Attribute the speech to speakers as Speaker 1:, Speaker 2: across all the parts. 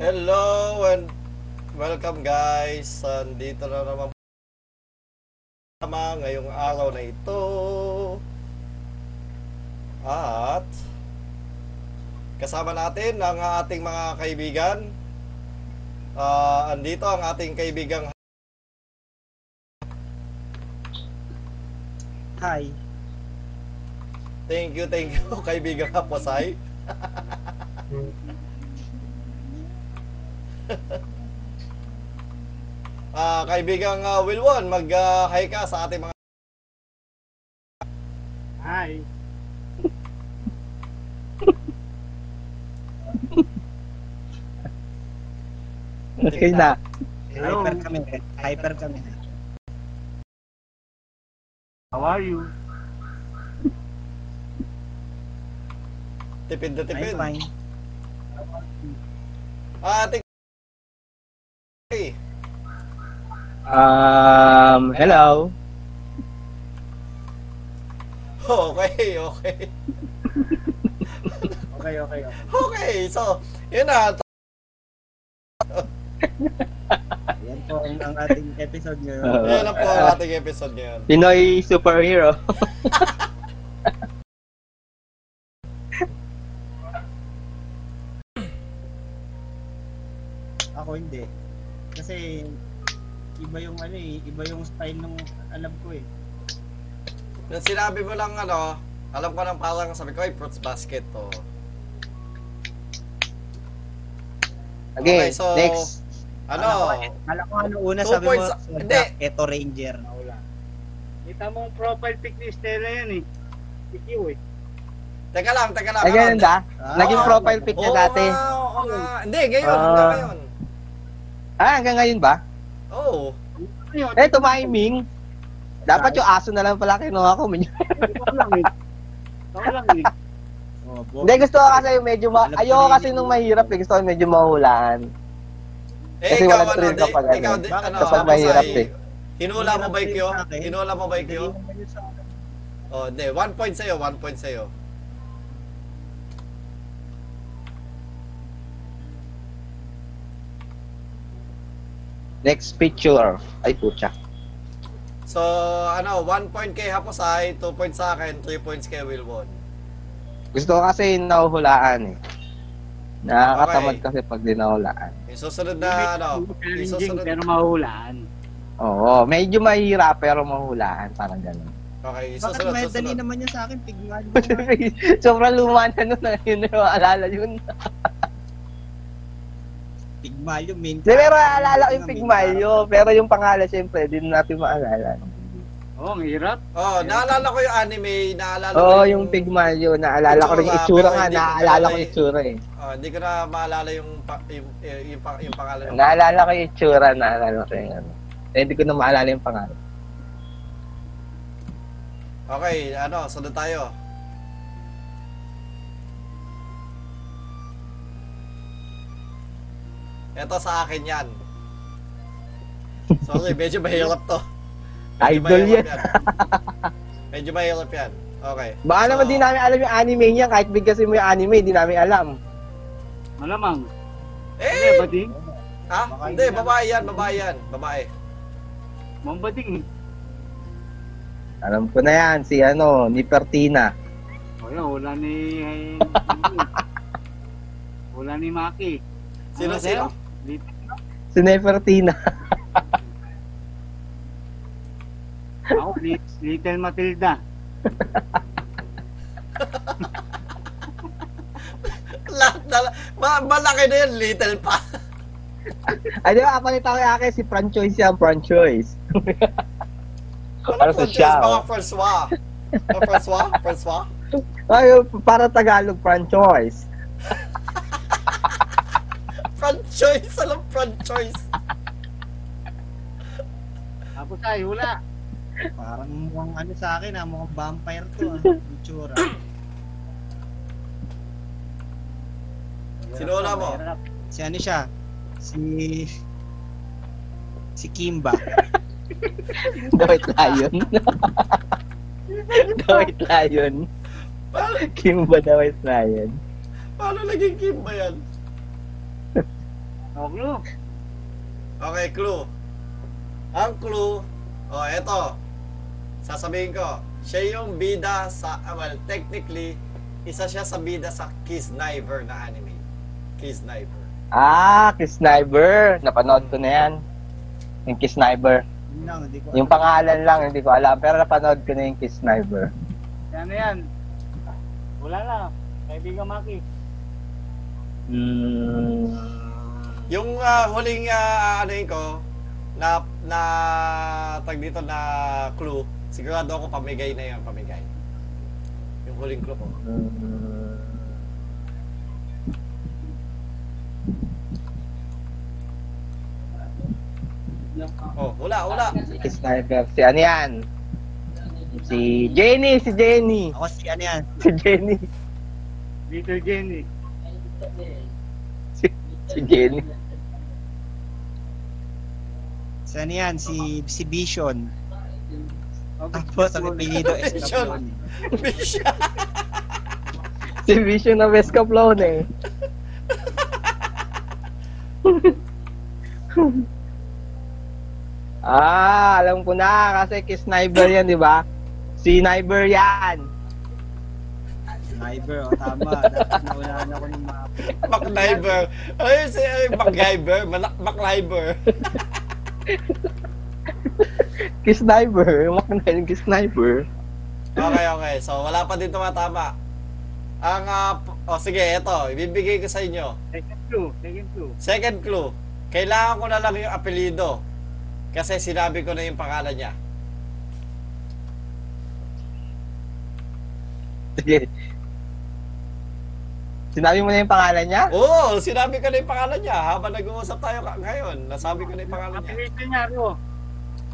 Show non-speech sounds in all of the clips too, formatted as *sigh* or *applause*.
Speaker 1: Hello and welcome guys. Nandito na naman tama ngayong araw na ito. At kasama natin ang ating mga kaibigan. Ah, andito ang ating kaibigang
Speaker 2: Hi.
Speaker 1: Thank you, thank you *laughs* kaibigang Haposay. *laughs* Ah, kaibigang ah, Wilwon, mag-hi ka sa ating mga
Speaker 2: Hi.
Speaker 3: Okay na.
Speaker 2: Hello.
Speaker 3: Hyper kami. Hyper kami.
Speaker 2: How are you?
Speaker 1: tipid na
Speaker 3: I'm
Speaker 1: tipid.
Speaker 3: fine.
Speaker 1: Ah, ating
Speaker 3: Um, *laughs* hello.
Speaker 1: Okay, okay.
Speaker 2: Okay, okay. okay.
Speaker 1: Okay, so, yun na.
Speaker 2: Yan po ang, ang ating episode ngayon.
Speaker 3: Uh,
Speaker 1: Yan na po ang ating episode ngayon.
Speaker 3: Pinoy superhero.
Speaker 2: Ako hindi. Kasi iba yung ano eh, iba yung style nung alam ko eh.
Speaker 1: Nung sinabi mo lang ano, alam ko lang parang sabi ko, ay, fruits basket to. Okay,
Speaker 3: Okay,
Speaker 1: so-
Speaker 3: next.
Speaker 1: Ano?
Speaker 3: eh.
Speaker 2: Kala ko ano una
Speaker 1: Two
Speaker 2: sabi mo,
Speaker 1: points-
Speaker 2: Sir
Speaker 1: hindi.
Speaker 2: Jack, eto ranger. Wala.
Speaker 4: Kita mo ang profile pic ni Stella yan eh. Si Q eh.
Speaker 1: Teka lang, teka lang.
Speaker 3: Ay, ganun
Speaker 1: ano?
Speaker 3: ba?
Speaker 2: Ah.
Speaker 3: Naging
Speaker 1: Oo.
Speaker 3: profile pic niya
Speaker 1: Oo
Speaker 3: dati.
Speaker 1: nga, oo nga. Hindi, ngayon,
Speaker 3: Ah.
Speaker 1: hanggang ngayon.
Speaker 3: Ah, hanggang ngayon ba?
Speaker 1: Oo.
Speaker 4: Ano yun?
Speaker 3: Eh, tumiming. Dapat yung aso na lang pala kinuha ko.
Speaker 4: Ikaw lang eh. Ikaw lang eh.
Speaker 2: Oh, bo-
Speaker 3: *laughs* Hindi, gusto ko kasi yung medyo ma... Ayoko kasi nung mahirap eh. Gusto ko yung medyo mahulaan.
Speaker 1: Eh,
Speaker 3: Kasi
Speaker 1: ikaw,
Speaker 3: walang
Speaker 1: ano,
Speaker 3: thrill
Speaker 1: di-
Speaker 3: kapag
Speaker 1: ikaw,
Speaker 3: ano,
Speaker 1: di-
Speaker 2: bakit
Speaker 1: ano,
Speaker 2: kapag
Speaker 1: Haposay,
Speaker 3: mahirap eh.
Speaker 1: Hinula mo ba
Speaker 2: Mahirap
Speaker 1: yung
Speaker 2: din
Speaker 1: Kyo?
Speaker 2: sa akin.
Speaker 1: Hinula mo ba yung Kyo?
Speaker 2: Dali naman yun sa akin.
Speaker 1: Oh, hindi. One point sa'yo, one point sa'yo.
Speaker 3: Next picture. Ay, putya.
Speaker 1: So, ano, one point kay Haposay, two points sa akin, three points kay Wilwon.
Speaker 3: Gusto ko kasi yung nahuhulaan eh. Nakakatamad kasi pag di nahulaan.
Speaker 1: Yung susunod na, ano, yung
Speaker 4: Challenging
Speaker 1: susunod,
Speaker 4: pero mahulaan.
Speaker 3: Oo, medyo mahirap pero mahulaan. Parang ganun. *laughs*
Speaker 1: okay, yung
Speaker 2: Bakit
Speaker 1: susunod,
Speaker 2: may dali
Speaker 1: susunod.
Speaker 2: naman yun sa akin? Tignan mo. nga.
Speaker 3: Sobrang luma na nun, na yun yung alala yun.
Speaker 2: Pigmalyo, main.
Speaker 3: Di, pero alala ko yung Pigmalyo, pero yung pangalan syempre, di na natin maalala.
Speaker 4: Oo, ang hirap.
Speaker 1: Oh, naalala ko yung anime, naalala ko
Speaker 3: Oo, yung Pigmalyo, naalala ko rin yung itsura nga, naalala ko yung itsura eh.
Speaker 1: Ah, hindi ko na maalala yung pa- yung, yung, yung, pa- yung pangalan. ng-
Speaker 3: Naalala ko yung itsura, naalala ko yung ano. Eh, hindi ko na maalala yung pangalan.
Speaker 1: Okay, ano, sunod tayo. Ito sa akin yan.
Speaker 3: *laughs*
Speaker 1: Sorry, medyo mahirap to. Medyo
Speaker 3: Idol
Speaker 1: mahirap
Speaker 3: yan.
Speaker 1: medyo mahirap yan. Okay.
Speaker 3: Baka naman
Speaker 1: So,
Speaker 3: di namin alam yung anime niya, kahit bigkasin mo yung anime, di namin alam.
Speaker 4: Malamang. Hindi,
Speaker 1: Eh,
Speaker 4: bading.
Speaker 1: ha?
Speaker 2: Baka
Speaker 1: Hindi,
Speaker 2: yun lang.
Speaker 1: babae yan, babae yan. Babae.
Speaker 4: Mambading eh.
Speaker 3: Alam ko na yan, si ano, ni Pertina.
Speaker 4: O yan, hula Oh, ya, ni... Hula ni Maki.
Speaker 1: Sino,
Speaker 4: Ano
Speaker 1: sino?
Speaker 4: sa'yo? Lit-
Speaker 3: Si Nefertina. *laughs*
Speaker 4: Ako, lit- Little Matilda.
Speaker 1: Lahat na, ma- malaki na yun, little pa.
Speaker 3: Ay, di ba, kapalita ko yung akin, si Franchois yan, Franchois. Para sa
Speaker 1: Franchise,
Speaker 3: siya,
Speaker 1: Mga
Speaker 3: oh.
Speaker 1: Francois. Mga Francois? Francois?
Speaker 3: Ay, para Tagalog, Franchois.
Speaker 1: Franchise, alam franchise.
Speaker 4: Tapos ay, hula.
Speaker 2: Parang mukhang ano sa akin ah, mukhang vampire to ah,
Speaker 3: *laughs*
Speaker 2: itsura.
Speaker 1: Sinula mo.
Speaker 4: Mahirap.
Speaker 2: Si ano siya? Si si Kimba.
Speaker 3: The White Lion. the White Lion.
Speaker 1: Paano,
Speaker 3: Kim ba The White Lion?
Speaker 1: paano naging Kim ba yan?
Speaker 4: O, Glo.
Speaker 1: Okay, clue. Ang clue, oh, eto. Sasabihin ko, siya yung bida sa, ah, well, technically, isa siya sa bida sa Kisniver na anime. Kisniver.
Speaker 3: Ah, Kisniver. Napanood ko na yan. Yung Kisniver.
Speaker 2: Yun lang, hindi ko
Speaker 3: Yung
Speaker 2: alam.
Speaker 3: pangalan lang, hindi ko alam. Pero napanood ko na yung Kisniver.
Speaker 4: Ano yan? Wala na. Kaibigan Maki.
Speaker 3: Hmm.
Speaker 1: Yung ah, huling ah, ano yun ko, na, na, tag dito na clue, sigurado ako pamigay na yun, pamigay. Yung huling clue ko. Oh, wala, *laughs* wala.
Speaker 3: Kisniver. Si ano yan? Si Jenny, si Jenny.
Speaker 2: Ako si ano yan,
Speaker 3: Si Jenny.
Speaker 4: Little Jenny.
Speaker 3: Si Jenny.
Speaker 2: si ano yan, si, si Vision.
Speaker 4: Okay.
Speaker 2: Tapos ang apelido is
Speaker 1: Vision.
Speaker 2: Capone.
Speaker 1: Bisya.
Speaker 3: Si Vision ng West Caplone eh. *laughs* ah, alam ko na. Kasi kay Sniper yan, di ba? Si Sniper yan.
Speaker 2: Sniper, o oh, tama. Dapat naunahan ako ng mga
Speaker 1: MacGyver. Ay, si ay, MacGyver. Malak- MacGyver.
Speaker 3: Kay Sniper. Yung makina yung kay Sniper.
Speaker 1: Okay, okay. So, wala pa din tumatama. Ang, ah, p- oh, sige, eto. Ibibigay ko sa inyo.
Speaker 4: Second clue. Second clue.
Speaker 1: Second clue. Kailangan ko na lang yung apelido. Kasi sinabi ko na yung pangalan niya.
Speaker 3: Sige. Sinabi mo na yung pangalan niya?
Speaker 1: Oo, sinabi ko na yung pangalan niya. Habang nag-uusap tayo ka- ngayon, nasabi ko na yung pangalan niya.
Speaker 4: Apelido niya, Ro.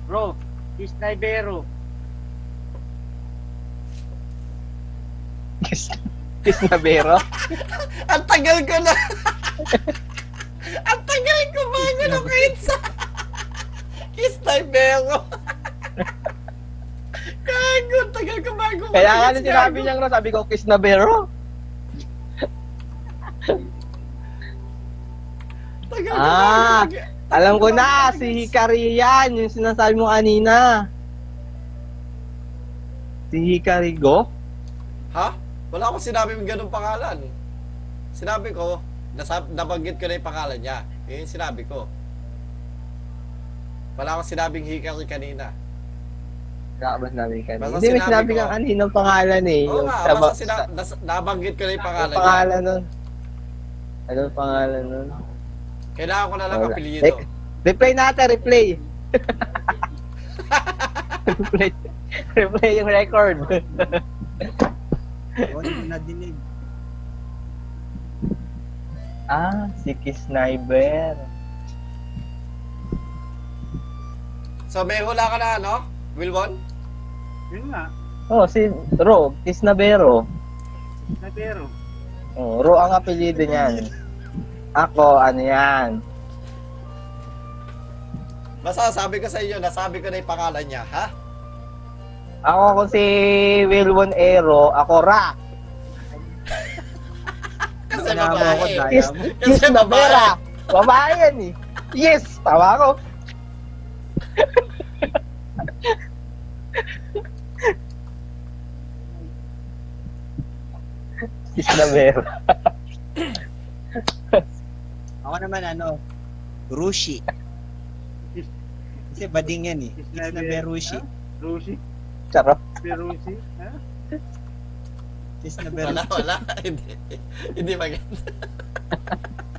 Speaker 4: Ro. Isnaibero.
Speaker 3: Kis, kis na Vero?
Speaker 1: Ang tagal ko na! *laughs* Ang tagal ko bago na pizza! Kiss na
Speaker 3: *laughs*
Speaker 1: Ibero! Kago, ang tagal ko bago
Speaker 3: Kaya nga
Speaker 1: mag-gets,
Speaker 3: nung sinabi
Speaker 1: gago.
Speaker 3: niya, Ro, sabi ko, kis na Vero?
Speaker 1: Tagal ko
Speaker 3: Ah.
Speaker 1: bago mag-
Speaker 3: Alam ko na, si Hikari yan, yung sinasabi mo kanina. Si Hikari Go?
Speaker 1: Ha? Wala akong sinabi yung ganung pangalan. Sinabi ko, nasab nabanggit ko na yung pangalan niya. Eh, sinabi ko. Wala akong sinabing hikari kanina.
Speaker 3: Wala ka ba sinabi kanina?
Speaker 1: Basta
Speaker 3: Hindi, may
Speaker 1: sinabi
Speaker 3: sinabi
Speaker 1: ko.
Speaker 3: ka kanina ang pangalan eh.
Speaker 1: Oo
Speaker 3: Yung
Speaker 1: nga,
Speaker 3: sa-
Speaker 1: basta
Speaker 3: sa-
Speaker 1: sina- nas- nabanggit ko na yung
Speaker 3: yung
Speaker 1: pangalan niya.
Speaker 3: pangalan nun. Ano ang pangalan nun?
Speaker 1: Kailangan ko na lang
Speaker 3: Wala.
Speaker 1: apelyido.
Speaker 3: Eh, Replay natin,
Speaker 1: *laughs*
Speaker 3: replay. replay. Replay yung record.
Speaker 2: O, hindi ko nadinig.
Speaker 3: ah, si Kisniber.
Speaker 1: So may hula ka na ano, Wilwon?
Speaker 4: Yun nga.
Speaker 3: Oh, si Ro, Kisnabero.
Speaker 4: Isnaibero.
Speaker 3: Oh, Ro ang apelyido niyan. Ako, ano yan?
Speaker 1: Basta sabi ko sa inyo, nasabi ko na yung pangalan niya, ha?
Speaker 3: Ako kung si Wilwon Ero, ako Ra. Ano
Speaker 1: Kasi
Speaker 2: Kaya mo ako,
Speaker 1: babae. eh.
Speaker 2: daya
Speaker 3: Kis,
Speaker 2: mo.
Speaker 3: kis
Speaker 1: Kasi
Speaker 3: na
Speaker 1: babae.
Speaker 3: Vera. Babae yan eh. Yes, tama *laughs* ko. Kis na Vera.
Speaker 2: Ako naman ano, Rushi. Kasi bading yan eh. It's na Berushi.
Speaker 4: Rusi.
Speaker 3: Charot.
Speaker 4: Berusi. Ha?
Speaker 2: It's na
Speaker 1: Wala,
Speaker 2: Berushi.
Speaker 1: wala. *laughs* hindi, hindi maganda.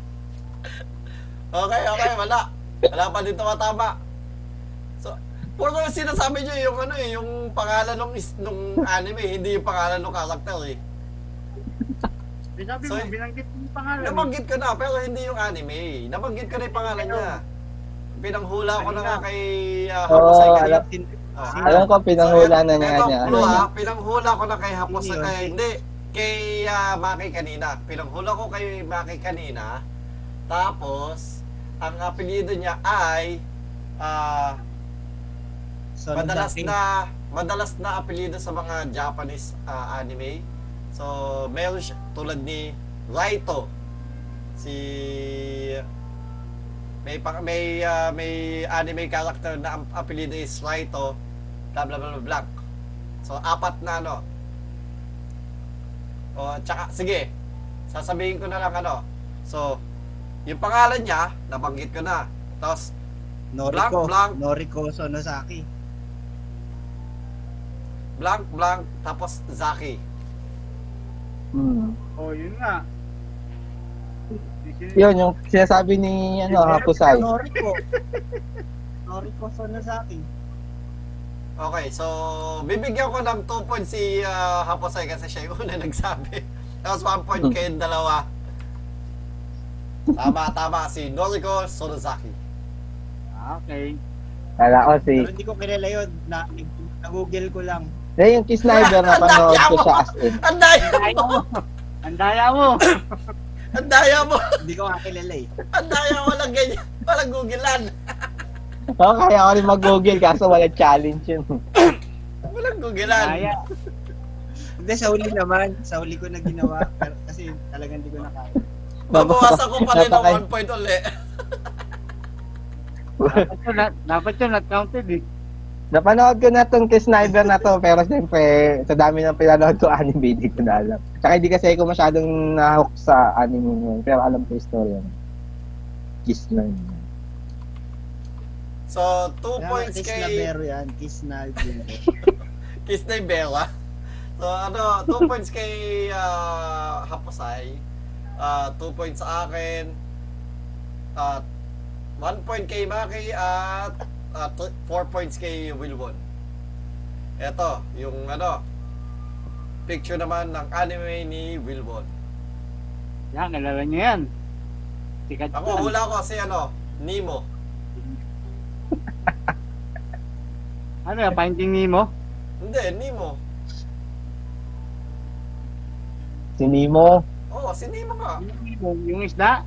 Speaker 1: *laughs* okay, okay, wala. Wala pa dito matama. So, puro sinasabi niyo yung ano eh, yung pangalan ng nung anime, hindi yung pangalan ng karakter eh.
Speaker 4: Di Eh, Sabi mo,
Speaker 1: Sorry.
Speaker 4: binanggit mo yung pangalan.
Speaker 1: Nabanggit ko na, pero hindi yung anime. Nabanggit ko na yung pangalan niya. Pinanghula ko na nga kay ah, Hakusai
Speaker 3: Oo,
Speaker 1: kanina.
Speaker 3: Oh, alam,
Speaker 1: Ah.
Speaker 3: alam ko pinanghula na niya.
Speaker 1: Eto,
Speaker 3: niya. Ano
Speaker 1: clue, ah. Pinanghula ko na kay Hapos
Speaker 2: Hindi,
Speaker 1: kay
Speaker 2: okay.
Speaker 1: hindi kay ah, Maki kanina. Pinanghula ko kay Maki kanina. Tapos ang apelyido niya ay ah,
Speaker 2: So,
Speaker 1: madalas
Speaker 2: nadating-
Speaker 1: na madalas na apelyido sa mga Japanese ah, anime. So, meron siya tulad ni Raito si May pang- may ah, may anime character na ang apelyido is Raito, blah blah blah blah, blah. So apat na ano. O tsaka sige. Sasabihin ko na lang ano. So yung pangalan niya nabanggit ko na. Tapos Blank,
Speaker 2: Noriko.
Speaker 1: blank.
Speaker 2: Noriko Sonosaki.
Speaker 1: blank blank tapos Zaki.
Speaker 3: Hmm.
Speaker 4: Oh, yun nga.
Speaker 3: Yun, yung sinasabi ni ano, Hakusai.
Speaker 2: Noriko. Noriko Sonosaki.
Speaker 1: Okay, so bibigyan ko ng 2 points si ah, Haposay kasi siya yung *laughs* una nagsabi. Tapos 1 point kayong dalawa. Tama, tama. Si Noriko Sorozaki.
Speaker 4: Ah, okay.
Speaker 3: Kala ko si...
Speaker 2: Pero hindi ko kilala yun. Na, google ko lang.
Speaker 3: Eh, yung Kiss
Speaker 2: *laughs*
Speaker 3: Sniper na panood ko sa as in.
Speaker 1: Ang daya
Speaker 4: Ang daya
Speaker 1: mo!
Speaker 4: mo. Ang daya mo.
Speaker 1: Ang daya mo!
Speaker 2: Hindi ko kakilala eh.
Speaker 1: Ang daya mo! Walang ganyan. Walang gugilan.
Speaker 3: Oo, Oh, kaya ko rin mag-google kaso wala challenge yun.
Speaker 1: Walang gugilan.
Speaker 4: Daya.
Speaker 2: Hindi, sa huli naman. Sa huli ko na ginawa. Pero kasi talagang hindi ko na kaya.
Speaker 1: Babawasan ko pa rin ng
Speaker 3: Napaka-
Speaker 1: 1 point ulit.
Speaker 4: Dapat yun, not- dapat yun, not counted eh.
Speaker 3: Napanood ko na tong Kiss Sniper na to, pero siyempre, sa dami ng pinanood ko anime, hindi ko na alam. Tsaka hindi kasi ako masyadong nahook sa anime ngayon, pero alam ko yung story yun. Kiss na yun.
Speaker 1: So, 2
Speaker 2: Kaya,
Speaker 1: points
Speaker 2: Kiss na
Speaker 1: kay
Speaker 2: Bero yan. Kiss na Bero.
Speaker 1: Kiss na yung Bella. So, ano, 2 points kay ah, Haposay. 2 points sa akin. At 1 point kay Maki at 4 points kay Wilwon. Eto, yung ano, picture naman ng anime ni Wilwon.
Speaker 4: Yan, kilala niya yan. Sikat yan.
Speaker 1: Ako, hula ko si ano, Nemo.
Speaker 4: Ano yung finding Nemo?
Speaker 1: Hindi, Nemo.
Speaker 3: Si Nemo,
Speaker 1: Oo, si Nemo ka.
Speaker 4: Yung Nemo, Yung isda?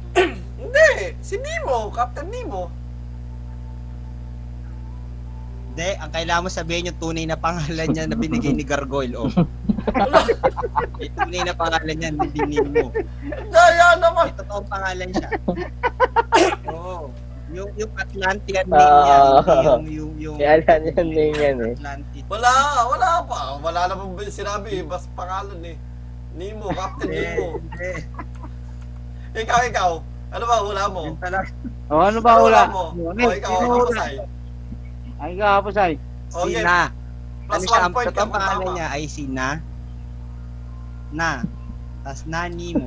Speaker 1: Hindi, si Nemo, Captain Nemo.
Speaker 2: Hindi, ang kailangan mo sabihin yung tunay na pangalan niya na binigay ni Gargoyle.
Speaker 1: *laughs*
Speaker 2: Oh. yung tunay na pangalan niya, hindi Nemo.
Speaker 1: Daya naman.
Speaker 2: May totoong pangalan siya. Oo. Yung, yung Atlantean name niya.
Speaker 3: Ah.
Speaker 2: Yung, yung, yung,
Speaker 3: kaya alam niya yung name yan eh.
Speaker 2: Atlantic.
Speaker 1: Wala, wala pa. Wala na pong sinabi, eh. bas pangalan eh. Nemo, Captain
Speaker 2: Hindi,
Speaker 1: Nemo.
Speaker 2: hindi.
Speaker 1: Ikaw, ikaw. Ano ba, hula mo?
Speaker 2: Yun talaga.
Speaker 4: O, ano ba
Speaker 1: Ano
Speaker 4: hula?
Speaker 1: mo?
Speaker 4: Ano,
Speaker 1: O, ikaw,
Speaker 4: sino hula?
Speaker 1: kapasay.
Speaker 4: Ay, kahapos ay.
Speaker 1: Okay,
Speaker 2: Sina.
Speaker 1: plus
Speaker 2: ano siya,
Speaker 1: one
Speaker 2: ang
Speaker 1: point ka
Speaker 2: totoong
Speaker 1: pa
Speaker 2: pangalan
Speaker 1: tama.
Speaker 2: niya ay Sina. Na. Tapos Nani
Speaker 1: *laughs*
Speaker 2: mo.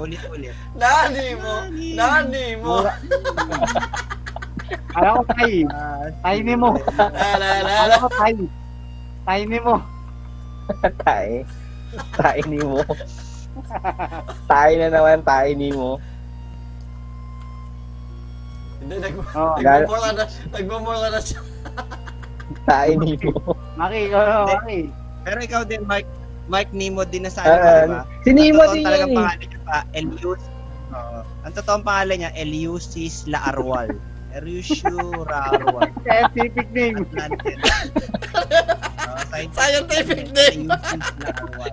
Speaker 2: Ulit-ulit.
Speaker 1: Nani mo,
Speaker 2: Nani.
Speaker 1: nani mo.
Speaker 4: Kala ko tayo eh.
Speaker 3: Ah,
Speaker 4: Tiny mo.
Speaker 1: La, la, la, la.
Speaker 4: Kala ko tayo. Tiny mo.
Speaker 3: Tay. Tay ni *laughs* mo. Tay na naman, tay ni mo.
Speaker 1: Hindi, nag-
Speaker 4: O,
Speaker 3: Lala-
Speaker 1: nagmumura na, nagmumura na siya.
Speaker 3: Tay ni mo.
Speaker 4: Maki, ikaw,
Speaker 2: Hindi.
Speaker 4: Maki.
Speaker 2: Pero ikaw din, Mike. Mike Nemo din na sa
Speaker 3: Ah,
Speaker 2: diba?
Speaker 3: si Nemo
Speaker 2: Ang
Speaker 3: din
Speaker 2: talagang
Speaker 3: yan eh.
Speaker 2: pangalan niya pa, Elius. Oo. ang totoong pangalan niya, Eliusis Laarwal. Eriusio Laarwal.
Speaker 4: Scientific
Speaker 1: *laughs*
Speaker 4: name.
Speaker 2: Atlantean. Oo, scientific
Speaker 1: Scientific name.
Speaker 2: name, Eliusis Laarwal.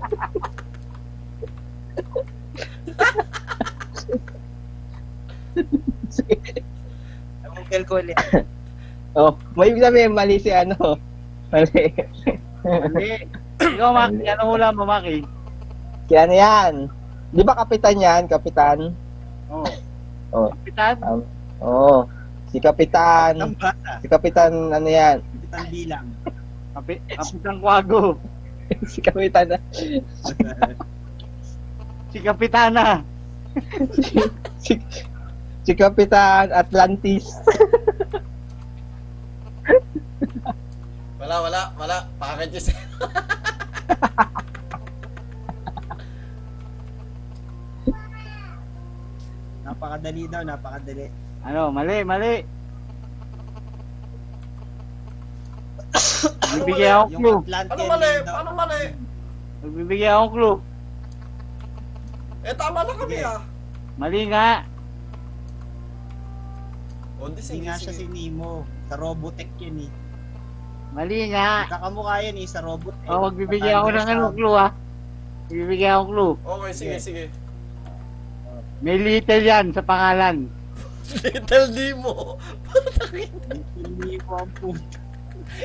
Speaker 2: Google ko
Speaker 1: eh.
Speaker 2: ulit.
Speaker 3: Oh, may ibig sabihin, mali si ano. Mali.
Speaker 4: Mali. Ikaw, Maki, ano hula mo, Maki?
Speaker 3: Kaya na yan. Di ba kapitan yan, kapitan?
Speaker 4: O.
Speaker 3: O.
Speaker 4: Kapitan?
Speaker 3: Um, Oo. si kapitan.
Speaker 2: Ang bata.
Speaker 3: Si kapitan, ano yan?
Speaker 2: Kapitan bilang.
Speaker 4: Kapi- Kapitan Kwago.
Speaker 3: si kapitan,
Speaker 2: ah,
Speaker 4: Si Kapitana.
Speaker 3: si, si kapitan Atlantis.
Speaker 1: Wala, wala, wala. Pangit niya siya.
Speaker 2: napakadali daw, napakadali.
Speaker 4: Ano, mali,
Speaker 1: *coughs*
Speaker 4: mali. Bibigyan ako
Speaker 2: Yung
Speaker 4: clue.
Speaker 1: Ano
Speaker 2: Atlantean
Speaker 1: mali?
Speaker 2: name daw.
Speaker 1: Ano mali?
Speaker 4: Bibigyan ako clue.
Speaker 1: Eh, tama na kami ah.
Speaker 4: Mali nga.
Speaker 1: O, di
Speaker 2: Hindi
Speaker 1: sige,
Speaker 2: nga siya si
Speaker 1: sige.
Speaker 2: Nemo. Sa Robotech yun eh.
Speaker 4: Mali nga.
Speaker 2: Kakamukha yun eh, sa Robotech.
Speaker 4: O, magbibigyan Ah. Oh, ako ng ano, clue ah. Bibigyan ako clue.
Speaker 1: Okay, sige, sige.
Speaker 4: May little yan sa pangalan.
Speaker 1: *laughs* Little Nemo.
Speaker 2: Hindi ko ang puto.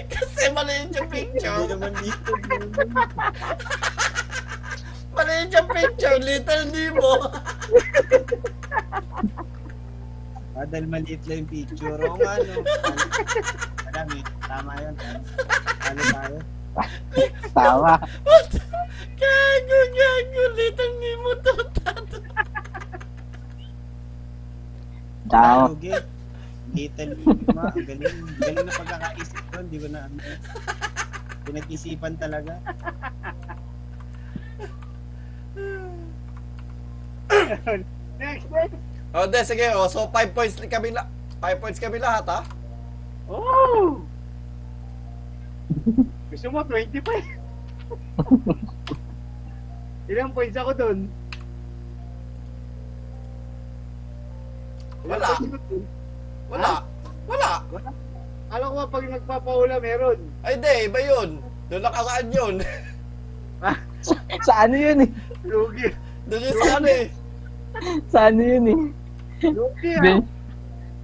Speaker 1: Kasi mali yung
Speaker 2: Hindi
Speaker 1: picture.
Speaker 2: naman dito. eh.
Speaker 1: Mali yung picture. Little Nemo.
Speaker 2: Ah, dahil maliit lang yung picture. Oo nga, no. Alam eh, tama yun. Ano tayo?
Speaker 3: Tama.
Speaker 1: Gago, gago. Little Nemo to. tato.
Speaker 3: Tama.
Speaker 2: Okay. Ano, Little Lima, ang galing. Ang Galing na pagkakaisip ko, hindi ko na ano. Pinag-isipan talaga.
Speaker 4: Next, next.
Speaker 1: O, de, sige. O, so, 5 points kami la 5 points kami lahat, ha?
Speaker 3: *laughs*
Speaker 4: Oh! Gusto mo, 25.
Speaker 3: *laughs*
Speaker 4: Ilang points ako doon?
Speaker 1: Wala. Wala. Wala.
Speaker 4: Alam ko pag nagpapaula meron.
Speaker 1: Ay, de, iba yun. Doon nakaraan yun. *laughs*
Speaker 3: Sa ano yun eh?
Speaker 4: Lugi.
Speaker 1: Doon yun sa ano eh.
Speaker 3: Sa ano yun eh?
Speaker 4: Lugi ah.
Speaker 3: Then,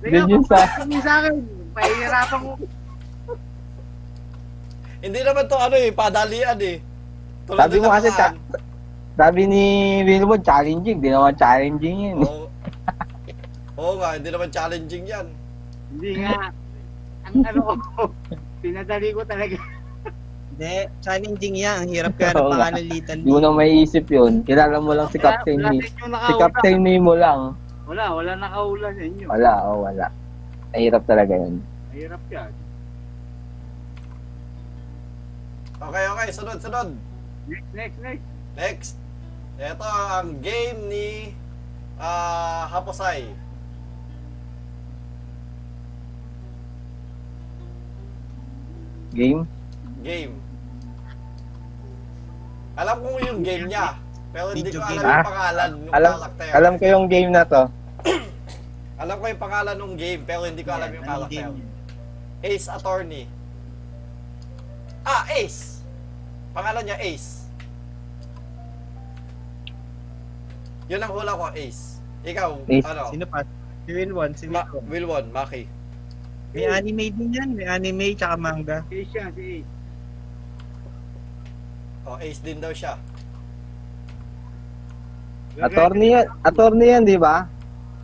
Speaker 3: then yun sa...
Speaker 4: Hindi sa akin. Pahihirapan ko.
Speaker 1: Hindi naman to ano eh, padalian eh. Tulad
Speaker 3: Sabi
Speaker 1: ng
Speaker 3: mo kasi,
Speaker 1: nakaraan.
Speaker 3: sabi ni Willwood, challenging. Di naman challenging yun. eh.
Speaker 1: Oo. Oo nga, hindi naman challenging yan.
Speaker 4: Hindi nga. Ang ano
Speaker 3: *laughs*
Speaker 4: ko. Pinadali ko talaga.
Speaker 2: Hindi, challenging yan. Ang hirap kaya ng
Speaker 3: *laughs* Oo nga.
Speaker 2: pangalan Little
Speaker 3: Di mo
Speaker 2: Lima.
Speaker 3: na maiisip yun. Kilala mo lang si
Speaker 4: Wala-
Speaker 3: Captain
Speaker 4: wala
Speaker 3: Nemo.
Speaker 4: sa inyo
Speaker 3: Si
Speaker 4: nakaula.
Speaker 3: Captain Nemo lang.
Speaker 4: Wala, wala nakaula sa inyo.
Speaker 3: Wala, oh wala. Nahirap talaga yun.
Speaker 4: Mahirap yan.
Speaker 1: Okay, okay, sunod, sunod.
Speaker 4: Next, next, next.
Speaker 1: Next. Ito ang game ni ah Haposay.
Speaker 3: Game?
Speaker 1: Game. Alam ko yung game niya. Pero hindi ko
Speaker 2: Video
Speaker 1: alam
Speaker 2: game.
Speaker 1: yung
Speaker 3: Ah,
Speaker 1: pangalan ng
Speaker 3: alam-
Speaker 1: karakter. Alam,
Speaker 3: Alam ko yung game na to.
Speaker 1: ko yung pangalan ng game, pero hindi ko alam yung
Speaker 2: Anong
Speaker 1: karakter.
Speaker 2: game yun?
Speaker 1: Ace Attorney. Ah, Ace. Pangalan niya Ace. Yun ang hula ko, Ace. Ikaw,
Speaker 3: Ace.
Speaker 1: ano?
Speaker 2: Sino pa? Si Wilwon, si
Speaker 1: Ma-
Speaker 2: Wilwon.
Speaker 1: Wilwon, Maki.
Speaker 2: May anime din yan. May anime tsaka manga.
Speaker 4: Si Ace yan, si Ace.
Speaker 1: Oh, Ace din daw siya.
Speaker 3: Attorney yan, attorney yan, di ba?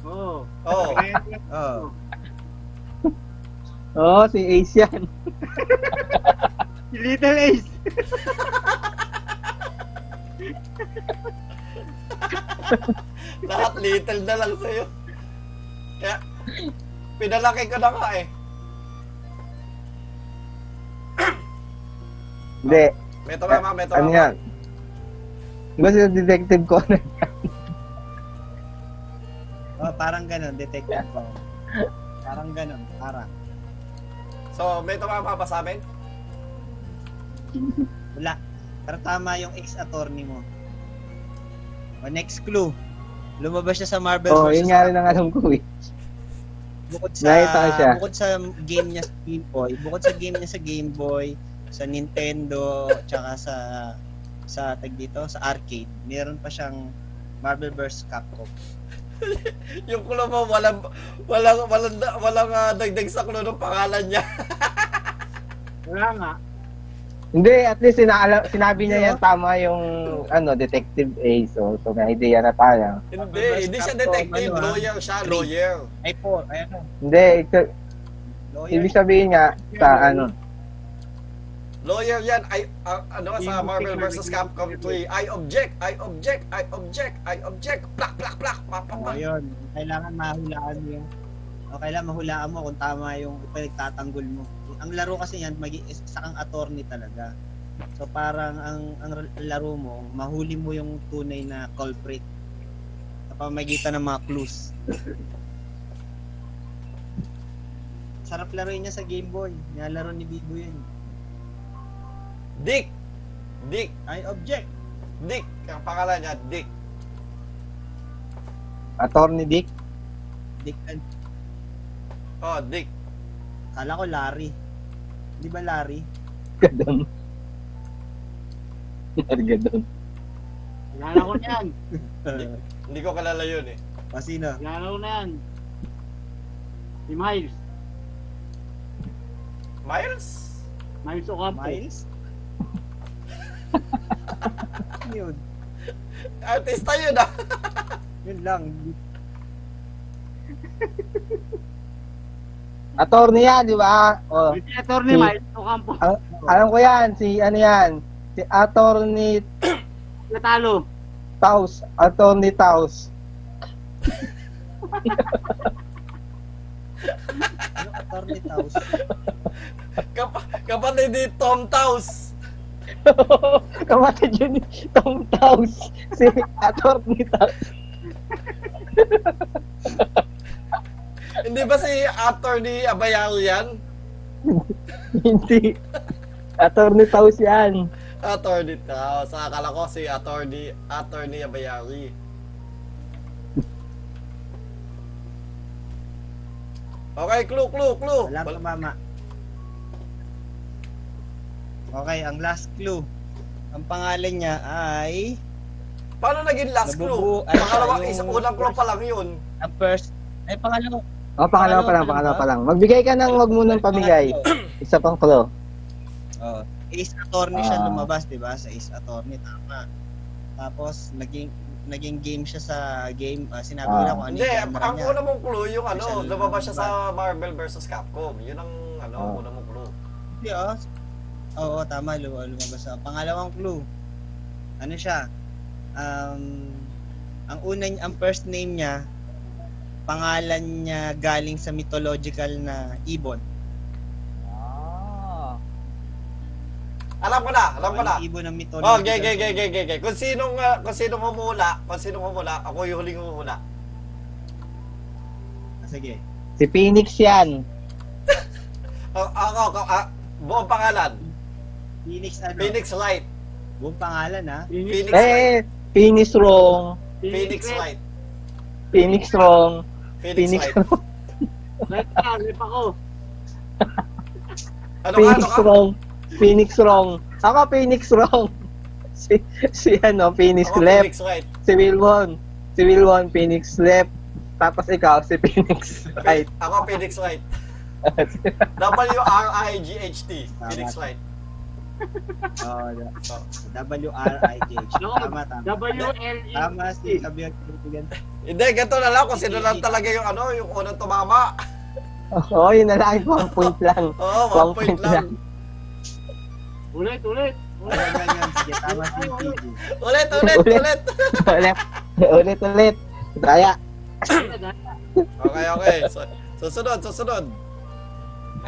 Speaker 4: Oo.
Speaker 1: Oh,
Speaker 2: *laughs*
Speaker 4: Gagayan lang
Speaker 2: Oo.
Speaker 3: Oo, si Ace yan.
Speaker 4: Si Little Ace.
Speaker 1: lahat little na lang sa'yo. Kaya, pinalaki ko na ka eh.
Speaker 3: Hindi,
Speaker 1: May tumama, may tumama.
Speaker 3: ano yan? Diba si Detective Conan?
Speaker 2: Oh, parang ganun, detective ko. Parang ganun, parang.
Speaker 1: So, may tumama pa sa amin?
Speaker 2: Wala. Pero tama yung ex-attorney mo. O, next clue. Lumabas siya sa Marvel
Speaker 3: Oo, oh,
Speaker 2: vs.
Speaker 3: yun nga rin ang alam ko eh.
Speaker 2: bukod
Speaker 3: Nakita ko siya.
Speaker 2: sa bukod sa game niya sa Game Boy, bukod sa game niya sa Game Boy, sa Nintendo, tsaka sa sa tag dito, sa arcade, meron pa siyang Marvel vs. Capcom.
Speaker 1: Yung kulo mo, walang, walang, walang, walang ah, dagdag sa kulo ng pangalan
Speaker 2: *laughs*
Speaker 1: niya.
Speaker 4: Wala nga.
Speaker 3: Hindi, at least sinala- sinabi niya yan tama yung ano Detective Ace. So, so may idea na tayo.
Speaker 1: Hindi, hindi siya
Speaker 2: Ano Capcom,
Speaker 1: detective,
Speaker 2: ano, ah?
Speaker 1: lawyer siya,
Speaker 2: Three.
Speaker 1: lawyer.
Speaker 2: Ay po, ayan o.
Speaker 3: Hindi, ito-
Speaker 2: Lawyer.
Speaker 3: ibig sabihin nga sa ano.
Speaker 1: Lawyer yan, ay, ah, ano, sa
Speaker 4: Hindi mo
Speaker 1: Marvel
Speaker 4: picture,
Speaker 1: vs.
Speaker 4: hindi mo
Speaker 1: Capcom
Speaker 4: picture.
Speaker 1: 3, I object, I object, I object, I object, plak, plak, plak, pa, pa,
Speaker 2: O,
Speaker 3: Ano
Speaker 1: pa.
Speaker 2: yun. Kailangan mahulaan mo yung o kailangan mahulaan mo kung tama yung pinagtatanggol mo. Ang laro kasi yan, mag isa kang attorney talaga. So parang ang ang laro mo, mahuli mo yung tunay na culprit sa pamamagitan ng mga clues. Sarap laruin niya sa Game Boy. Nilalaro ni Bibo yun.
Speaker 1: Dick, Dick,
Speaker 2: Ay, object!
Speaker 1: Dick, ang pangalan niya, Dick.
Speaker 3: Attorney Dick.
Speaker 2: Dick and...
Speaker 1: Oh, Dick.
Speaker 2: Kala ko Larry. Di ba Larry?
Speaker 3: Gadon. *laughs* Gadon.
Speaker 4: Kilala ko na yan.
Speaker 1: Hindi ko kalala yun eh.
Speaker 2: o sino?
Speaker 4: Kilala ko na yan. Si Miles.
Speaker 1: Miles?
Speaker 4: Miles Ocampo.
Speaker 2: Miles? *laughs* yun.
Speaker 1: Artista yun ah. *laughs*
Speaker 2: Yun lang.
Speaker 3: Attorney yan, di ba? Oh.
Speaker 4: Si Atty. Miles Ocampo.
Speaker 3: Alam ko yan, si ano yan, si Attorney
Speaker 4: Natalo.
Speaker 3: Taos, Attorney Taos.
Speaker 2: Ano attorney taos?
Speaker 1: Kap- kapatid ni Tom Taus.
Speaker 3: *laughs* Kapatid yun ni Tom Taos, si Attorney Taos.
Speaker 1: Hindi ba si attorney Abayal yan?
Speaker 3: Hindi. Attorney Taos yan.
Speaker 1: Attorney Taus. Akala ko si attorney, attorney Abayali. Okay, clue, clue, clue.
Speaker 2: Wala
Speaker 1: Wal-
Speaker 2: pa mama. Okay, ang last clue. Ang pangalan niya ay...
Speaker 1: Paano naging last clue?
Speaker 2: Nabubuo- ay,
Speaker 1: Pangalawa,
Speaker 2: yung-
Speaker 1: isang unang clue pa lang yun.
Speaker 2: Ang first... Ay, pangalan ko.
Speaker 3: O, oh, pangalawa pa lang, pangalawa pa lang. Magbigay ka ng wag munang pamigay. Isa pang clue.
Speaker 2: Oh, Ace Attorney siya
Speaker 3: Ah.
Speaker 2: lumabas, 'di ba? Sa Ace Attorney tama. Tapos naging naging game siya sa game, ah, sinabi
Speaker 3: Ah.
Speaker 2: nila kung ano
Speaker 1: Hindi,
Speaker 2: yung camera
Speaker 1: ang
Speaker 2: niya.
Speaker 1: una mong clue yung ano,
Speaker 2: Special
Speaker 1: lumabas siya sa
Speaker 2: lumabas.
Speaker 1: Marvel vs. Capcom. Yun ang ano,
Speaker 3: Ah.
Speaker 1: una mong clue.
Speaker 2: Hindi, oh. Oo, tama, lu- lumabas siya. Pangalawang clue. Ano siya? Um, ang una ang first name niya pangalan niya galing sa mythological na ibon.
Speaker 1: Ah. Alam ko na, alam ko na.
Speaker 2: Ang Ano ibon ng mythological.
Speaker 1: Oh, okay, okay, okay, okay, okay, okay. Kung sinong, ah, kung sinong humula, kung sinong humula, ako yung huling humula.
Speaker 2: Ah, Sige.
Speaker 3: Si Phoenix yan.
Speaker 1: Ako, ako, ako ah, buong pangalan.
Speaker 2: Phoenix ano?
Speaker 1: Phoenix Light.
Speaker 2: Buong pangalan ah.
Speaker 1: *laughs*
Speaker 2: ha.
Speaker 1: Phoenix Light.
Speaker 3: Eh, Phoenix wrong.
Speaker 1: Phoenix Light.
Speaker 3: Phoenix wrong.
Speaker 1: Phoenix
Speaker 3: Phoenix
Speaker 1: Light.
Speaker 3: wrong.
Speaker 4: Light ka, lip ako.
Speaker 1: Ano ka, ano
Speaker 3: Phoenix
Speaker 1: ka?
Speaker 3: wrong. Phoenix wrong. Ako, Phoenix wrong. *laughs* Si, si ano, Phoenix
Speaker 1: Ako,
Speaker 3: left.
Speaker 1: Phoenix Light.
Speaker 3: Si Wilwon. Si Wilwon, Phoenix left. Tapos ikaw, si Phoenix right.
Speaker 1: Ako, Phoenix
Speaker 3: *laughs*
Speaker 1: Light. W-R-I-G-H-T. Phoenix Light. Oh.
Speaker 2: Oh, W R I G H.
Speaker 4: No,
Speaker 2: Tama tama.
Speaker 4: W-L-E.
Speaker 2: Tama si Kabiyag Tulugan.
Speaker 1: Hindi, ganito na lang kung sino lang talaga yung ano, yung unang tumama.
Speaker 3: Oo, yun na lang. One point lang. *laughs*
Speaker 1: Oo, oh, one point lang.
Speaker 4: Ulit, ulit. Ulit.
Speaker 2: Ayan yan yan. Sige, tama si PG.
Speaker 1: *laughs* Ulit, ulit,
Speaker 3: *laughs* Ulit.
Speaker 1: ulit.
Speaker 3: ulit, ulit, ulit. Kaya,
Speaker 1: Okay, okay. So, susunod, susunod.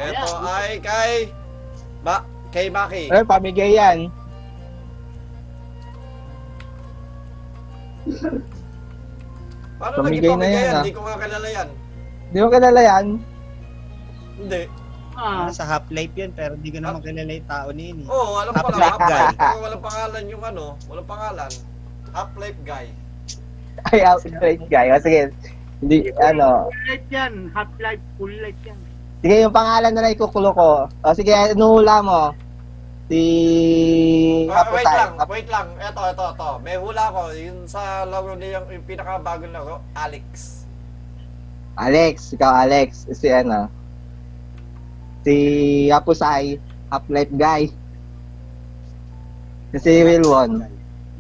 Speaker 1: Ito ay kay... Ba, kay Maki.
Speaker 3: eh, pamigay yan.
Speaker 1: Paano naging
Speaker 3: pamigay na
Speaker 1: pamigay
Speaker 3: yan,
Speaker 1: yan?
Speaker 3: ah.
Speaker 1: Hindi ko kakilala yan.
Speaker 3: Di mo kilala yan? *laughs*
Speaker 1: Hindi.
Speaker 4: Ah,
Speaker 2: Nasa half-life yan, pero di ko naman kilala yung tao na yun. eh.
Speaker 1: Oo, Ah. oh, alam ko lang.
Speaker 2: Half-Life
Speaker 1: Half-Life.
Speaker 3: guy.
Speaker 1: Pero walang pangalan yung ano. Walang pangalan. Half-Life guy.
Speaker 3: Ay, outright guy. O sige, hindi, ano.
Speaker 4: full light yan. Half life, full light yan.
Speaker 3: Sige, yung pangalan na lang ikukulo ko. O sige, ano hula mo? Si...
Speaker 1: Ah, wait
Speaker 3: Hapotay.
Speaker 1: lang, wait lang. Ito, ito, ito. May hula ko. Yun sa laro niya, yung pinakabagong laro, Alex.
Speaker 3: Alex, ikaw Alex. Si ano? Si Hapusay. Half-life guy. Si Wilwon.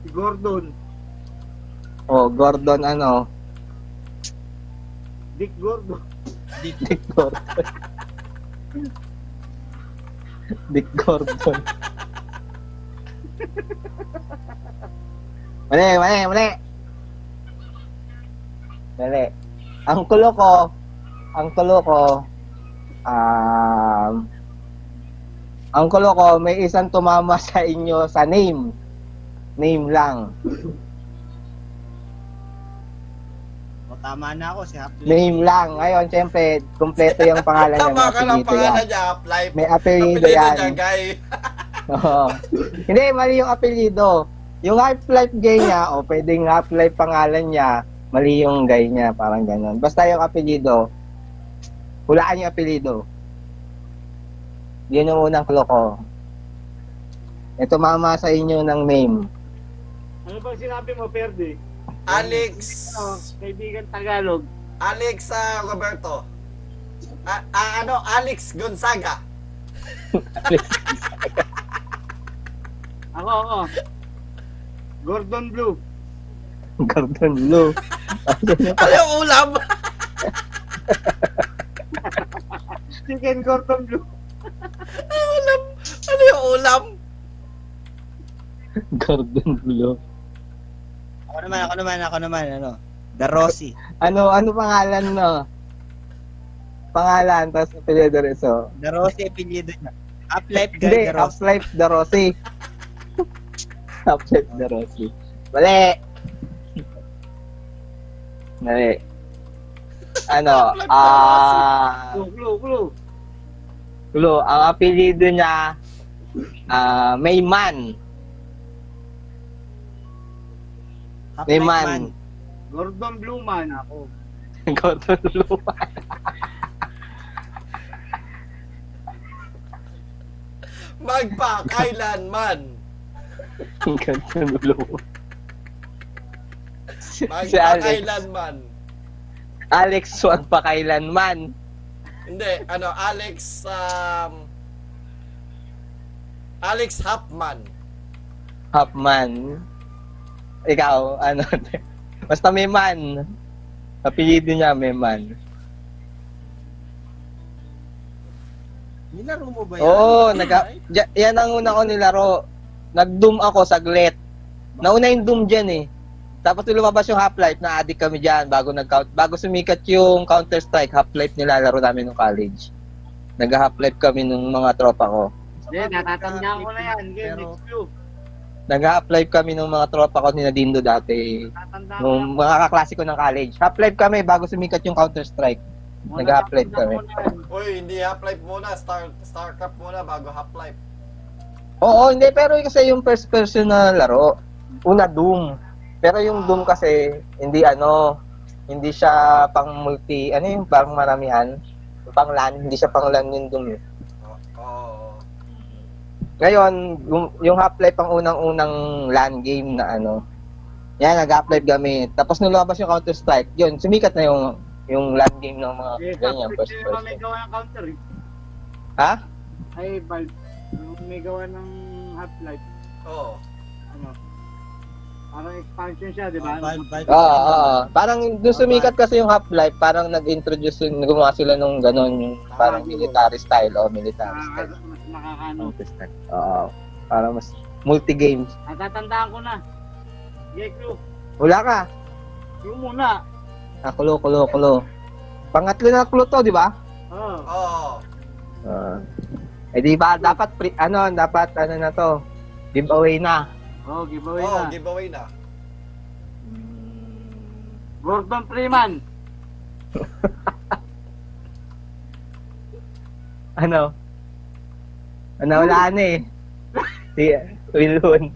Speaker 4: Si Gordon.
Speaker 3: O, Gordon ano?
Speaker 4: Dick Gordon.
Speaker 3: Dick Gordon. Dick Gordon. mali, mali, mali. Mali. Ang kulo ko, ang kulo ko, um, ang kulo ko, may isang tumama sa inyo sa name. Name lang.
Speaker 2: O Oh, tama na ako si half-life.
Speaker 3: Name lang. Ngayon, syempre, kumpleto yung pangalan niya.
Speaker 1: Tama
Speaker 3: mga
Speaker 1: ka lang
Speaker 3: sinito yan.
Speaker 1: pangalan niya, Half-Life.
Speaker 3: May apelido
Speaker 1: Apelido niya,
Speaker 3: yan.
Speaker 1: guy.
Speaker 3: *laughs* Oo. Hindi, mali yung apelido. Yung Half-Life gay niya, o pwedeng Half-Life pangalan niya, mali yung gay niya, parang ganun. Basta yung apelido, hulaan yung apelido. Yun yung unang clue ko. Ito mama sa inyo ng name.
Speaker 4: Ano bang sinabi mo, Ferdi?
Speaker 1: Alex.
Speaker 4: Ano, kaibigan Tagalog.
Speaker 1: Alex ah, Roberto. Ah, ah, ano, Alex Gonzaga.
Speaker 4: Ako, *laughs* ako. Gordon Blue.
Speaker 3: Gordon
Speaker 1: *laughs*
Speaker 3: Blue.
Speaker 1: Ano yung ulam?
Speaker 3: *laughs*
Speaker 4: Chicken Gordon Blue.
Speaker 1: Ano yung ulam? Ano yung ulam?
Speaker 3: Gordon Blue.
Speaker 2: Ako naman, ako naman, ako naman, ano. The Rossi.
Speaker 3: Ano, ano pangalan no? Pangalan, tapos apelyido rin so.
Speaker 2: The Rossi, apelido niya. Uplife guy,
Speaker 3: Hindi,
Speaker 2: The Rossi.
Speaker 3: Uplife de Rossi. *laughs* Uplife de Rossi. Mali! Mali. Ano,
Speaker 1: Uplife de
Speaker 3: ah...
Speaker 4: Blue, Oh, blue, blue.
Speaker 3: Lo, ang apelido niya ah Mayman.
Speaker 2: Uplife
Speaker 3: Mayman.
Speaker 4: Gordon Blue man ako.
Speaker 3: *laughs* Gordon Luma.
Speaker 1: Magpakailanman.
Speaker 3: Gordon Luma. Si *laughs* si Alex.
Speaker 1: Magpakailanman.
Speaker 3: Alex, wag pa kailanman.
Speaker 1: Hindi, ano, Alex, um, Alex Hapman.
Speaker 3: Hapman. Ikaw, ano? *laughs* Basta may man. Apelido niya may man.
Speaker 2: Nilaro mo ba yan?
Speaker 3: Oo, naga, ja- yan ang una ko nilaro. Nag-doom ako saglit. Nauna yung doom dyan eh. Tapos nung lumabas yung Half-Life, na-addict kami dyan bago nag-count. Bago sumikat yung Counter-Strike, Half-Life nilalaro namin nung college. Nag-Half-Life kami nung mga tropa ko.
Speaker 4: Hindi, natatandaan ko na yan. Game
Speaker 2: Pero-
Speaker 4: next clue.
Speaker 3: Nag-Half-Life kami nung mga tropa ko ni Nadindo dati.
Speaker 4: Natatandaan ko
Speaker 3: Nung mga kaklase ko ng college. Half-Life kami bago sumikat yung Counter-Strike.
Speaker 4: na.
Speaker 3: nag-upload
Speaker 4: Natatandaan
Speaker 3: kami.
Speaker 4: ko na yan.
Speaker 1: Uy, hindi Half-Life muna. Star, Starcraft muna bago Half-Life.
Speaker 3: Oo, hindi. Pero yung kasi yung first person na laro, una Doom. Pero yung Doom kasi, hindi ano, hindi siya pang multi, ano yung pang maramihan, pang LAN, hindi siya pang LAN yung Doom. eh.
Speaker 1: Oo. Oh,
Speaker 3: Ngayon, yung- yung Half-Life ang unang-unang LAN game na ano, yan, nag-Half-Life kami. Tapos nung lumabas yung Counter-Strike, yun, sumikat na yung yung LAN game ng mga
Speaker 4: Eh,
Speaker 3: ganyan,
Speaker 4: Valve,
Speaker 3: first
Speaker 4: sino naman may
Speaker 3: person.
Speaker 4: gawa ng counter eh?
Speaker 3: Ha?
Speaker 4: Ay, Valve. Yung may gawa ng Half-Life.
Speaker 1: Oo.
Speaker 4: Ano? Parang expansion siya, di
Speaker 2: Oh,
Speaker 4: ba?
Speaker 2: Valve, Valve.
Speaker 3: Oo, oo, oo. Parang doon sumikat kasi yung Half-Life, parang nag-introduce, yung- gumawa sila nung gano'n, yung parang military style, o military
Speaker 4: Nakaka-
Speaker 3: style.
Speaker 4: Ah, mas nakakano.
Speaker 3: Counter-Strike. Oo, parang mas multi-game.
Speaker 4: Natatandaan ko na. Sige, clue.
Speaker 3: Wala ka.
Speaker 4: Clue muna.
Speaker 3: Ah, kulo, kulo, kulo. Pangatlo na kulo to, di ba?
Speaker 4: Oo.
Speaker 1: Oo.
Speaker 3: Ah. eh di ba, dapat, pre, ano, dapat, ano na to, giveaway na.
Speaker 4: Oh, giveaway
Speaker 1: Oo,
Speaker 4: na.
Speaker 1: giveaway na.
Speaker 4: Gordon Freeman.
Speaker 3: Ano? Ano, wala na eh. Si Wilun.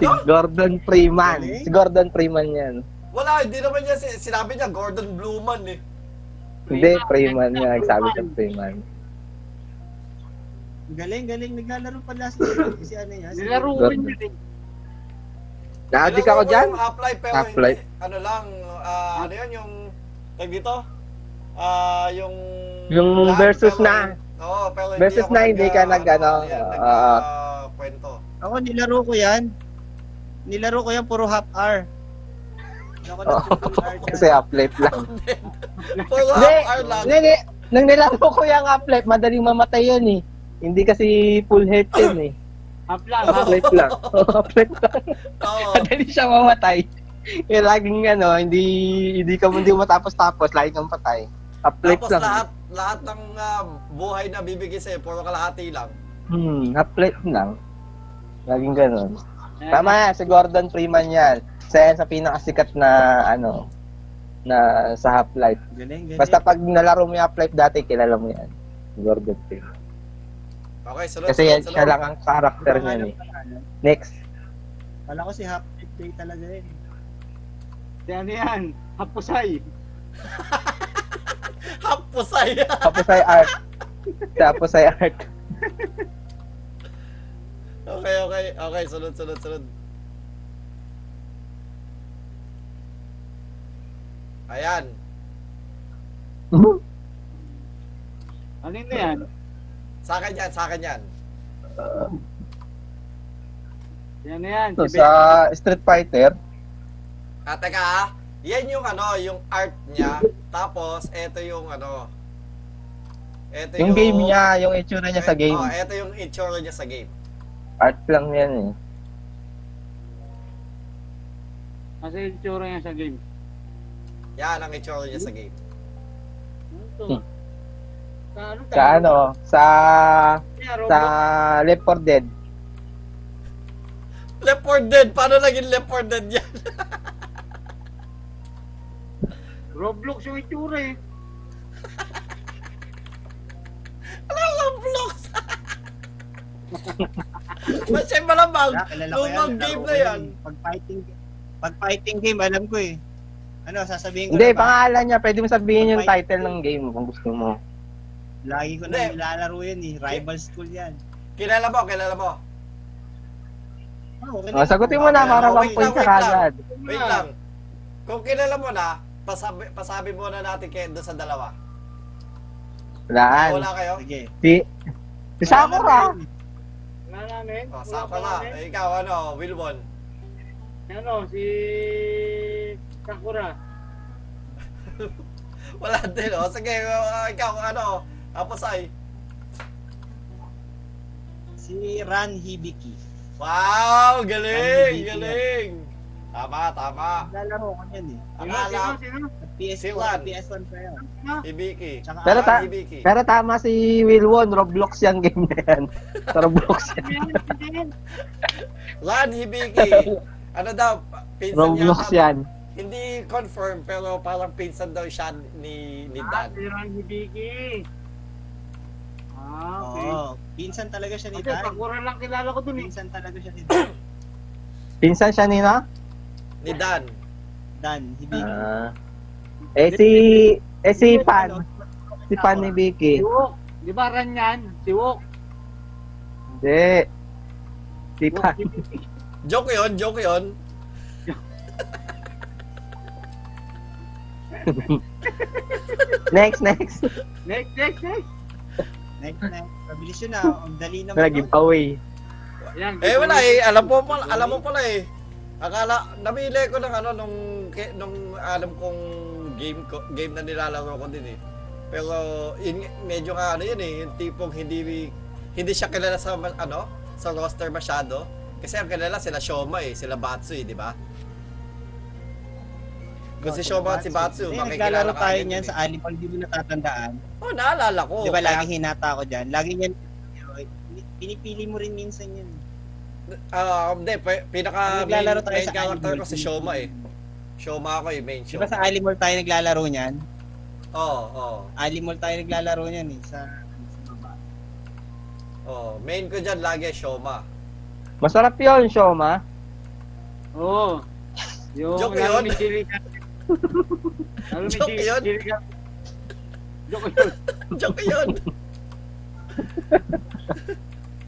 Speaker 3: Si
Speaker 1: Ano?
Speaker 3: Gordon Freeman. Si Gordon Freeman yan.
Speaker 1: Wala, hindi naman niya si- sinabi niya Gordon Bluman eh.
Speaker 3: Hindi, Freeman nga. Sabi siya Freeman.
Speaker 2: Galing, galing. Naglalaro pa last year. Kasi ano yan. si-
Speaker 4: Nilaro ko
Speaker 3: Gordon.
Speaker 4: yun eh.
Speaker 3: Na-addict ako
Speaker 1: Nilaro ko
Speaker 3: dyan.
Speaker 1: yung Half-Life pero
Speaker 3: Half-Life.
Speaker 1: hindi. Ano lang, ah, ano yun, yung, tag dito? Ah, yung...
Speaker 3: Yung
Speaker 1: lahat,
Speaker 3: versus
Speaker 1: pero-
Speaker 3: na.
Speaker 1: Oo, pero hindi
Speaker 3: Versus
Speaker 1: ako
Speaker 3: na, hindi ka nag- ano,
Speaker 1: yan, nag-
Speaker 3: ah,
Speaker 1: ah, kwento.
Speaker 2: Ako, nilaro ko yan. Nilaro ko yan, puro half hour. Ako na full hour dyan.
Speaker 3: Kasi uplift lang.
Speaker 1: Puro
Speaker 3: Hindi,
Speaker 1: half-hour lang.
Speaker 3: hindi, hindi. Nang nilaro ko yung uplift, madaling mamatay yun eh. Hindi kasi full health yun eh. *laughs*
Speaker 4: Half lang, half.
Speaker 3: Uplift *laughs* lang. uplift lang.
Speaker 1: Oo.
Speaker 3: Madali siya mamatay. Kaya laging ano, hindi, hindi ka hindi mo matapos-tapos, lagi kang patay. Uplift
Speaker 1: Tapos
Speaker 3: lang.
Speaker 1: lahat, lahat ng ah, buhay na bibigay sa'yo, puro kalahati lang.
Speaker 3: Hmm, uplift lang. Laging ganun.
Speaker 4: Eh,
Speaker 3: Tama yan, si Gordon Freeman yan. Siya yan sa pinakasikat na ano, na sa Half-Life.
Speaker 2: Galing, galing.
Speaker 3: Basta pag nalaro mo yung Half-Life dati, kilala mo yan. Gordon Freeman.
Speaker 1: Okay, sunod,
Speaker 3: Kasi
Speaker 1: sunod,
Speaker 3: yan, siya
Speaker 1: sunod.
Speaker 3: lang ang character
Speaker 2: Ang
Speaker 3: niya.
Speaker 2: alam ko
Speaker 3: Eh.
Speaker 2: na, ano.
Speaker 3: Next.
Speaker 2: Kala ko si half day talaga eh. yun.
Speaker 4: Si ano yan? Hapusay.
Speaker 1: Hapusay.
Speaker 3: Tapos ay art. Tapos ay art.
Speaker 1: *laughs* okay, okay, okay, sunod, sunod, sunod. Ayan.
Speaker 4: Alin na yan?
Speaker 1: Sa akin yan, sa akin yan.
Speaker 4: Yan na yan.
Speaker 3: So,
Speaker 4: si
Speaker 3: sa Street Fighter,
Speaker 1: Ah, teka ah. Yan yung ano, yung art niya. Tapos, eto yung ano. Eto
Speaker 3: yung game niya, yung itsura niya sa game,
Speaker 1: Oh, eto yung itsura niya sa game.
Speaker 3: art lang yan eh.
Speaker 4: Ben. Kasi yung tsura niya sa game.
Speaker 1: Yan ang itsura niya sa game.
Speaker 4: Ano to?
Speaker 3: Hmm.
Speaker 4: Sa ano?
Speaker 3: Sa ano, sa
Speaker 4: Niya,
Speaker 3: sa
Speaker 4: robot.
Speaker 3: Left 4 Dead.
Speaker 1: Left 4 Dead! Paano naging Left 4 Dead *laughs* yan?
Speaker 4: Roblox yung itsura eh.
Speaker 1: Roblox! Ba't siya malamang?
Speaker 2: Wala, kilala ko
Speaker 1: Lumang
Speaker 2: yan.
Speaker 1: game na
Speaker 2: Laro ko
Speaker 1: yan.
Speaker 2: Pag fighting, pag fighting game, alam ko eh. Ano, sasabihin ko
Speaker 3: Hindi,
Speaker 2: na ba?
Speaker 3: pangalan niya, pwede mo sabihin yung title ng game kung gusto mo.
Speaker 2: Lagi ko na
Speaker 1: Hindi.
Speaker 2: nilalaro yan eh. Rival school yan.
Speaker 1: Kilala mo, kilala mo.
Speaker 2: Oh,
Speaker 3: O, sagutin mo na para
Speaker 1: Wait
Speaker 3: one
Speaker 1: lang,
Speaker 3: point
Speaker 1: wait
Speaker 3: ka
Speaker 1: lang.
Speaker 3: kagad.
Speaker 1: Wait lang. Kung kilala mo na, pasabi, pasabi muna natin kayo doon sa dalawa.
Speaker 3: Laan.
Speaker 1: Wala kayo?
Speaker 2: Sige.
Speaker 3: Si, si Sakura.
Speaker 4: Wala namin.
Speaker 1: Oh,
Speaker 4: Wala
Speaker 1: saka
Speaker 4: pa
Speaker 1: na.
Speaker 4: namin.
Speaker 1: Eh, Ikaw, ano, Wilbon.
Speaker 4: Ano, Ya, si... Sakura.
Speaker 1: *laughs* Wala din, oh. Sige, uh, ikaw, ano, Aposay.
Speaker 2: Si Ran Hibiki.
Speaker 1: Wow, galing,
Speaker 2: Ang hindi
Speaker 1: galing. Tama, tama.
Speaker 2: Nilalaro ko yan eh.
Speaker 4: Sino,
Speaker 1: Akala,
Speaker 4: sino, sino?
Speaker 2: Sa PS1,
Speaker 1: Si Ran.
Speaker 2: PS1 pa yun.
Speaker 4: Sino?
Speaker 1: Ibiki.
Speaker 2: Tsaka
Speaker 3: Pero ta-
Speaker 1: Ibiki.
Speaker 3: Pero tama si Wilwon, Roblox yan *laughs* game na
Speaker 1: *laughs*
Speaker 3: yan. Sa Roblox yan.
Speaker 4: Ano yan? Ano yan?
Speaker 1: Lan *laughs* Hibiki. ano daw, pinsan niya.
Speaker 3: Roblox yan.
Speaker 1: Hindi confirm, pero parang pinsan daw siya ni, ni
Speaker 4: Ah,
Speaker 1: Dan.
Speaker 4: si Ron Hibiki. Ah,
Speaker 1: Oh.
Speaker 4: okay.
Speaker 2: Oo. Pinsan talaga siya ni
Speaker 4: Kasi
Speaker 1: kan?
Speaker 2: Dan.
Speaker 4: Sakura lang kilala ko dun eh.
Speaker 2: Pinsan talaga siya ni Dan.
Speaker 3: Pinsan siya nina?
Speaker 1: Ni Dan.
Speaker 2: Dan Hibiki.
Speaker 3: Ah. eh si, eh si Pan. Si Pan ni Vicky.
Speaker 4: Si Wok. Di ba Ran yan? Si Wok.
Speaker 3: Hindi. Si
Speaker 4: Wok
Speaker 3: Pan.
Speaker 1: *laughs*
Speaker 4: Hibiki.
Speaker 1: Joke yon, joke yon.
Speaker 3: Next, next.
Speaker 4: Next, next, next.
Speaker 2: Next, next. Mabilis yun ah. Ang dali naman.
Speaker 3: Wala,
Speaker 2: no?
Speaker 3: giveaway.
Speaker 4: Yan,
Speaker 1: Eh wala eh, alam mo pala, alam mo pala eh. Akala nabili ko ng ano nung ke- nung alam kong game ko, game na nilalaro ko din eh. Pero in, medyo nga ano yun eh, yung tipong hindi hindi siya kilala sa ma- ano, sa roster masyado. Kasi ang kilala sila Shoma eh, sila Batsu eh, di ba? Kung si Shoma at si Batsu,
Speaker 2: Oh, Hindi,
Speaker 1: makikilala
Speaker 2: naglalaro
Speaker 1: ka
Speaker 2: tayo
Speaker 1: agad
Speaker 2: niyan
Speaker 1: yun
Speaker 2: sa Alien. Pag di mo natatandaan.
Speaker 1: eh. Oh, naalala ko.
Speaker 2: Di ba
Speaker 1: Kaya-
Speaker 2: lagi hinata ko dyan? Lagi niyan. Pinipili mo rin minsan yun.
Speaker 1: Ah, hindi, pe- pinaka Ah, main,
Speaker 2: Naglalaro tayo
Speaker 1: main
Speaker 2: sa
Speaker 1: character
Speaker 2: anime.
Speaker 1: ko si Shoma eh. Shoma ako eh, main
Speaker 2: Di
Speaker 1: Shoma.
Speaker 2: ba sa Alimol tayo naglalaro niyan?
Speaker 1: Oo, oh, oo. Oh.
Speaker 2: Alimol tayo naglalaro niyan eh. Sa, sa baba.
Speaker 1: Oh, main ko dyan lagi Shoma. *laughs*
Speaker 3: Masarap yun, Shoma.
Speaker 4: Oo. Yung,
Speaker 1: Joke
Speaker 4: lalo
Speaker 1: yun?
Speaker 4: may chili ka. Lalo may
Speaker 1: Joke
Speaker 4: chili-
Speaker 1: yun?
Speaker 4: chili ka. Joke yun.
Speaker 1: Joke yun.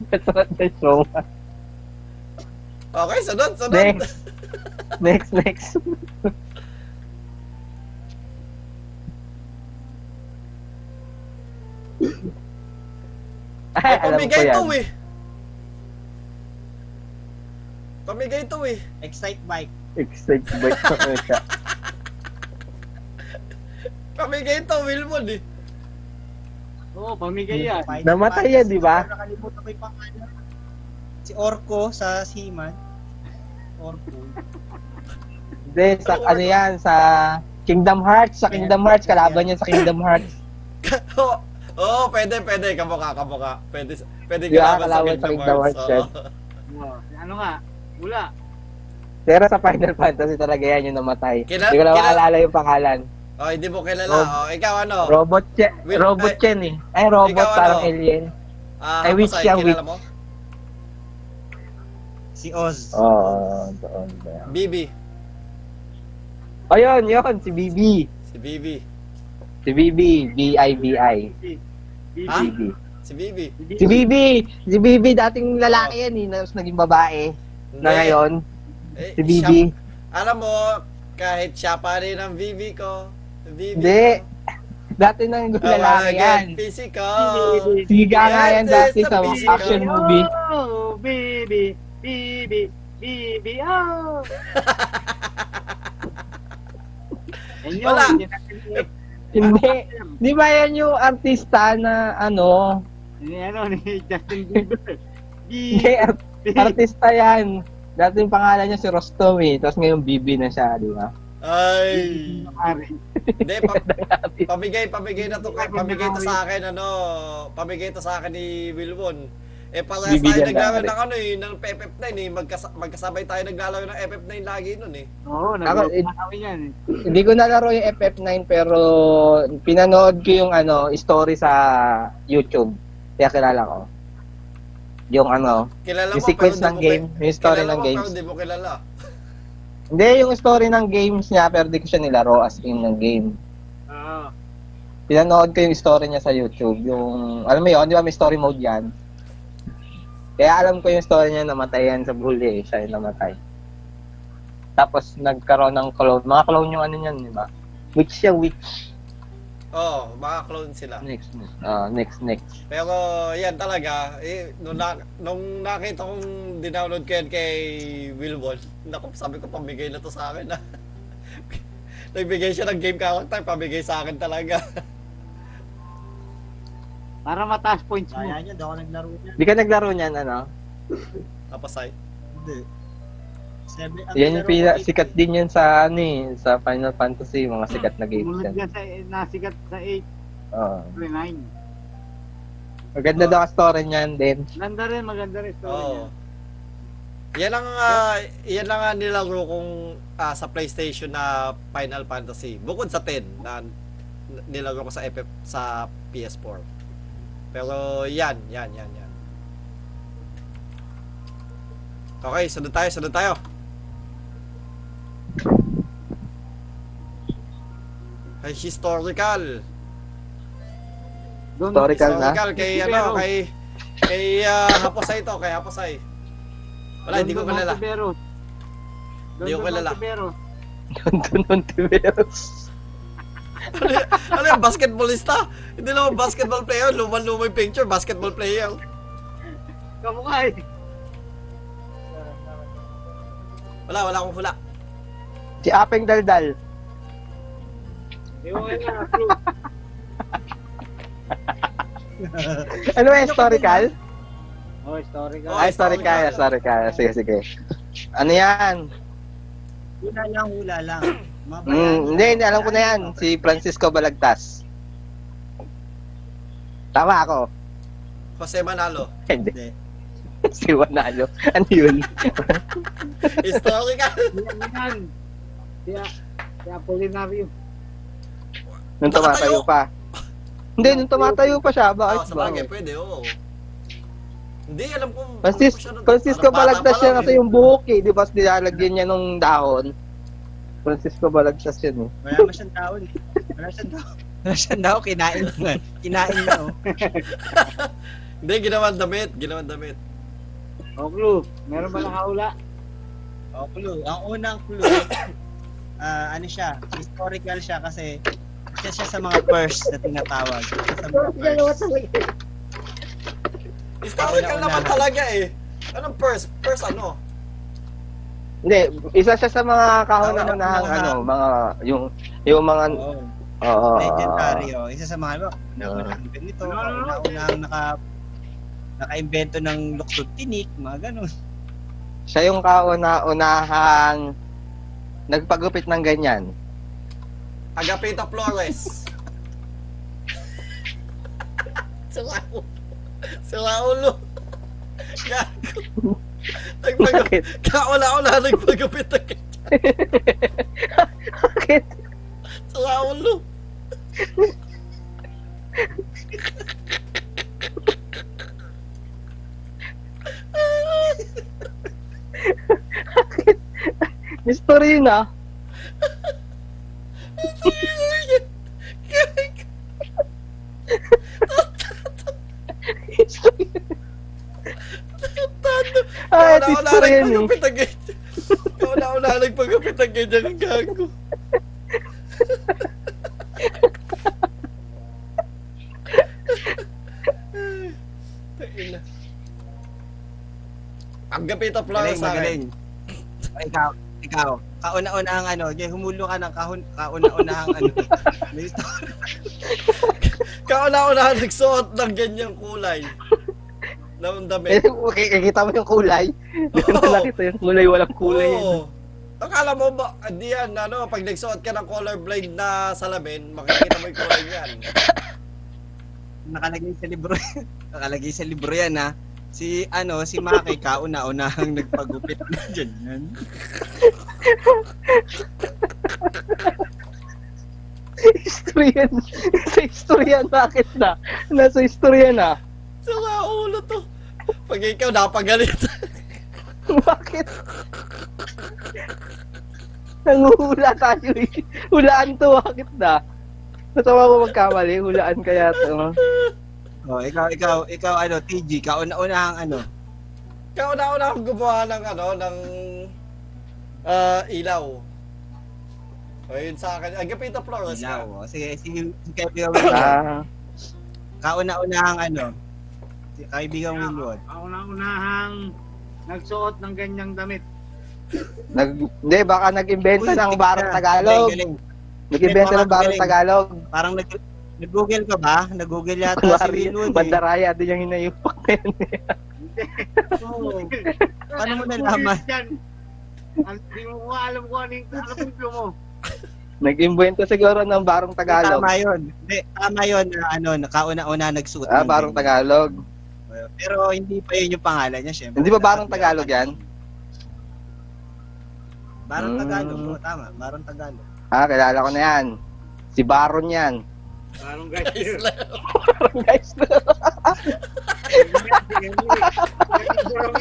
Speaker 3: Masarap na Shoma.
Speaker 1: Okay, sunod, sunod.
Speaker 3: Next. Next, next.
Speaker 1: Ay,
Speaker 3: Ay, alam ko
Speaker 1: pamigay
Speaker 3: yan.
Speaker 1: to eh. Pamigay to eh.
Speaker 2: Excite bike.
Speaker 3: Excited ba yun *laughs* siya?
Speaker 1: Pamigay to, Wilmon eh. *laughs*
Speaker 4: Oo, pamigay yan.
Speaker 2: Fight
Speaker 3: Namatay
Speaker 2: bike.
Speaker 3: yan, di ba?
Speaker 2: Nakalimutan ko yung pangalan. Si Orko sa Siman. Orko.
Speaker 3: Hindi, sa ano yan, sa Kingdom Hearts. Sa Kingdom Hearts, kalaban niya sa Kingdom Hearts.
Speaker 1: Oo, oh, pwede, pwede. Kamukha, kamukha. Pwede, pwede
Speaker 3: Yeah,
Speaker 1: kalaban sa
Speaker 3: kalaban sa
Speaker 1: Kingdom
Speaker 3: Kingdom
Speaker 1: Hearts.
Speaker 3: Hearts,
Speaker 1: oo.
Speaker 3: yan.
Speaker 4: Oo. Ano nga? Wala.
Speaker 3: Pero sa Final Fantasy talaga yan yung namatay.
Speaker 1: Kila-
Speaker 3: Hindi ko na
Speaker 1: kila-
Speaker 3: maalala yung pangalan.
Speaker 1: Oh, hindi mo kilala.
Speaker 3: Rob-
Speaker 1: Oh, ikaw ano?
Speaker 3: Robot siya.
Speaker 1: Wait,
Speaker 3: robot
Speaker 1: ay-
Speaker 3: siya eh. Ay, robot
Speaker 1: Ikaw ano?
Speaker 3: parang alien.
Speaker 1: Ah,
Speaker 3: I wish
Speaker 1: Hapasay,
Speaker 3: siya
Speaker 1: kilala mo?
Speaker 2: Si Oz.
Speaker 3: Oh. Oo, doon.
Speaker 1: Bibi.
Speaker 3: Ayun, yun, si BB.
Speaker 1: Si Bibi.
Speaker 3: Si BB, B-I-B-I.
Speaker 4: Bibi.
Speaker 1: Ha?
Speaker 3: BB.
Speaker 1: Si Bibi.
Speaker 4: Bibi.
Speaker 3: Si BB, si BB dating lalaki yan eh, tapos naging babae na
Speaker 1: Hindi.
Speaker 3: ngayon.
Speaker 1: Eh,
Speaker 3: Si
Speaker 1: siya-
Speaker 3: BB.
Speaker 1: alam mo, kahit siya pa rin ang Bibi ko. Bibi
Speaker 3: Hindi.
Speaker 1: ko.
Speaker 3: *laughs* Dati nang
Speaker 1: Oh,
Speaker 3: lalaki yan.
Speaker 1: Physical.
Speaker 3: Siga nga yan
Speaker 1: Yes,
Speaker 3: dati
Speaker 1: yes,
Speaker 3: sa mga
Speaker 1: busy
Speaker 3: action
Speaker 1: ka.
Speaker 3: movie.
Speaker 4: Oh, baby, baby, baby, oh. Yan yun,
Speaker 1: Wala.
Speaker 4: yun ang-
Speaker 3: Hindi. Di ba yan yung artista na ano?
Speaker 4: Ni ano, *laughs* ni Justin Bieber.
Speaker 3: Hindi,
Speaker 1: *laughs*
Speaker 4: Baby,
Speaker 3: ar- artista yan. Dati yung pangalan niya si Rostom eh. Tapos ngayon Bibi na siya, di ba?
Speaker 1: Ay.
Speaker 4: pare.
Speaker 1: Hindi,
Speaker 3: *laughs*
Speaker 1: pa- pamigay, pamigay na to, kay- pamigay to sa akin, ano, pamigay to sa akin ni Wilwon. Eh, parehas tayo
Speaker 3: Bibigyan
Speaker 1: naglalaro
Speaker 3: natin.
Speaker 1: ng ano eh, ng FF9 eh, Magkas- magkasabay tayo naglalaro ng FF9 lagi nun eh.
Speaker 4: Oo,
Speaker 3: Ako, eh,
Speaker 4: nag-open kami yan. eh.
Speaker 3: Hindi ko nalaro yung FF9 pero pinanood ko yung ano, story sa YouTube. Kaya kilala ko. Yung ano,
Speaker 1: Kilala
Speaker 3: yung
Speaker 1: mo,
Speaker 3: sequence
Speaker 1: pero di
Speaker 3: ng
Speaker 1: mo
Speaker 3: game, yung story
Speaker 1: kilala
Speaker 3: ng
Speaker 1: mo,
Speaker 3: games.
Speaker 1: Pero di mo kilala.
Speaker 3: Hindi, yung story ng games niya pero di ko siya nilaro as in ng game.
Speaker 4: Oo.
Speaker 3: pinanood ko yung story niya sa YouTube. Yung, alam mo yun, di ba may story mode yan? Kaya alam ko yung story niya, namatay yan sa Brule, eh. siya yung namatay. Tapos nagkaroon ng clone. Mga clone yung ano niyan, di ba? Witch siya, witch.
Speaker 1: Oh, mga clone sila.
Speaker 3: Next, ah next, next.
Speaker 1: Pero yan talaga, eh, nung, na- nung nakita kong dinownload ko yan kay Wilwon, naku, sabi ko, pamigay na to sa akin. ah. *laughs* Nagbigay siya ng game character, pamigay sa akin talaga. *laughs*
Speaker 4: Para mataas points mo.
Speaker 2: Kaya niya, daw ako naglaro niya.
Speaker 3: Di ka naglaro niyan, ano?
Speaker 1: Napasay.
Speaker 2: Hindi. Seven, ang nilaro
Speaker 3: Yan yung
Speaker 2: ko
Speaker 3: pila,
Speaker 2: eight,
Speaker 3: sikat
Speaker 2: eh.
Speaker 3: din yan sa, ano eh, sa Final Fantasy, mga sikat na games
Speaker 4: Tulad
Speaker 3: yan.
Speaker 4: yan sa nasikat sa 8
Speaker 3: Oo.
Speaker 4: or 9.
Speaker 3: Maganda daw ang story niyan din. *laughs*
Speaker 4: Maganda rin, maganda rin story niya.
Speaker 1: Oo. Yan ang ah, yan lang ang nilaro kong ah, sa PlayStation na Final Fantasy. Bukod sa 10 na n- nilaro ko sa FF sa PS4. Pero yan, yan, yan, yan. Okay, sunod tayo, sunod tayo. Ay, historical.
Speaker 4: Doon,
Speaker 3: Story ka- Historical na?
Speaker 1: Historical kay
Speaker 4: Hindi,
Speaker 1: ano,
Speaker 4: pero-
Speaker 1: kay kay ah, Haposay to, kay Haposay. Wala, hindi ko kilala. Hindi
Speaker 4: Hindi
Speaker 1: ko kilala.
Speaker 3: Doon doon Tiberos.
Speaker 1: Ano yung basketballista? Hindi naman basketball player, luman-luma yung picture, basketball player.
Speaker 4: Kamukha eh.
Speaker 1: Wala, wala akong hula.
Speaker 3: Si Apeng Daldal.
Speaker 4: Hindi ko kilala. True.
Speaker 3: Ano ba, historical?
Speaker 4: Oh, story ka.
Speaker 1: Oh,
Speaker 3: Ay, sorry kaya, sorry kaya. Sige, sige. Ano yan?
Speaker 2: Hula lang, hula lang. Mabayan.
Speaker 3: Mm, hindi, hindi, alam ko na yan. Si Francisco Balagtas. Tama ako. *laughs*
Speaker 1: Jose Manalo.
Speaker 3: Hindi.
Speaker 2: Hindi.
Speaker 3: si Wanalo. Ano yun?
Speaker 1: Historical.
Speaker 4: Yan, yan. Siya, siya Apolinario.
Speaker 3: Nung tumatayo pa. Hindi, nung tumatayo pa siya. *laughs* Bakit
Speaker 1: Oh, sa
Speaker 3: ba?
Speaker 1: bagay, pwede, oo. Hindi, alam ano ko.
Speaker 3: Francis, Francisco Balagtas siya kasi yung buhok eh. Di ba? Nilalagyan niya nung dahon. Francisco Balagtas yun eh.
Speaker 2: Wala naman siyang taon eh. Wala siyang taon. Wala siyang taon, kinain na. Kinain na oh.
Speaker 1: Hindi, ginawan damit, ginawan damit.
Speaker 4: Oh, clue. Meron ba nakahula?
Speaker 2: Oh, clue. Ang unang clue, *coughs* ah ano siya, historical siya kasi isa siya sa mga purse na tinatawag. Isa sa mga purse.
Speaker 1: Historical
Speaker 2: Una-una.
Speaker 1: naman talaga eh. Anong purse? Purse ano?
Speaker 3: Hindi, isa siya sa mga kahon
Speaker 2: Kahon
Speaker 3: naman na
Speaker 2: ng mga-
Speaker 3: ano, mga, yung, yung mga,
Speaker 2: Oo,
Speaker 3: oo.
Speaker 2: legendary. Oh. Isa sa mga, ano, naunang
Speaker 1: Ah.
Speaker 2: ganito,
Speaker 4: No, no, no.
Speaker 2: naunang naka, naka-invento ng luksod tinik, mga ganun.
Speaker 3: siya yung kauna-unahang nagpagupit ng ganyan.
Speaker 1: Agapita Flores. Sila ulo. Sila ulo. Gago. Nagpag-
Speaker 3: Bakit?
Speaker 1: Kaula-ula nagpagupit na kanya.
Speaker 3: Bakit?
Speaker 1: Sila ulo.
Speaker 3: Mystery yun ah. History. Ay, at
Speaker 1: Kaula-ula
Speaker 3: history yun eh.
Speaker 1: nagpagupit na kanya. Kaula-ula nagpagupit na kanya. Gago. Ang gapit of flower
Speaker 2: Galing,
Speaker 1: sa akin.
Speaker 2: magaling. O, ikaw, ikaw. Kauna-una ang ano, yung humulo ka ng kahun, kauna-una ang ano.
Speaker 1: *laughs*
Speaker 2: Listo.
Speaker 1: Kauna-una nagsuot ng ganyang kulay. Ng damit.
Speaker 3: Eh, okay, kakita mo yung kulay. *laughs* Hindi
Speaker 1: Oo.
Speaker 3: mo nakita yung kulay, walang kulay.
Speaker 1: Oo. Akala mo ba, di yan, ano, pag nagsuot ka ng colorblind na salamin, makikita mo yung kulay niyan.
Speaker 2: Nakalagay sa libro. *laughs* Nakalagay sa libro yan ha. Si ano, si Maki kauna-una ang *laughs* nagpagupit ng ganyan.
Speaker 3: History yan. Sa history yan, bakit na? Nasa history yan ah. *laughs*
Speaker 1: Sa nga ulo to. Pag ikaw napagalit. *laughs*
Speaker 3: Bakit? Nanguhula tayo eh. Hulaan to, bakit na? Masama mo magkamali, hulaan kaya to.
Speaker 2: O, Oh, ikaw, ikaw, ikaw ano, TG, kauna-una ang ano.
Speaker 1: Kauna-una akong gumawa ng, ano, ng ah, ilaw. O yun sa akin. Ang gapit of flower sa akin.
Speaker 2: Ilaw. o. Sige, sige, si kaibigan Wilwood.
Speaker 3: Ah,
Speaker 2: Kauna-una ang ano. Si kaibigan
Speaker 4: Ah.
Speaker 2: Wilwood.
Speaker 4: Kauna-unahang nagsuot ng ganyang damit.
Speaker 3: nag, hindi, baka nag-invento
Speaker 2: Uy,
Speaker 3: ng
Speaker 2: tignan.
Speaker 3: barang
Speaker 2: Galing,
Speaker 3: Tagalog.
Speaker 2: galing.
Speaker 3: Nag-invento ng barang
Speaker 2: Galing.
Speaker 3: Tagalog.
Speaker 2: Parang nag nag-google ka ba? Nag-google yata si
Speaker 3: Kunwari,
Speaker 2: Wilwood. Eh.
Speaker 3: bandaraya din yung hinayupak na yun.
Speaker 2: Oo. Paano
Speaker 4: Ano
Speaker 2: mo nalaman?
Speaker 4: Hindi mo nga alam kung ano yung alam mo yung clue mo.
Speaker 3: Nag-invento siguro ng barong Tagalog.
Speaker 2: Tama yun. Hindi, tama yun na ano, nakauna-una nagsuot.
Speaker 3: Ah,
Speaker 2: ng
Speaker 3: barong
Speaker 2: ganyan.
Speaker 3: Tagalog.
Speaker 2: Pero hindi pa yun yung pangalan niya, syempre.
Speaker 3: Hindi ba
Speaker 2: Dapat
Speaker 3: barong
Speaker 2: meron
Speaker 3: Tagalog
Speaker 2: pa-
Speaker 3: yan?
Speaker 2: Barong
Speaker 3: Mm.
Speaker 2: Tagalog, oo, tama. Barong Tagalog.
Speaker 3: Ah, kilala ko na yan. Si Baron yan.
Speaker 4: Parang guys, yun.
Speaker 3: Barong *laughs* guys na.
Speaker 4: Parang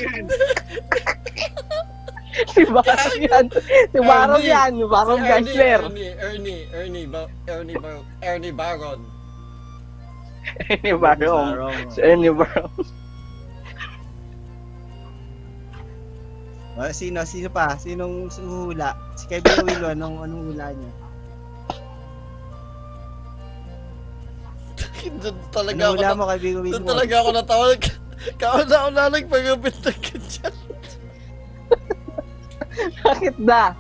Speaker 4: yan.
Speaker 3: si Baron yan. Si Baron yan. Barong
Speaker 1: Ernie,
Speaker 3: Geisler.
Speaker 1: Ernie, Ernie, Ernie, Ba- Ernie, Bar- Ernie Baron.
Speaker 3: Ernie Barong. Si Ernie Barong.
Speaker 2: O, Oh, sino, sino pa? Sinong hula? Si Kevin Willow, anong, anong hula niya?
Speaker 1: *laughs* Doon talaga
Speaker 2: Anong
Speaker 1: ako,
Speaker 2: hula
Speaker 1: na,
Speaker 2: mo, Kevin
Speaker 1: doon
Speaker 2: Willow?
Speaker 1: talaga ako natawag. *laughs* Kauna-una nagpagupit ng ganyan. *laughs*
Speaker 3: Bakit na?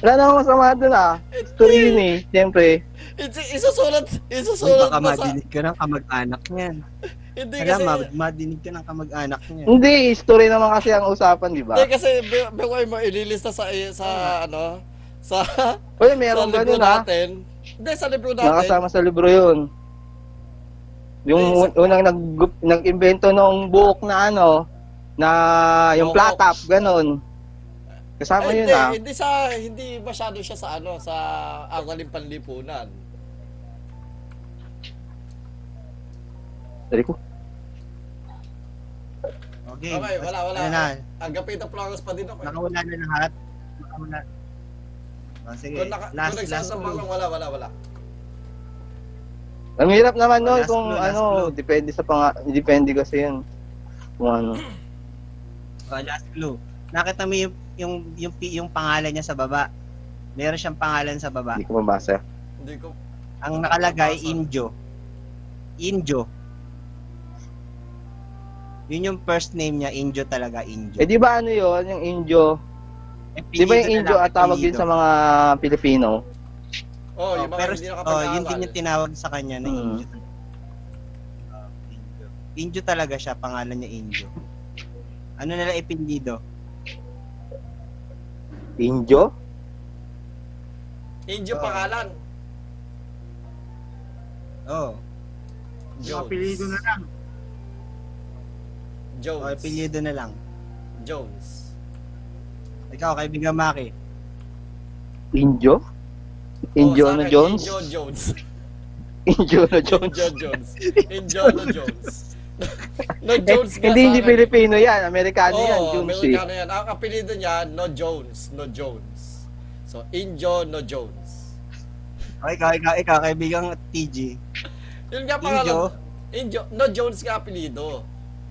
Speaker 3: Wala namang masama doon ah. History yun eh. Siyempre.
Speaker 1: It's, isusulat,
Speaker 2: Uy,
Speaker 1: isusulat
Speaker 2: baka
Speaker 1: mo sa...
Speaker 2: madinig ka ng kamag-anak niyan.
Speaker 1: Hindi
Speaker 2: Wala,
Speaker 1: kasi...
Speaker 2: ma- madinig ka ng kamag-anak niyan.
Speaker 3: Hindi, history naman kasi ang usapan, di ba?
Speaker 1: Hindi kasi, bi- biway mo, ililista sa, sa
Speaker 2: Ah.
Speaker 1: ano, sa,
Speaker 2: *laughs*
Speaker 3: Uy,
Speaker 1: sa
Speaker 3: meron
Speaker 1: libro
Speaker 3: ganun ah.
Speaker 1: natin. Hindi, sa libro natin.
Speaker 3: Nakasama sa libro yun. Yung
Speaker 1: Ay,
Speaker 3: un- unang nag nag-invento ng buhok na ano, na yung
Speaker 1: Oo.
Speaker 3: flat top, ganun. Kasama
Speaker 1: Ay,
Speaker 3: yun
Speaker 1: hindi,
Speaker 3: ah.
Speaker 1: hindi sa, hindi masyado siya sa ano, sa Agaling Panlipunan.
Speaker 3: Dali ko. Mm.
Speaker 2: Okay.
Speaker 1: Okay, wala, wala.
Speaker 2: Ano Oh, na?
Speaker 1: Ang Gapito Flores pa din ako. eh.
Speaker 2: Nakawala na lahat? Nakawala. O, sige.
Speaker 1: Kung, naka, kung
Speaker 2: last, last
Speaker 1: nagsasabang
Speaker 2: clue.
Speaker 1: lang, wala, wala, wala.
Speaker 3: Ang hirap naman
Speaker 2: Oh,
Speaker 3: nun
Speaker 2: last
Speaker 3: kung
Speaker 2: clue, last
Speaker 3: ano,
Speaker 2: clue.
Speaker 3: depende sa pang depende kasi yun. Kung ano.
Speaker 2: O, last clue. Nakita mo yung, yung, yung, pi- yung pangalan niya sa baba. Meron siyang pangalan sa baba.
Speaker 3: Hindi ko mabasa.
Speaker 1: Hindi ko,
Speaker 2: Ang nakalagay,
Speaker 1: Nabasa.
Speaker 2: Injo. Injo. Yun yung first name niya, Injo talaga, Injo.
Speaker 3: Eh di ba ano yun, yung Indio?
Speaker 2: Eh,
Speaker 3: Di ba
Speaker 2: pilido na
Speaker 3: yung Indio
Speaker 2: lang,
Speaker 3: at tawag din
Speaker 2: pilido.
Speaker 3: sa mga Pilipino?
Speaker 1: oh, yung
Speaker 2: Oh,
Speaker 1: mga
Speaker 2: pero
Speaker 1: hindi
Speaker 2: oh, yun din
Speaker 1: nakapag-aaral.
Speaker 2: yung tinawag sa kanya na
Speaker 3: Mm.
Speaker 2: Injo. Oh, Injo. Injo talaga siya, pangalan niya Injo. Ano nila ipindido?
Speaker 3: Indio?
Speaker 1: Indio
Speaker 2: Oh.
Speaker 1: pangalan.
Speaker 2: Oh,
Speaker 1: Jones.
Speaker 4: Apelido na lang.
Speaker 2: oh
Speaker 1: Jones.
Speaker 2: ipindido na lang.
Speaker 1: Jones.
Speaker 2: Ikaw, kaibigan Maki.
Speaker 3: Indio?
Speaker 1: Oh,
Speaker 3: Indio
Speaker 1: sa
Speaker 3: na
Speaker 1: akin,
Speaker 3: Jones?
Speaker 1: Indio
Speaker 3: *laughs*
Speaker 1: Jones.
Speaker 3: Indio na
Speaker 1: *laughs*
Speaker 3: Jones?
Speaker 1: Indio Jones. Indio na Jones. *laughs* No
Speaker 3: Eh,
Speaker 1: Jones nga
Speaker 3: hindi,
Speaker 1: sa
Speaker 3: hindi
Speaker 1: akin.
Speaker 3: Pilipino yan. Amerikano yan,
Speaker 1: Oo,
Speaker 3: Jones eh.
Speaker 1: Amerikano yan. Ang apelido niya, No Jones. No Jones. So, Indio No Jones.
Speaker 2: Okay, Oh, ikaw, ikaw, ikaw, kaibigan TG.
Speaker 1: Yun nga
Speaker 2: Injo.
Speaker 1: pangalan. Indio. No Jones nga apelido.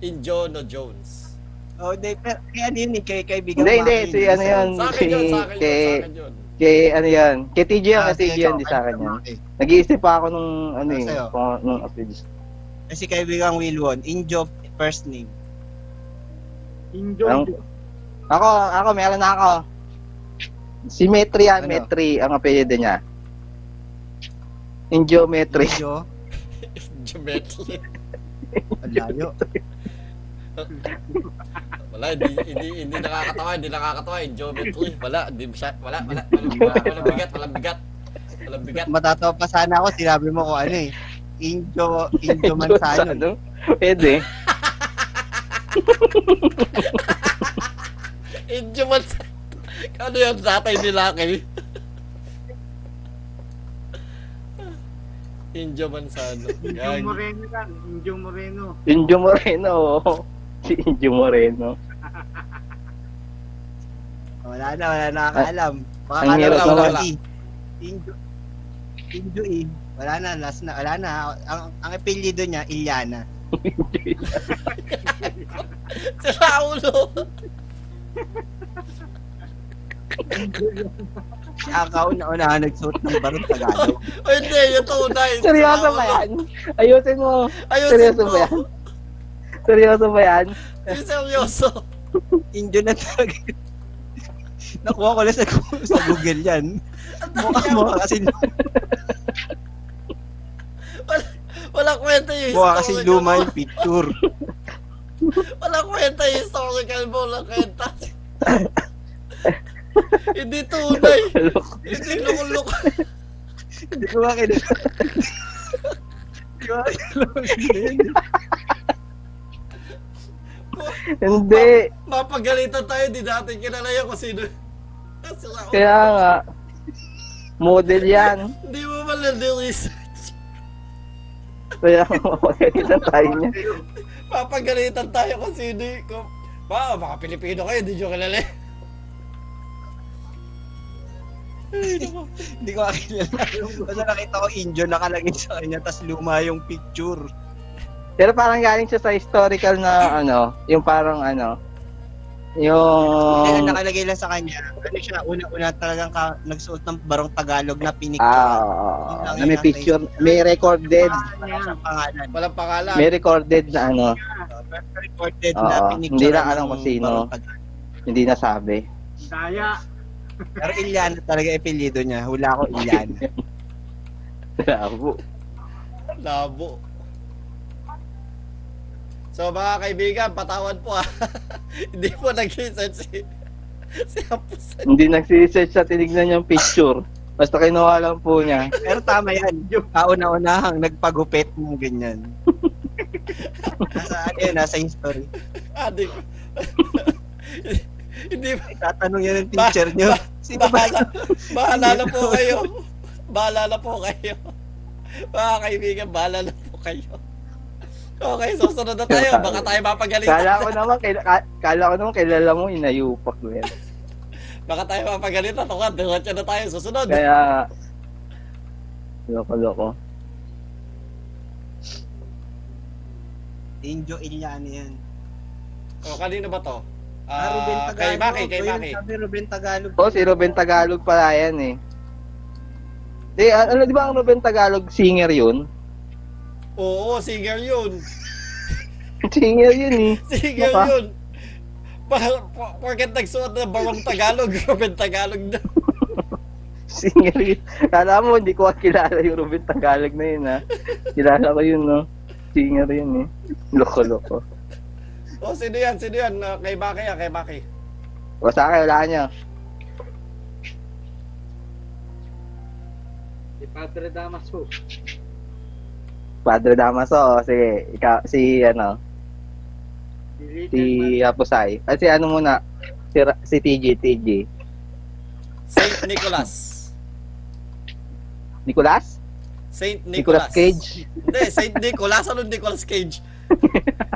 Speaker 1: Indio No Jones.
Speaker 2: Oh, di, pero, kaya ano yun eh, kay kaibigan
Speaker 3: Hindi,
Speaker 2: Maki.
Speaker 3: hindi. Si ano
Speaker 2: Isa-
Speaker 3: yan, eh,
Speaker 1: Sa akin
Speaker 3: si,
Speaker 1: yun, sa akin yun, sa
Speaker 3: kay,
Speaker 1: akin yun. *laughs*
Speaker 3: kay ano yan. Kay TJ yan,
Speaker 2: Ah,
Speaker 3: kay TJ yan,
Speaker 2: ikaw,
Speaker 3: di sa akin
Speaker 2: kaibigan
Speaker 3: yan.
Speaker 2: Maki.
Speaker 3: Nag-iisip pa ako nung ano
Speaker 2: Ah,
Speaker 3: eh,
Speaker 2: sa'yo.
Speaker 3: kung nung apelido.
Speaker 2: Kasi kaibigan Wilwon, Injo, first name.
Speaker 4: Enjoy.
Speaker 3: Ang-
Speaker 4: Ang...
Speaker 3: Ako, ako, meron na ako. Si Metri yan,
Speaker 2: Ano?
Speaker 3: Metri, ang apelyido niya. In geometry.
Speaker 2: Jo,
Speaker 1: Geometry.
Speaker 2: ang layo.
Speaker 1: Wala, hindi, hindi, hindi nakakatawa, hindi nakakatawa. yung Geometry. Wala, hindi siya, wala, wala. Walang, wala- walang bigat, walang bigat. Walang bigat.
Speaker 2: Matatawa pa sana ako, sinabi mo kung ano eh. Injo,
Speaker 1: ano?
Speaker 2: Injo ano. Manzano.
Speaker 3: Manzano. ano? Pwede.
Speaker 1: Injo man sa... Ano yan, tatay ni Lucky? Injo Manzano.
Speaker 4: Injo
Speaker 1: Gag.
Speaker 4: Moreno lang. Injo Moreno.
Speaker 3: Injo Moreno. oo. Si Injo Moreno.
Speaker 2: Wala na, wala na nakakaalam. Baka
Speaker 3: Ang
Speaker 2: kala
Speaker 3: hirap
Speaker 2: ko
Speaker 1: naman.
Speaker 2: lang. Injo, Injo eh. Wala na, last na, wala na. Ang, ang apelyido niya, Ilyana.
Speaker 1: Sira ulo.
Speaker 2: Siya ang kauna-unahan nagsuot ng barong Tagalog.
Speaker 1: O hindi, yung tunay.
Speaker 3: Seryoso
Speaker 1: Sira
Speaker 3: ba
Speaker 1: ulo.
Speaker 3: yan? Ayusin mo.
Speaker 1: Ayusin
Speaker 3: Seryoso
Speaker 1: mo.
Speaker 3: ba yan? Seryoso ba yan?
Speaker 1: Yung seryoso.
Speaker 2: Injo na talaga. *laughs* Nakuha ko lang sa, sa Google yan. Mukha mo kasi,
Speaker 1: Walang kwenta yung
Speaker 2: mukha kasi
Speaker 1: historical
Speaker 2: luma
Speaker 1: mo.
Speaker 2: yung picture.
Speaker 1: Walang kwenta yung historical mo. Walang
Speaker 3: *laughs*
Speaker 1: kwenta. Hindi tunay. Hindi lukuluk.
Speaker 2: Hindi ko makinig. Hindi ko makinig.
Speaker 3: Hindi.
Speaker 1: *laughs* Mapagalitan tayo. Di natin kinalayo kung sino. Sira ulo.
Speaker 3: Kaya nga. Model yan.
Speaker 1: Hindi mo man nare-research.
Speaker 3: *laughs* Kaya makakakita tayo niya.
Speaker 1: Papagalitan tayo kung sino yung... Kung... Wow, mga Pilipino kayo, di nyo kilala. eh.
Speaker 2: Hindi ko makilala. Basta nakita ko Indio nakalagin sa kanya, tas luma yung picture.
Speaker 3: Pero parang galing siya sa historical na ano, yung parang ano,
Speaker 2: Kaya
Speaker 3: yung...
Speaker 2: nakalagay lang sa kanya, ano siya, una-una talagang ka, nagsuot ng barong Tagalog na pinicture.
Speaker 3: Ah,
Speaker 2: Ah.
Speaker 3: oo. na may picture, may recorded,
Speaker 4: Ah,
Speaker 2: Wala siyang pangalan.
Speaker 1: Walang pangalan.
Speaker 3: may recorded na ano,
Speaker 2: Pero recorded na
Speaker 3: Oo,
Speaker 2: pinicture.
Speaker 3: hindi lang alam
Speaker 2: ng
Speaker 3: kung sino.
Speaker 2: barong Tagalog.
Speaker 3: hindi nasabi.
Speaker 4: Daya.
Speaker 2: Pero Ilyana talaga epilido niya. Hula ko
Speaker 3: *laughs*
Speaker 2: Ilyana.
Speaker 3: Labo.
Speaker 1: Labo. So mga kaibigan, patawan po ah. *laughs* Hindi po nag-research si... Si Hapusan.
Speaker 3: hindi nagsisearch sa tinignan yung picture. Basta kinuha lang po niya.
Speaker 2: Pero tama yan. Yung kauna-unahang nagpagupit ng ganyan. nasa, ano yun, nasa history.
Speaker 1: Adik. Ah, *laughs* Hindi ba?
Speaker 2: Tatanong yan ng teacher nyo. Sino ba?
Speaker 1: Bahala, bahala na po kayo. Bahala na po kayo. Mga kaibigan, bahala na po kayo. Okay, susunod na tayo. Baka tayo mapagalitan.
Speaker 3: Kala ko naman, kila- ka- kala ko naman kilala mo yung nayupak. man.
Speaker 1: Baka tayo mapagalitan. O nga, diretso na tayo. Susunod.
Speaker 3: Kaya, loko-loko.
Speaker 2: Injo Iliano yan.
Speaker 1: O, Oh, kanino ba to?
Speaker 2: Ah, Ruben
Speaker 1: Ah, kay
Speaker 2: Tagalog.
Speaker 1: Maki, kay
Speaker 2: O, yun,
Speaker 1: Maki.
Speaker 2: Sabi Ruben Tagalog.
Speaker 3: Oh, si Ruben Tagalog pala yan eh. Di, ano, di ba ang Ruben Tagalog singer yun? *laughs*
Speaker 1: Oo, singer yun. *laughs*
Speaker 3: singer yun eh.
Speaker 1: Singer
Speaker 3: Ano pa?
Speaker 1: yun. Pa- pa- Porket nagsuot na barong Tagalog, *laughs* Ruben Tagalog na.
Speaker 3: Singer yun. Kala mo, hindi ko kilala yung Ruben Tagalog na yun ha. Kilala ko yun no. Singer yun eh. Loko-loko.
Speaker 1: O, Oh, sino yan? Sino yan? Ah, Kay Maki yan, kay Maki.
Speaker 3: O sa akin, wala niya.
Speaker 4: Si Padre Damaso.
Speaker 3: Padre Damaso, o, sige, ikaw, si ano,
Speaker 4: Si Little
Speaker 3: si Hapusay. At si ano muna, si, Ra- si TG, TG.
Speaker 1: Saint Nicholas.
Speaker 3: Nicolas?
Speaker 1: Saint Nicholas.
Speaker 3: Nicolas Cage?
Speaker 1: Hindi, Saint Nicholas. Anong Nicholas Cage?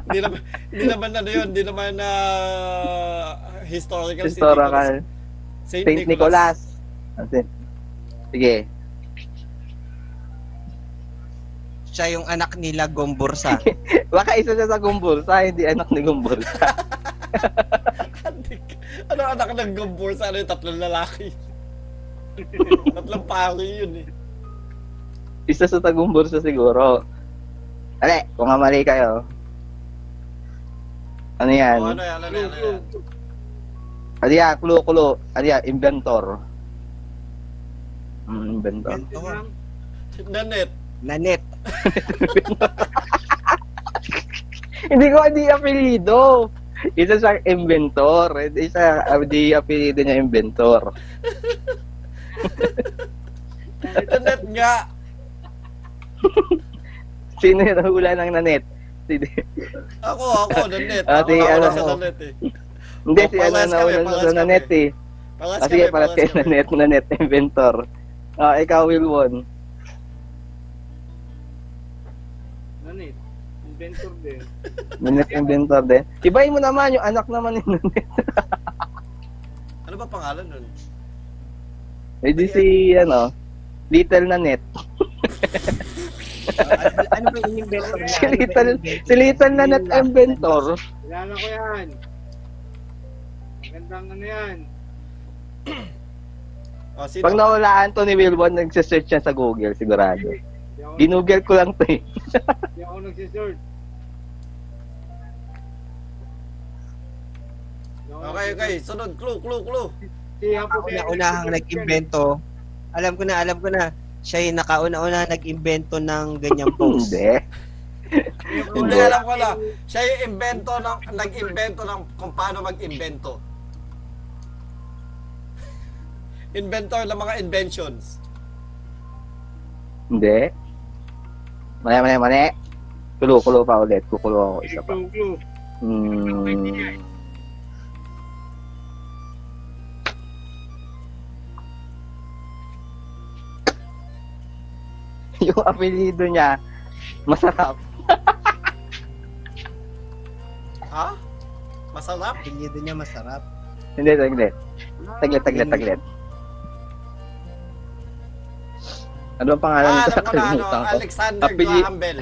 Speaker 1: Hindi naman, hindi naman ano yun. Hindi naman ah, historical. si Nicholas.
Speaker 3: Historical.
Speaker 1: Saint,
Speaker 3: Saint Nicolas. Atin. Sige.
Speaker 2: Siya yung anak nila
Speaker 3: *laughs*
Speaker 2: Gombursa.
Speaker 3: Baka isa siya sa Gumbursa, hindi anak ni *laughs* Gumbursa.
Speaker 1: Adik- ano anak ng gumbor sa ano yung tatlong lalaki? tatlong pari yun eh.
Speaker 3: Isa siya sa Gumbursa siguro. Ale, kung nga mali kayo. Ano yan?
Speaker 1: O ano yan, ano yan, ano yan.
Speaker 3: Ano yan? Clue, clue. Ano yan? Inventor. Mm, inventor.
Speaker 4: Ito lang.
Speaker 1: Nanet.
Speaker 2: Nanet.
Speaker 3: Hindi ko di apelido. Isa siyang inventor. Isa, di apelido niya inventor.
Speaker 1: Nanet nga.
Speaker 3: Sino yung nahula ng nanet? Hindi,
Speaker 1: Ako,
Speaker 3: *laughs*
Speaker 1: ako, nanet.
Speaker 3: Ah,
Speaker 1: Ako
Speaker 3: di,
Speaker 1: na
Speaker 3: ano
Speaker 1: sa
Speaker 3: mo.
Speaker 1: nanet eh.
Speaker 3: hindi
Speaker 1: Oh,
Speaker 3: si ano
Speaker 1: pangas kami,
Speaker 3: nahula
Speaker 1: pangas
Speaker 3: sa
Speaker 1: kami.
Speaker 3: nanet eh.
Speaker 1: Pangas
Speaker 3: Ah, sige,
Speaker 1: kami,
Speaker 3: para kay
Speaker 1: kami.
Speaker 3: nanet, nanet, inventor. Ah, ikaw, Wilwon.
Speaker 4: Ano eh? Inventor din.
Speaker 3: Nanet, inventor din. Ibahin mo naman yung anak naman ni nanet.
Speaker 1: Ano ba pangalan nun?
Speaker 3: *laughs* Eh, di si, ano, Little Nanet.
Speaker 2: Ano- ano ba yung *laughs* inventor na?
Speaker 3: Si
Speaker 2: Ano
Speaker 3: Little, si Little Nanet Inventor.
Speaker 4: Kilala ko yan. Magandang ano yan.
Speaker 1: O, Oh, sino?
Speaker 3: Pag nawalaan to ni Wilwon, nagsisearch siya sa Google, sigurado.
Speaker 4: Hindi ako,
Speaker 3: Ginugel ko lang to eh.
Speaker 4: hindi ako nagsisearch. Hindi ako
Speaker 1: Okay, okay.
Speaker 4: nagsisearch.
Speaker 1: Sunod, clue, clue, clue.
Speaker 4: Si Hapo Perez,
Speaker 2: Kauna-unahang nag-invento. Alam ko na, alam ko na. Siya yung nakauna-una nag-invento ng ganyang post.
Speaker 3: *laughs* Hindi.
Speaker 1: Hindi, alam ko na. Siya yung invento ng, nag-invento ng kung paano *laughs* mag-invento. Inventor ng mga inventions.
Speaker 3: Hindi. Mali, mali, mali. Kulo, kulo pa ulit. Kukulo ako isa pa.
Speaker 4: Clue, clue.
Speaker 3: Hmm. *laughs* Yung apelido niya, masarap.
Speaker 1: Ha? Masarap?
Speaker 2: Pinyido niya masarap.
Speaker 3: Hindi, taglit. Taglit, taglit, taglit. Ano ang pangalan
Speaker 1: Ah, alam
Speaker 3: nito?
Speaker 1: ko na, ano,
Speaker 3: Nakalimutan ko.
Speaker 1: Alexander
Speaker 3: Apeli-
Speaker 1: Graham Bell.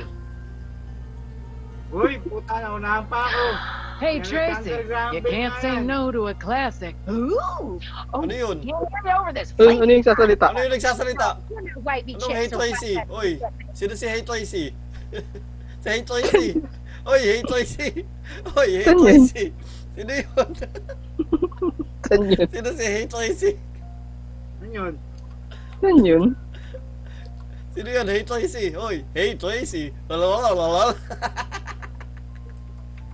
Speaker 4: Uy, puta na, unahan pa ako.
Speaker 5: Hey
Speaker 4: Gotta
Speaker 5: Tracy,
Speaker 4: underground
Speaker 5: you
Speaker 4: big
Speaker 5: can't say
Speaker 4: iron.
Speaker 5: no to a classic. Ooh, oh,
Speaker 1: Ano yun?
Speaker 5: you get me over this.
Speaker 3: Ano,
Speaker 5: White
Speaker 3: ano yung sasalita?
Speaker 1: Ano yung nagsasalita?
Speaker 5: whitey
Speaker 1: Anong Hey
Speaker 5: chick, so
Speaker 1: Tracy?
Speaker 5: fat, fat.
Speaker 1: Oy, sino si Hey Tracy? *laughs* si Hey Tracy? Oy, Hey Tracy? Oy, Hey
Speaker 3: Saan yun?
Speaker 1: Tracy? Sino yun? *laughs*
Speaker 3: San yun?
Speaker 1: Sino si Hey Tracy?
Speaker 4: Ano yun?
Speaker 3: San yun?
Speaker 1: Sino yun? Hey Tracy? Oy, Hey Tracy? Lalalala.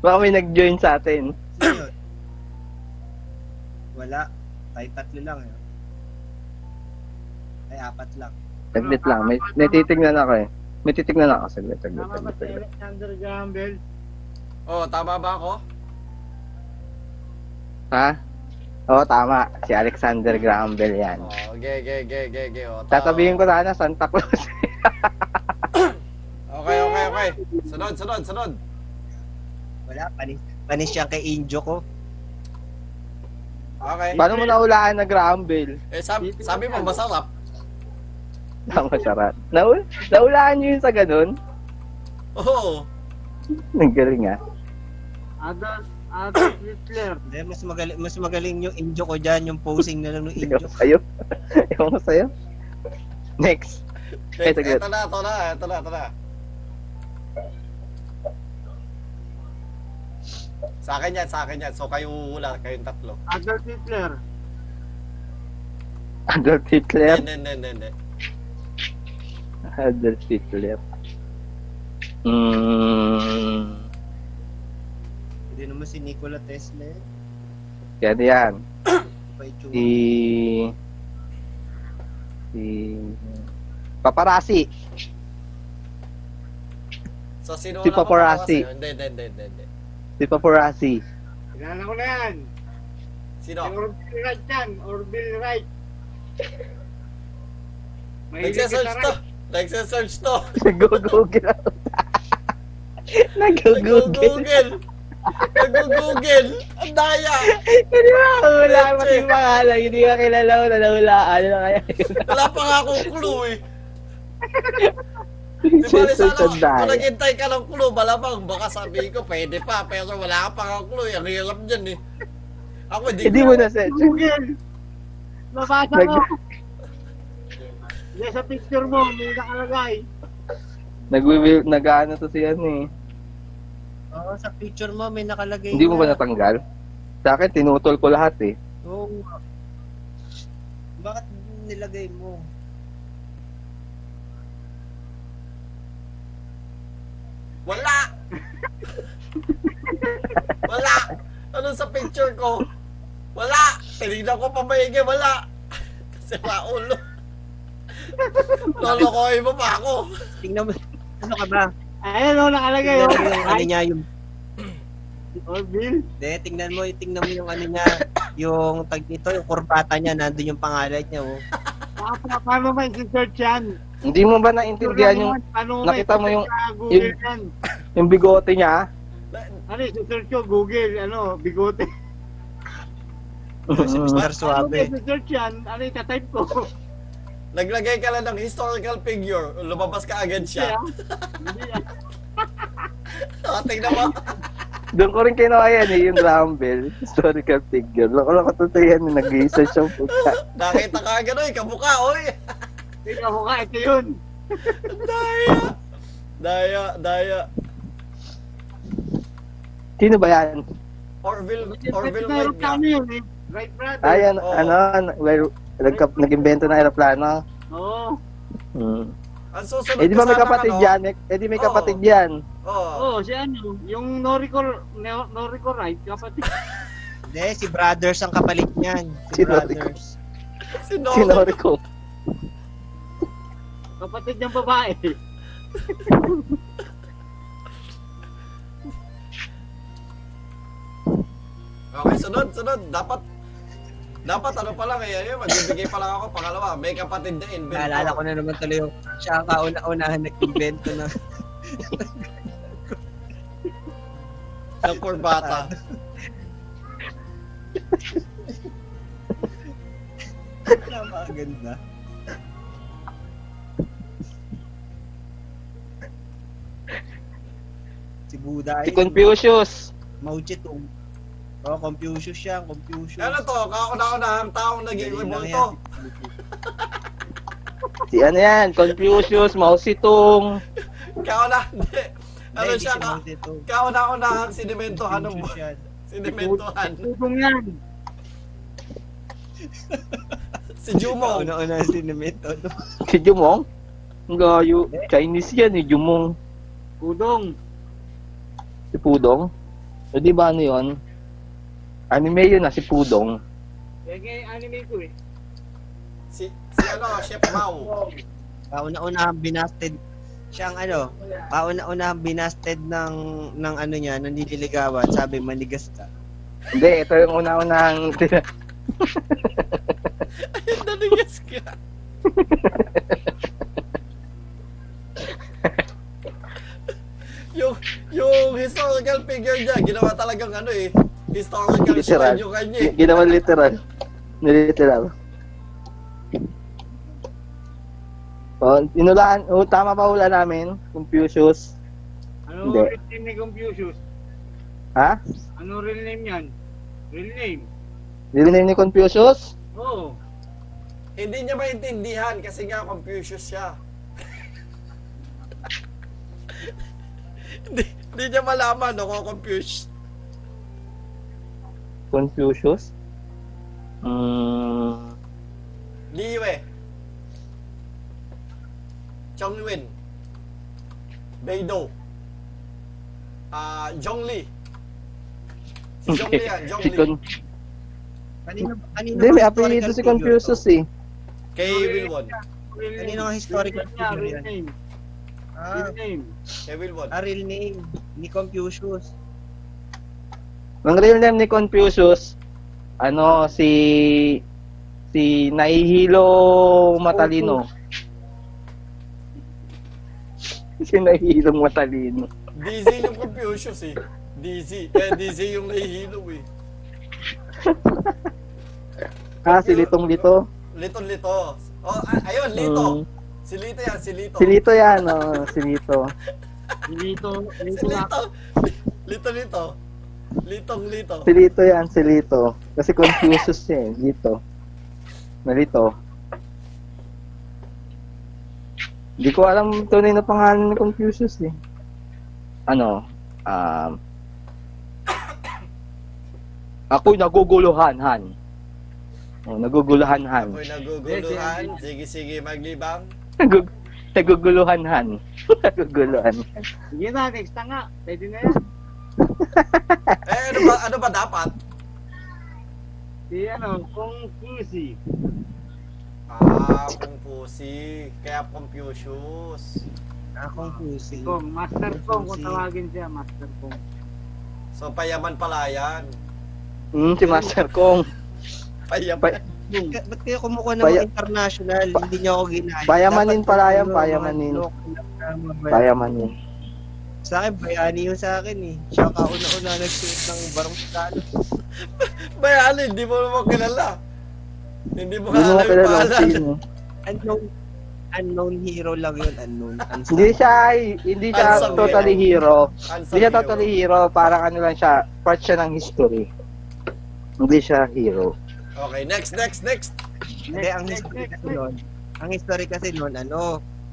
Speaker 3: Baka may nag-join sa atin.
Speaker 2: Sino Ano yun? Wala. Tayo tatlo lang yun. Ay, apat lang.
Speaker 3: Saglit lang. May, may titignan ako eh. May titignan ako. Saglit, saglit,
Speaker 4: Tama ba
Speaker 3: saglit,
Speaker 4: si
Speaker 3: saglit.
Speaker 4: Alexander Graham Bell?
Speaker 1: Oh, tama ba ako?
Speaker 3: Ha? Oo, Oh, tama. Si Alexander Graham Bell yan.
Speaker 1: Oh, ge, ge, ge, ge, ge. Oh, tama.
Speaker 3: Tatabihin ko sana Santa Claus.
Speaker 1: Okay, okay, okay. Sunod, sunod, sunod.
Speaker 2: Wala, panis. Panis siya kay Injo ko.
Speaker 1: Okay.
Speaker 3: Paano mo nahulaan na Graham Bell?
Speaker 1: Eh, sabi, sabi mo, masarap.
Speaker 3: Ang masarap. Nahul nahulaan nyo yun sa ganun?
Speaker 1: Oo.
Speaker 3: Ang galing ah.
Speaker 4: Adolf, Adolf Hitler.
Speaker 2: Hindi, mas magaling, mas magaling yung Injo ko dyan, yung posing na lang ng
Speaker 3: Ewan
Speaker 2: Injo.
Speaker 3: ko *laughs* sa'yo. Ewan ko sa'yo. Next. Eh,
Speaker 1: Eto
Speaker 3: saglit.
Speaker 1: na, eto na, eto na, eto na. Sa akin yan, sa akin yan. So, kayo wala, kayong tatlo.
Speaker 4: Adolf Hitler.
Speaker 3: Adolf Hitler.
Speaker 1: Hindi, hindi, hindi, hindi.
Speaker 3: Adolf Hitler. Hmm.
Speaker 2: Hindi naman si Nikola Tesla eh.
Speaker 3: Yan yan.
Speaker 2: Ano pa itsura?
Speaker 3: Si... Si... Paparasi.
Speaker 1: So, sino
Speaker 3: Si
Speaker 1: wala pa
Speaker 3: Paparazzi.
Speaker 1: matakas sa'yo? Hindi, hindi, hindi, hindi, hindi.
Speaker 3: Si Paparasi.
Speaker 4: Kilala ko na yan.
Speaker 1: Sino?
Speaker 4: Si Orville Wright yan. Orville Wright. Mahilig ka
Speaker 1: Nagsasearch
Speaker 4: sa
Speaker 1: to.
Speaker 4: Wright.
Speaker 1: Nagsasearch to.
Speaker 3: Nag-google. Nag-google.
Speaker 1: Nag-google. Nag-google. Ang daya.
Speaker 3: Hindi ba? Wala pa yung pangalan. Hindi ka kilala ko na nahulaan. Ano kaya yun?
Speaker 1: Wala pa nga akong clue eh. Di ba,
Speaker 3: Jesus,
Speaker 1: sana,
Speaker 3: ang daya.
Speaker 1: kung naghintay ka ng clue, malamang baka sabihin ko, pwede pa, pero wala ka pa nga clue eh. Ang hirap dyan eh. Ako, di
Speaker 3: Hindi mo na search.
Speaker 4: Google.
Speaker 5: Mabasa
Speaker 3: Nag-
Speaker 5: mo.
Speaker 4: Diyan sa picture mo, may nakalagay.
Speaker 3: Nag-ano to si ano eh.
Speaker 2: Oo, Ah, sa picture mo may nakalagay
Speaker 3: Hindi mo ba natanggal? Sa akin, tinutol ko lahat eh.
Speaker 2: Oo. Bakit nilagay mo?
Speaker 1: Wala! wala! Ano sa picture ko? Wala! Tinignan ko pa maigi, wala! Kasi maulo. Lolokohin mo pa ako.
Speaker 2: Tingnan mo. *laughs* Ano ka ba?
Speaker 4: Ayan o, nakalagay
Speaker 2: Tingnan
Speaker 4: oh. o.
Speaker 2: mo yung ano niya, yung...
Speaker 4: O, Bill.
Speaker 2: Hindi, tingnan mo, tingnan mo yung ano niya, yung tag nito, yung kurbata niya, nandun yung pangalan niya,
Speaker 3: *laughs*
Speaker 2: oh.
Speaker 4: Pa- pa- Paano man si Search yan?
Speaker 3: Hindi mo ba naintindihan yung,
Speaker 4: Paano
Speaker 3: nakita mo
Speaker 4: isi-search
Speaker 3: yung-
Speaker 4: sa Google
Speaker 3: yung-
Speaker 4: yan?
Speaker 3: yung bigote niya? ah?
Speaker 4: Ano, si-search ko, Google, ano, bigote.
Speaker 2: Si Mr. Suave.
Speaker 4: Ano, si-search yan? Ano,
Speaker 2: *laughs*
Speaker 4: itatype ko.
Speaker 1: Naglagay ka lang ng historical figure. Lumabas ka agad siya.
Speaker 4: Hindi yan.
Speaker 1: Ah, Tingnan mo.
Speaker 3: *laughs* Doon ko rin kinuha yan eh, yung rumble. Historical figure. Loko-loko to to yan. Nag-isa siyang puta.
Speaker 1: Nakita ka agad, oy. Kamukha, oy.
Speaker 4: Tingnan mo ka, ito yun.
Speaker 1: Daya. Daya, daya.
Speaker 3: Sino ba yan?
Speaker 1: Orville,
Speaker 4: Orville
Speaker 1: Orville
Speaker 4: Meron
Speaker 1: Wade nga.
Speaker 4: kami yun eh. Right, brother?
Speaker 3: Ah, yan.
Speaker 1: Oo.
Speaker 3: Ano? ano, Where, nagka, nag-invento ng aeroplano.
Speaker 4: Oo.
Speaker 3: Hmm.
Speaker 1: Ang susunod
Speaker 3: Eh, di ba may
Speaker 1: sana,
Speaker 3: kapatid
Speaker 1: ano?
Speaker 3: yan? Eh, Eh, di may
Speaker 1: Oo.
Speaker 3: kapatid yan.
Speaker 1: Oo.
Speaker 4: Oo, si ano, yung Noriko, Neo- Noriko Right, kapatid.
Speaker 2: Hindi, si Brothers ang kapalit niyan. Si
Speaker 3: Si Lori ko.
Speaker 2: Brothers.
Speaker 1: Si Nolan.
Speaker 3: Sinori ko.
Speaker 4: Kapatid ng babae.
Speaker 1: Okay, sunod, sunod. Dapat, dapat ano pa lang eh, ayun, magbibigay pa lang ako pangalawa. May kapatid na inventor.
Speaker 2: Naalala ko na naman tuloy yung siya ang kauna-unahan nag-invento na
Speaker 1: Ng kurbata.
Speaker 2: Napakaganda. si Buddha
Speaker 3: Si
Speaker 2: yun.
Speaker 3: Confucius.
Speaker 2: Mauchit oh. Oh, Confucius siya, Confucius.
Speaker 1: ano to, kauna-unahang taong naging
Speaker 2: Galing lang
Speaker 1: revolto.
Speaker 2: yan.
Speaker 3: Si ano yan? Confucius, Mao Zedong.
Speaker 1: Kauna, hindi. Ano
Speaker 2: Hindi,
Speaker 1: siya, ka,
Speaker 2: si
Speaker 1: ano
Speaker 2: Mao Zedong.
Speaker 1: kauna-unahang sinimentohan ng
Speaker 2: Confucius yan.
Speaker 1: sinimentohan.
Speaker 4: Tutong yan.
Speaker 1: Si Jumong.
Speaker 2: Una-una si Nemento.
Speaker 3: Si Jumong. Ang layo. Chinese yan eh, Jumong.
Speaker 4: Kudong.
Speaker 3: Si Pudong. O di ba ano yun? Anime yun na si Pudong.
Speaker 4: Yan nga yung anime ko eh.
Speaker 1: Si, si ano, Chef Mao.
Speaker 2: Kauna-una ang binasted siya ang ano, kauna-una ang binasted ng ng ano niya, ng nililigawan, sabi manigas ka.
Speaker 3: Hindi, ito yung una-unang...
Speaker 1: Nanigas ka. yung, yung historical figure niya, ginawa talagang ano eh, historical
Speaker 3: Literal.
Speaker 1: shrine yung kanya eh.
Speaker 3: *laughs* Ginawa literal. Niliteral. Oh, inulaan, oh, tama pa hula namin, Confucius.
Speaker 4: Ano
Speaker 3: Hindi.
Speaker 4: real name ni Confucius?
Speaker 3: Ha?
Speaker 4: Ano real name yan? Real name?
Speaker 3: Diliname ni Confucius?
Speaker 4: Oo.
Speaker 1: Hindi niya maintindihan kasi nga Confucius siya. *laughs* Hindi hindi niya malaman ako confused.
Speaker 3: Confucius? Mm,
Speaker 1: Liwe. Chongwin. Beidou. Ah, Zhongli. Si ah, Zhongli yan,
Speaker 3: si
Speaker 1: Zhongli.
Speaker 3: Con...
Speaker 2: Kanino kanino?
Speaker 3: Hindi, may
Speaker 2: bang historical
Speaker 3: apelido si
Speaker 2: figure
Speaker 3: Confucius
Speaker 2: to?
Speaker 3: eh.
Speaker 1: Kay Wilwon.
Speaker 4: Real name.
Speaker 2: Kanino ang historical
Speaker 4: Real name niya,
Speaker 2: figure
Speaker 4: Real
Speaker 2: yan?
Speaker 4: name.
Speaker 2: Ah,
Speaker 4: Real name.
Speaker 1: Kay Wilwon.
Speaker 2: a real name ni Confucius.
Speaker 3: Ang real name ni Confucius, ano, si... Si Naihilo Matalino. *laughs* si Naihilo Matalino.
Speaker 1: DZ yung Confucius eh. DZ. Eh, DZ yung nahihilo eh.
Speaker 3: Ah, si Litong Lito.
Speaker 1: Litong-lito. Oh, ah, ayun, Lito.
Speaker 3: Mm.
Speaker 1: Si Lito yan, si Lito.
Speaker 3: Si Lito yan, oh, si Lito.
Speaker 4: Lito.
Speaker 1: Si
Speaker 4: Lito na.
Speaker 1: Lito. Lito, Lito. Litong Lito.
Speaker 3: Si Lito yan, si Lito. Kasi Confucius yan, Lito. Malito. Hindi ko alam tunay na pangalan ni Confucius eh. Ano? Um, ako'y naguguluhan, Han. Oh, naguguluhan, Han.
Speaker 1: Ako'y naguguluhan. Sige, sige, maglibang.
Speaker 3: Nagug- naguguluhan, Han. *laughs* naguguluhan.
Speaker 4: Sige na, next na nga. Pwede na yan.
Speaker 1: Eh, ano ba, ano ba dapat?
Speaker 4: Si ano, kung easy.
Speaker 1: Ah, kung pusi. Kaya Confucius.
Speaker 2: Akong pusi.
Speaker 4: Kung, master kong, kung tawagin siya, master kong.
Speaker 1: So, payaman pala yan.
Speaker 3: Hmm, si Master Kong.
Speaker 1: Payaman.
Speaker 4: Yung,
Speaker 2: Ka- Ba't kayo kumukuha ng
Speaker 3: Paya-
Speaker 2: mga international? Hindi niyo ako ginaya.
Speaker 3: Payamanin
Speaker 2: Dapat
Speaker 3: pala yan,
Speaker 2: siguro mga
Speaker 3: payamanin.
Speaker 2: local lang na mga-
Speaker 3: Payaman yun.
Speaker 2: Sa akin, bayani yun sa akin eh. Siya ka una-una nagsuot ng barong sandalo.
Speaker 1: Bayani, hindi mo naman kilala. Hindi mo
Speaker 3: Hindi mo
Speaker 1: kilala yung
Speaker 3: kilala ang
Speaker 1: pangalan.
Speaker 3: sino.
Speaker 2: Unknown, unknown hero lang yun. Unknown. unsung.
Speaker 3: Hindi siya, hindi siya
Speaker 1: Unsung
Speaker 3: totally
Speaker 1: hero.
Speaker 3: hero.
Speaker 1: Ang
Speaker 3: Hindi siya
Speaker 1: sabiyo.
Speaker 3: totally hero, parang ano lang siya, part siya ng history. Hindi siya hero.
Speaker 1: Okay, next, next, next.
Speaker 2: Hindi, ang
Speaker 4: next,
Speaker 2: history
Speaker 4: next,
Speaker 2: kasi
Speaker 4: next.
Speaker 2: nun, ang history kasi nun, ano,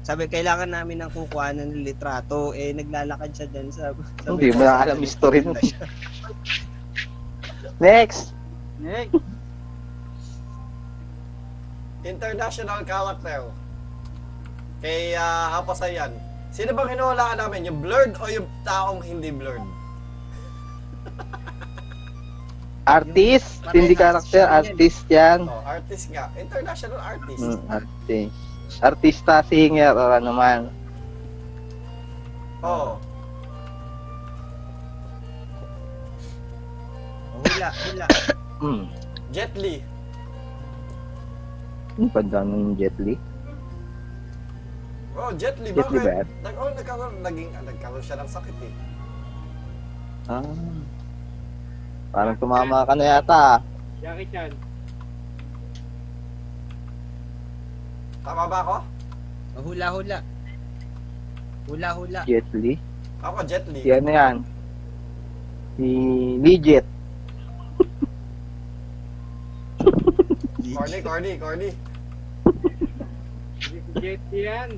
Speaker 2: sabi, kailangan namin ng kukuhanan ng litrato. Eh, naglalakad siya dyan sa... sa
Speaker 3: Hindi mo na alam history nun. Next!
Speaker 4: Next.
Speaker 1: International Character. Kay ah, Hapasayan. Sino bang hinuhulaan namin? Yung blurred o yung taong hindi blurred?
Speaker 3: Artist! Hindi karakter, artist yan.
Speaker 1: Oh, artist nga. International artist.
Speaker 3: Hmm, artist. Artista, singer, or ano man.
Speaker 1: Oh,
Speaker 2: Hula, hula.
Speaker 3: Hmm.
Speaker 1: Jet Li.
Speaker 3: Ang ganda ng Jet Li.
Speaker 1: Oh, Jet Li.
Speaker 3: Jet Li ba
Speaker 1: Bakit?
Speaker 3: yan?
Speaker 1: Nag oh, nagkaroon, naging, ah, nagkaroon siya ng sakit eh.
Speaker 3: Ah. Parang tumama ka na yata.
Speaker 4: Jackie Chan.
Speaker 1: Tama ba ako?
Speaker 2: Oh, Hula, hula. Hula, hula.
Speaker 3: Jet Li.
Speaker 1: Ako, Jet Li.
Speaker 3: Si ano yan? Si Legit.
Speaker 1: Corny, corny, corny.
Speaker 4: Hindi si Jet Li yan.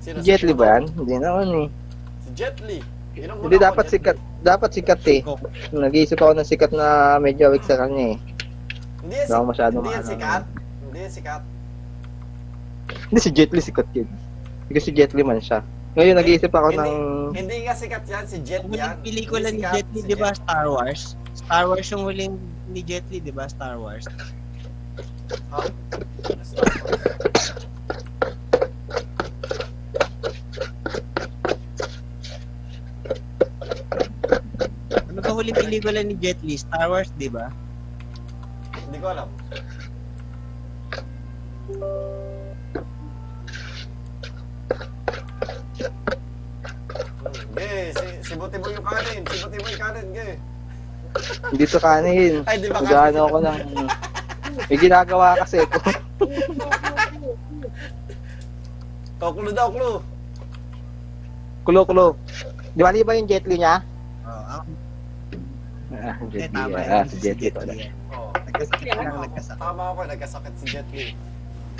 Speaker 1: Sino,
Speaker 3: Si Jet Li ba yan? Hindi naman eh.
Speaker 1: Si Jet Li. Yun ang
Speaker 3: Hindi
Speaker 1: una ko,
Speaker 3: dapat
Speaker 1: Jet Li.
Speaker 3: sikat. Dapat sikat eh. Nag-iisip ako ng sikat na medyo awig sa kanya eh.
Speaker 1: Hindi yan,
Speaker 3: Hindi ako
Speaker 1: si-
Speaker 3: masyadong
Speaker 1: hindi yan
Speaker 3: ano.
Speaker 1: sikat. Hindi yan sikat.
Speaker 3: Hindi si Jet Li sikat yun. Kasi si Jet Li man siya. Ngayon nag-iisip ako
Speaker 1: Hindi.
Speaker 3: ng...
Speaker 1: Hindi nga sikat yan, si Jet
Speaker 2: Ang
Speaker 1: yan.
Speaker 2: huling pelikula
Speaker 1: Hindi
Speaker 2: ni
Speaker 1: sikat,
Speaker 2: Jet Li,
Speaker 1: si
Speaker 2: di ba? Star Wars. Star Wars yung huling ni Jet Li, di ba? Star Wars.
Speaker 1: Huh?
Speaker 2: Ano ba huling pelikula ni Jet Li? Star Wars, di ba?
Speaker 1: Hindi ko alam. Hmm, Gay, si, si Buti mo yung kanin, si Buti mo yung kanin, gay.
Speaker 3: Hindi to kanin.
Speaker 1: Ay, di ba kanin?
Speaker 3: Nagaano ako ng... May ginagawa kasi ako.
Speaker 1: Koklo daw, klo.
Speaker 3: Kulo-kulo. Di ba di ba yung Jet Li niya?
Speaker 2: Oo, ako.
Speaker 3: Ah,
Speaker 2: Hindi,
Speaker 1: Eh,
Speaker 2: Eh,
Speaker 3: Jet Li.
Speaker 2: tama
Speaker 3: Ah,
Speaker 2: yun.
Speaker 3: si Jet Li pala.
Speaker 2: yan.
Speaker 1: Oh.
Speaker 2: Nagkasakit lang,
Speaker 1: Tama ako,
Speaker 2: nagkasakit.
Speaker 1: tama ako, nagkasakit si Jet Li.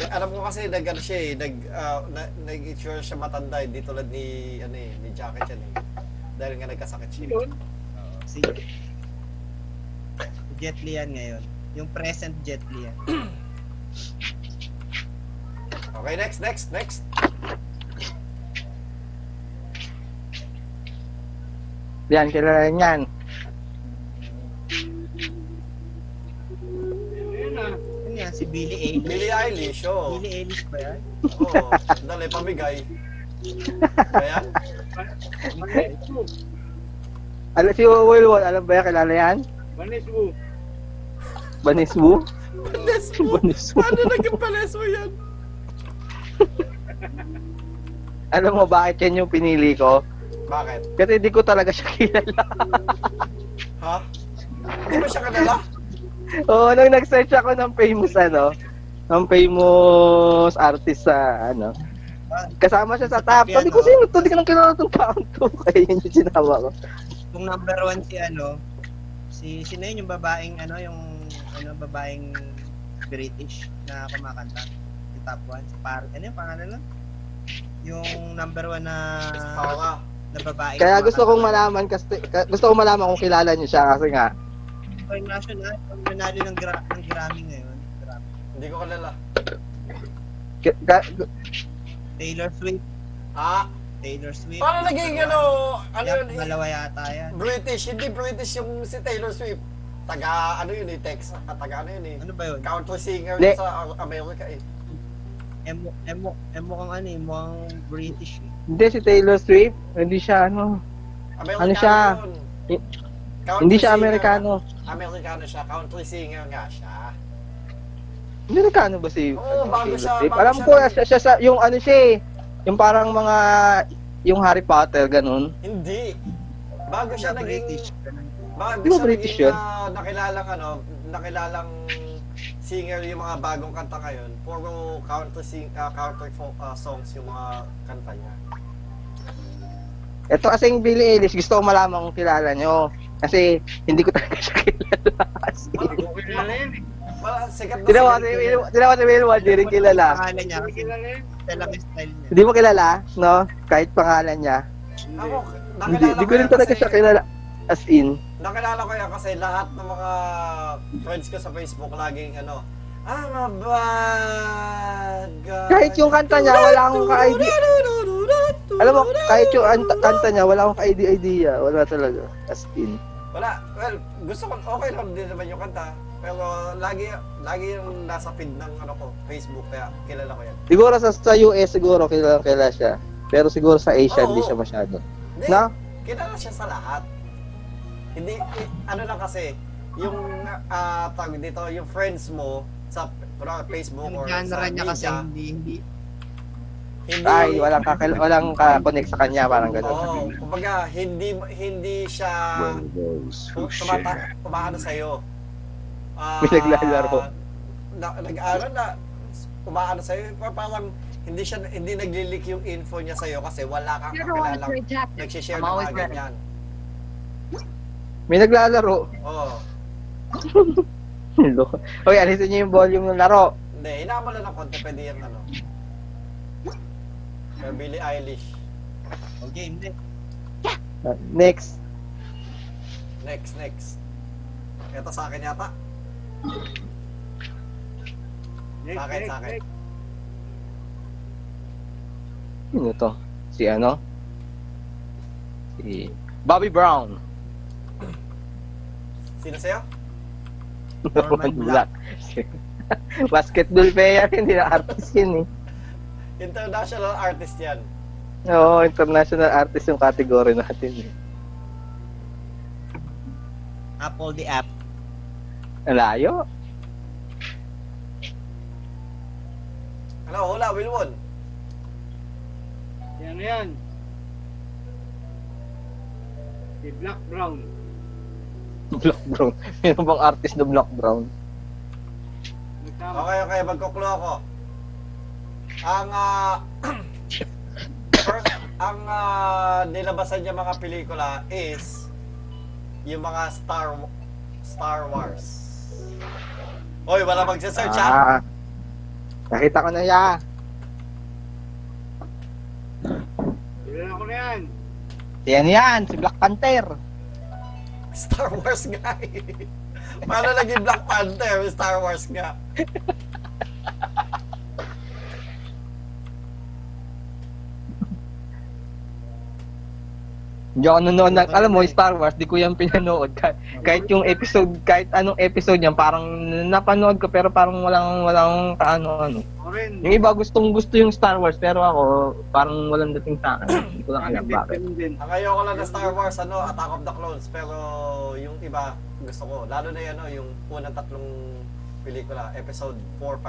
Speaker 1: Eh, alam ko kasi nag ano siya eh, nag ah, na, nag-insure siya matanda hindi tulad ni ano eh, ni Jackie Chan eh. Dahil nga nagkasakit siya.
Speaker 4: Yun.
Speaker 2: Si Jet Li yan ngayon. Yung present Jet Li yan.
Speaker 1: Okay, next, next, next.
Speaker 3: Yan, kilala niyan.
Speaker 4: Ayun ah.
Speaker 2: Ano yan? Si Billie Eilish.
Speaker 1: Billie Eilish, oh.
Speaker 2: Billie Eilish ba yan?
Speaker 1: Oo, dali, pamigay. Ayan.
Speaker 4: Vanis Wu.
Speaker 3: Alam si Will Wall, alam ba yan? Kilala yan?
Speaker 4: Vanis Wu.
Speaker 3: Banis Wu? *laughs*
Speaker 1: Panes mo!
Speaker 3: Banis Wu.
Speaker 1: Paano naging panes mo yan?
Speaker 3: Alam mo bakit yan yung pinili ko?
Speaker 1: Bakit?
Speaker 3: Kasi hindi ko talaga siya *laughs* kilala.
Speaker 1: Ha? Hindi mo siya kanala?
Speaker 3: Oo, nung nag-search ako ng famous ano, ng famous artist sa ano, kasama siya sa top. Sabi
Speaker 1: oh.
Speaker 3: ko, sino to? Hindi ko nang kilala itong taong to. *laughs* Kaya yun yung sinawa ko.
Speaker 2: Kung number one si ano, si sino yun yung babaeng ano, yung ano, babaeng British na kumakanta. Yung top one. Si Par ano yung pangalan nun? yung number one na,
Speaker 1: Sawa ka.
Speaker 2: na babae.
Speaker 3: Kaya gusto kong malaman kasi ka- gusto kong malaman kung kilala niyo siya kasi nga
Speaker 2: Yung national, ang nanalo ng, gra- ng Grammy ngayon. Grammy.
Speaker 1: Hindi ko kalala.
Speaker 3: ki- ka-
Speaker 2: Taylor Swift.
Speaker 1: Ah,
Speaker 2: Taylor Swift.
Speaker 1: parang naging ano, ano
Speaker 2: Yap,
Speaker 1: yun? eh,
Speaker 2: dalawa yata yan.
Speaker 1: British, hindi British yung si Taylor Swift. Taga, ano yun eh, Texas, ah, taga ano yun eh.
Speaker 2: Ano ba yun?
Speaker 1: Country singer
Speaker 3: Hindi.
Speaker 1: sa Amerika eh.
Speaker 2: Emo, emo, emo kang ano eh, mukhang British eh.
Speaker 3: hindi si Taylor Swift, hindi siya ano,
Speaker 1: Amerikano
Speaker 3: Ano siya?
Speaker 1: yun.
Speaker 3: Hi-
Speaker 1: Country
Speaker 3: hindi siya
Speaker 1: singer.
Speaker 3: Amerikano.
Speaker 1: Amerikano siya, country singer nga siya.
Speaker 3: Amerikano ba si
Speaker 1: Oo,
Speaker 3: ano,
Speaker 1: bago
Speaker 3: Taylor
Speaker 1: siya-
Speaker 3: Swift?
Speaker 1: bago
Speaker 3: Alam
Speaker 1: siya
Speaker 3: ko
Speaker 1: nag-
Speaker 3: siya, siya, sa- yung ano siya eh, yung parang mga yung Harry Potter ganun.
Speaker 1: Hindi. Bago siya naging
Speaker 2: British.
Speaker 1: Bago
Speaker 3: Di ba
Speaker 1: siya
Speaker 3: British
Speaker 1: naging
Speaker 3: yun?
Speaker 1: ah, nakilalang ano, nakilalang singer yung mga bagong kanta ngayon. Puro country sing, ah, country folk ah, songs yung mga kanta niya.
Speaker 3: Ito kasi yung Billie Eilish, gusto ko malaman kung kilala niyo. Kasi hindi ko talaga *laughs* siya kilala. As in.
Speaker 1: Wala,
Speaker 4: Okay na yun eh.
Speaker 1: wala sikat na
Speaker 3: Tinawa
Speaker 1: sikat
Speaker 3: si
Speaker 1: yun.
Speaker 3: Will, tinawa si Will, hindi rin kilala.
Speaker 2: Pangalan niya kasi
Speaker 4: Sige lang yun.
Speaker 2: siya lang yung style niya.
Speaker 3: Hindi mo kilala, no? Kahit pangalan niya.
Speaker 1: Ako,
Speaker 3: Hindi,
Speaker 1: nakilala
Speaker 3: hindi ko rin
Speaker 1: yan
Speaker 3: talaga
Speaker 1: kasi-
Speaker 3: siya kilala. As in.
Speaker 1: Nakilala ko yan kasi lahat ng mga friends ko sa Facebook laging ano, I'm a bad guy.
Speaker 3: Kahit yung kanta niya, wala akong ka-idea. Alam mo, kahit yung ant- kanta niya, wala akong ka-idea. Wala talaga. As in.
Speaker 1: Wala. Well, gusto ko, okay lang din naman yung kanta. Pero lagi, lagi yung nasa feed ng ano ko, Facebook, kaya kilala ko yan.
Speaker 3: Siguro sa, sa US, siguro kilala, kilala siya. Pero siguro sa Asia,
Speaker 1: Oo.
Speaker 3: hindi siya masyado.
Speaker 1: Hindi,
Speaker 3: Na?
Speaker 1: kilala siya sa lahat. Hindi, eh, ano lang kasi, yung ah, tawag dito, yung friends mo sa kunwari, Facebook
Speaker 2: Yung
Speaker 1: or sa
Speaker 2: genre niya
Speaker 1: media,
Speaker 2: kasi hindi, hindi.
Speaker 1: hindi,
Speaker 3: Ay, walang, kakil- walang ka-connect sa kanya, parang
Speaker 1: Oo,
Speaker 3: gano'n.
Speaker 1: kumbaga, hindi, hindi siya
Speaker 6: One of those who
Speaker 1: Oh,
Speaker 6: share.
Speaker 1: tumata, tumaano sa'yo. Ah,
Speaker 3: May naglalaro.
Speaker 1: Na, nag-ano na, umaano sa'yo, pa- parang hindi siya, hindi naglilik yung info niya sa'yo kasi wala kang
Speaker 5: Never want
Speaker 1: kakilalang
Speaker 5: to trade tactics.
Speaker 1: nagsishare
Speaker 5: I'm
Speaker 1: ng
Speaker 5: always
Speaker 1: mga
Speaker 5: ready.
Speaker 1: ganyan.
Speaker 3: May naglalaro.
Speaker 1: Oo.
Speaker 3: Hello. Okay, alisin niyo yung volume ng laro.
Speaker 1: Hindi, hinaan mo lang ng konti, pwede yung ano. Yung Billie Eilish.
Speaker 2: Okay, hindi.
Speaker 3: Uh, Next.
Speaker 1: Next, next. Ito sa akin yata.
Speaker 4: Next,
Speaker 1: Sa akin,
Speaker 4: next,
Speaker 1: sa akin.
Speaker 4: next.
Speaker 3: Sino to? Si ano? Si Bobby Brown.
Speaker 1: Sino sa'yo?
Speaker 3: *laughs*
Speaker 2: Norman Black.
Speaker 3: Basketball player, hindi na artist yun eh.
Speaker 1: International artist yan.
Speaker 3: Oo, international artist yung category natin eh.
Speaker 2: Apple the app.
Speaker 3: Ang layo. *laughs*
Speaker 1: Ano, hula, Wilwon.
Speaker 4: Yan yan. Si Black Brown.
Speaker 3: Black Brown. Meron bang artist na Black Brown?
Speaker 4: Magkama.
Speaker 1: Okay, okay. Magkuklo ako. Ang, ah, *coughs* first, ang ah, nilabasan niya mga pelikula is yung mga Star Star Wars. Oy, wala magsasearch ha?
Speaker 3: Ah. Nakita ko na siya.
Speaker 4: Kilala ko na yan.
Speaker 3: Yan yan, si Black Panther.
Speaker 1: Star Wars nga eh. Paano naging Black Panther? Star Wars nga.
Speaker 3: Hindi ako nanonood ng, alam mo, Star Wars, di ko yan pinanood. Kah- Kahit yung episode, kahit anong episode yan, parang napanood ko pero parang walang, walang ano, ano.
Speaker 4: Ako rin.
Speaker 3: Yung iba gustong gusto yung Star Wars pero ako parang walang dating sa akin. Hindi ko lang
Speaker 4: Akin
Speaker 3: alam
Speaker 4: din,
Speaker 3: bakit.
Speaker 4: ganun din.
Speaker 1: Ang ayoko lang na Star Wars, ano, Attack of the Clones. Pero yung iba, gusto ko. Lalo na yan, ano, yung unang tatlong pelikula. Episode 4,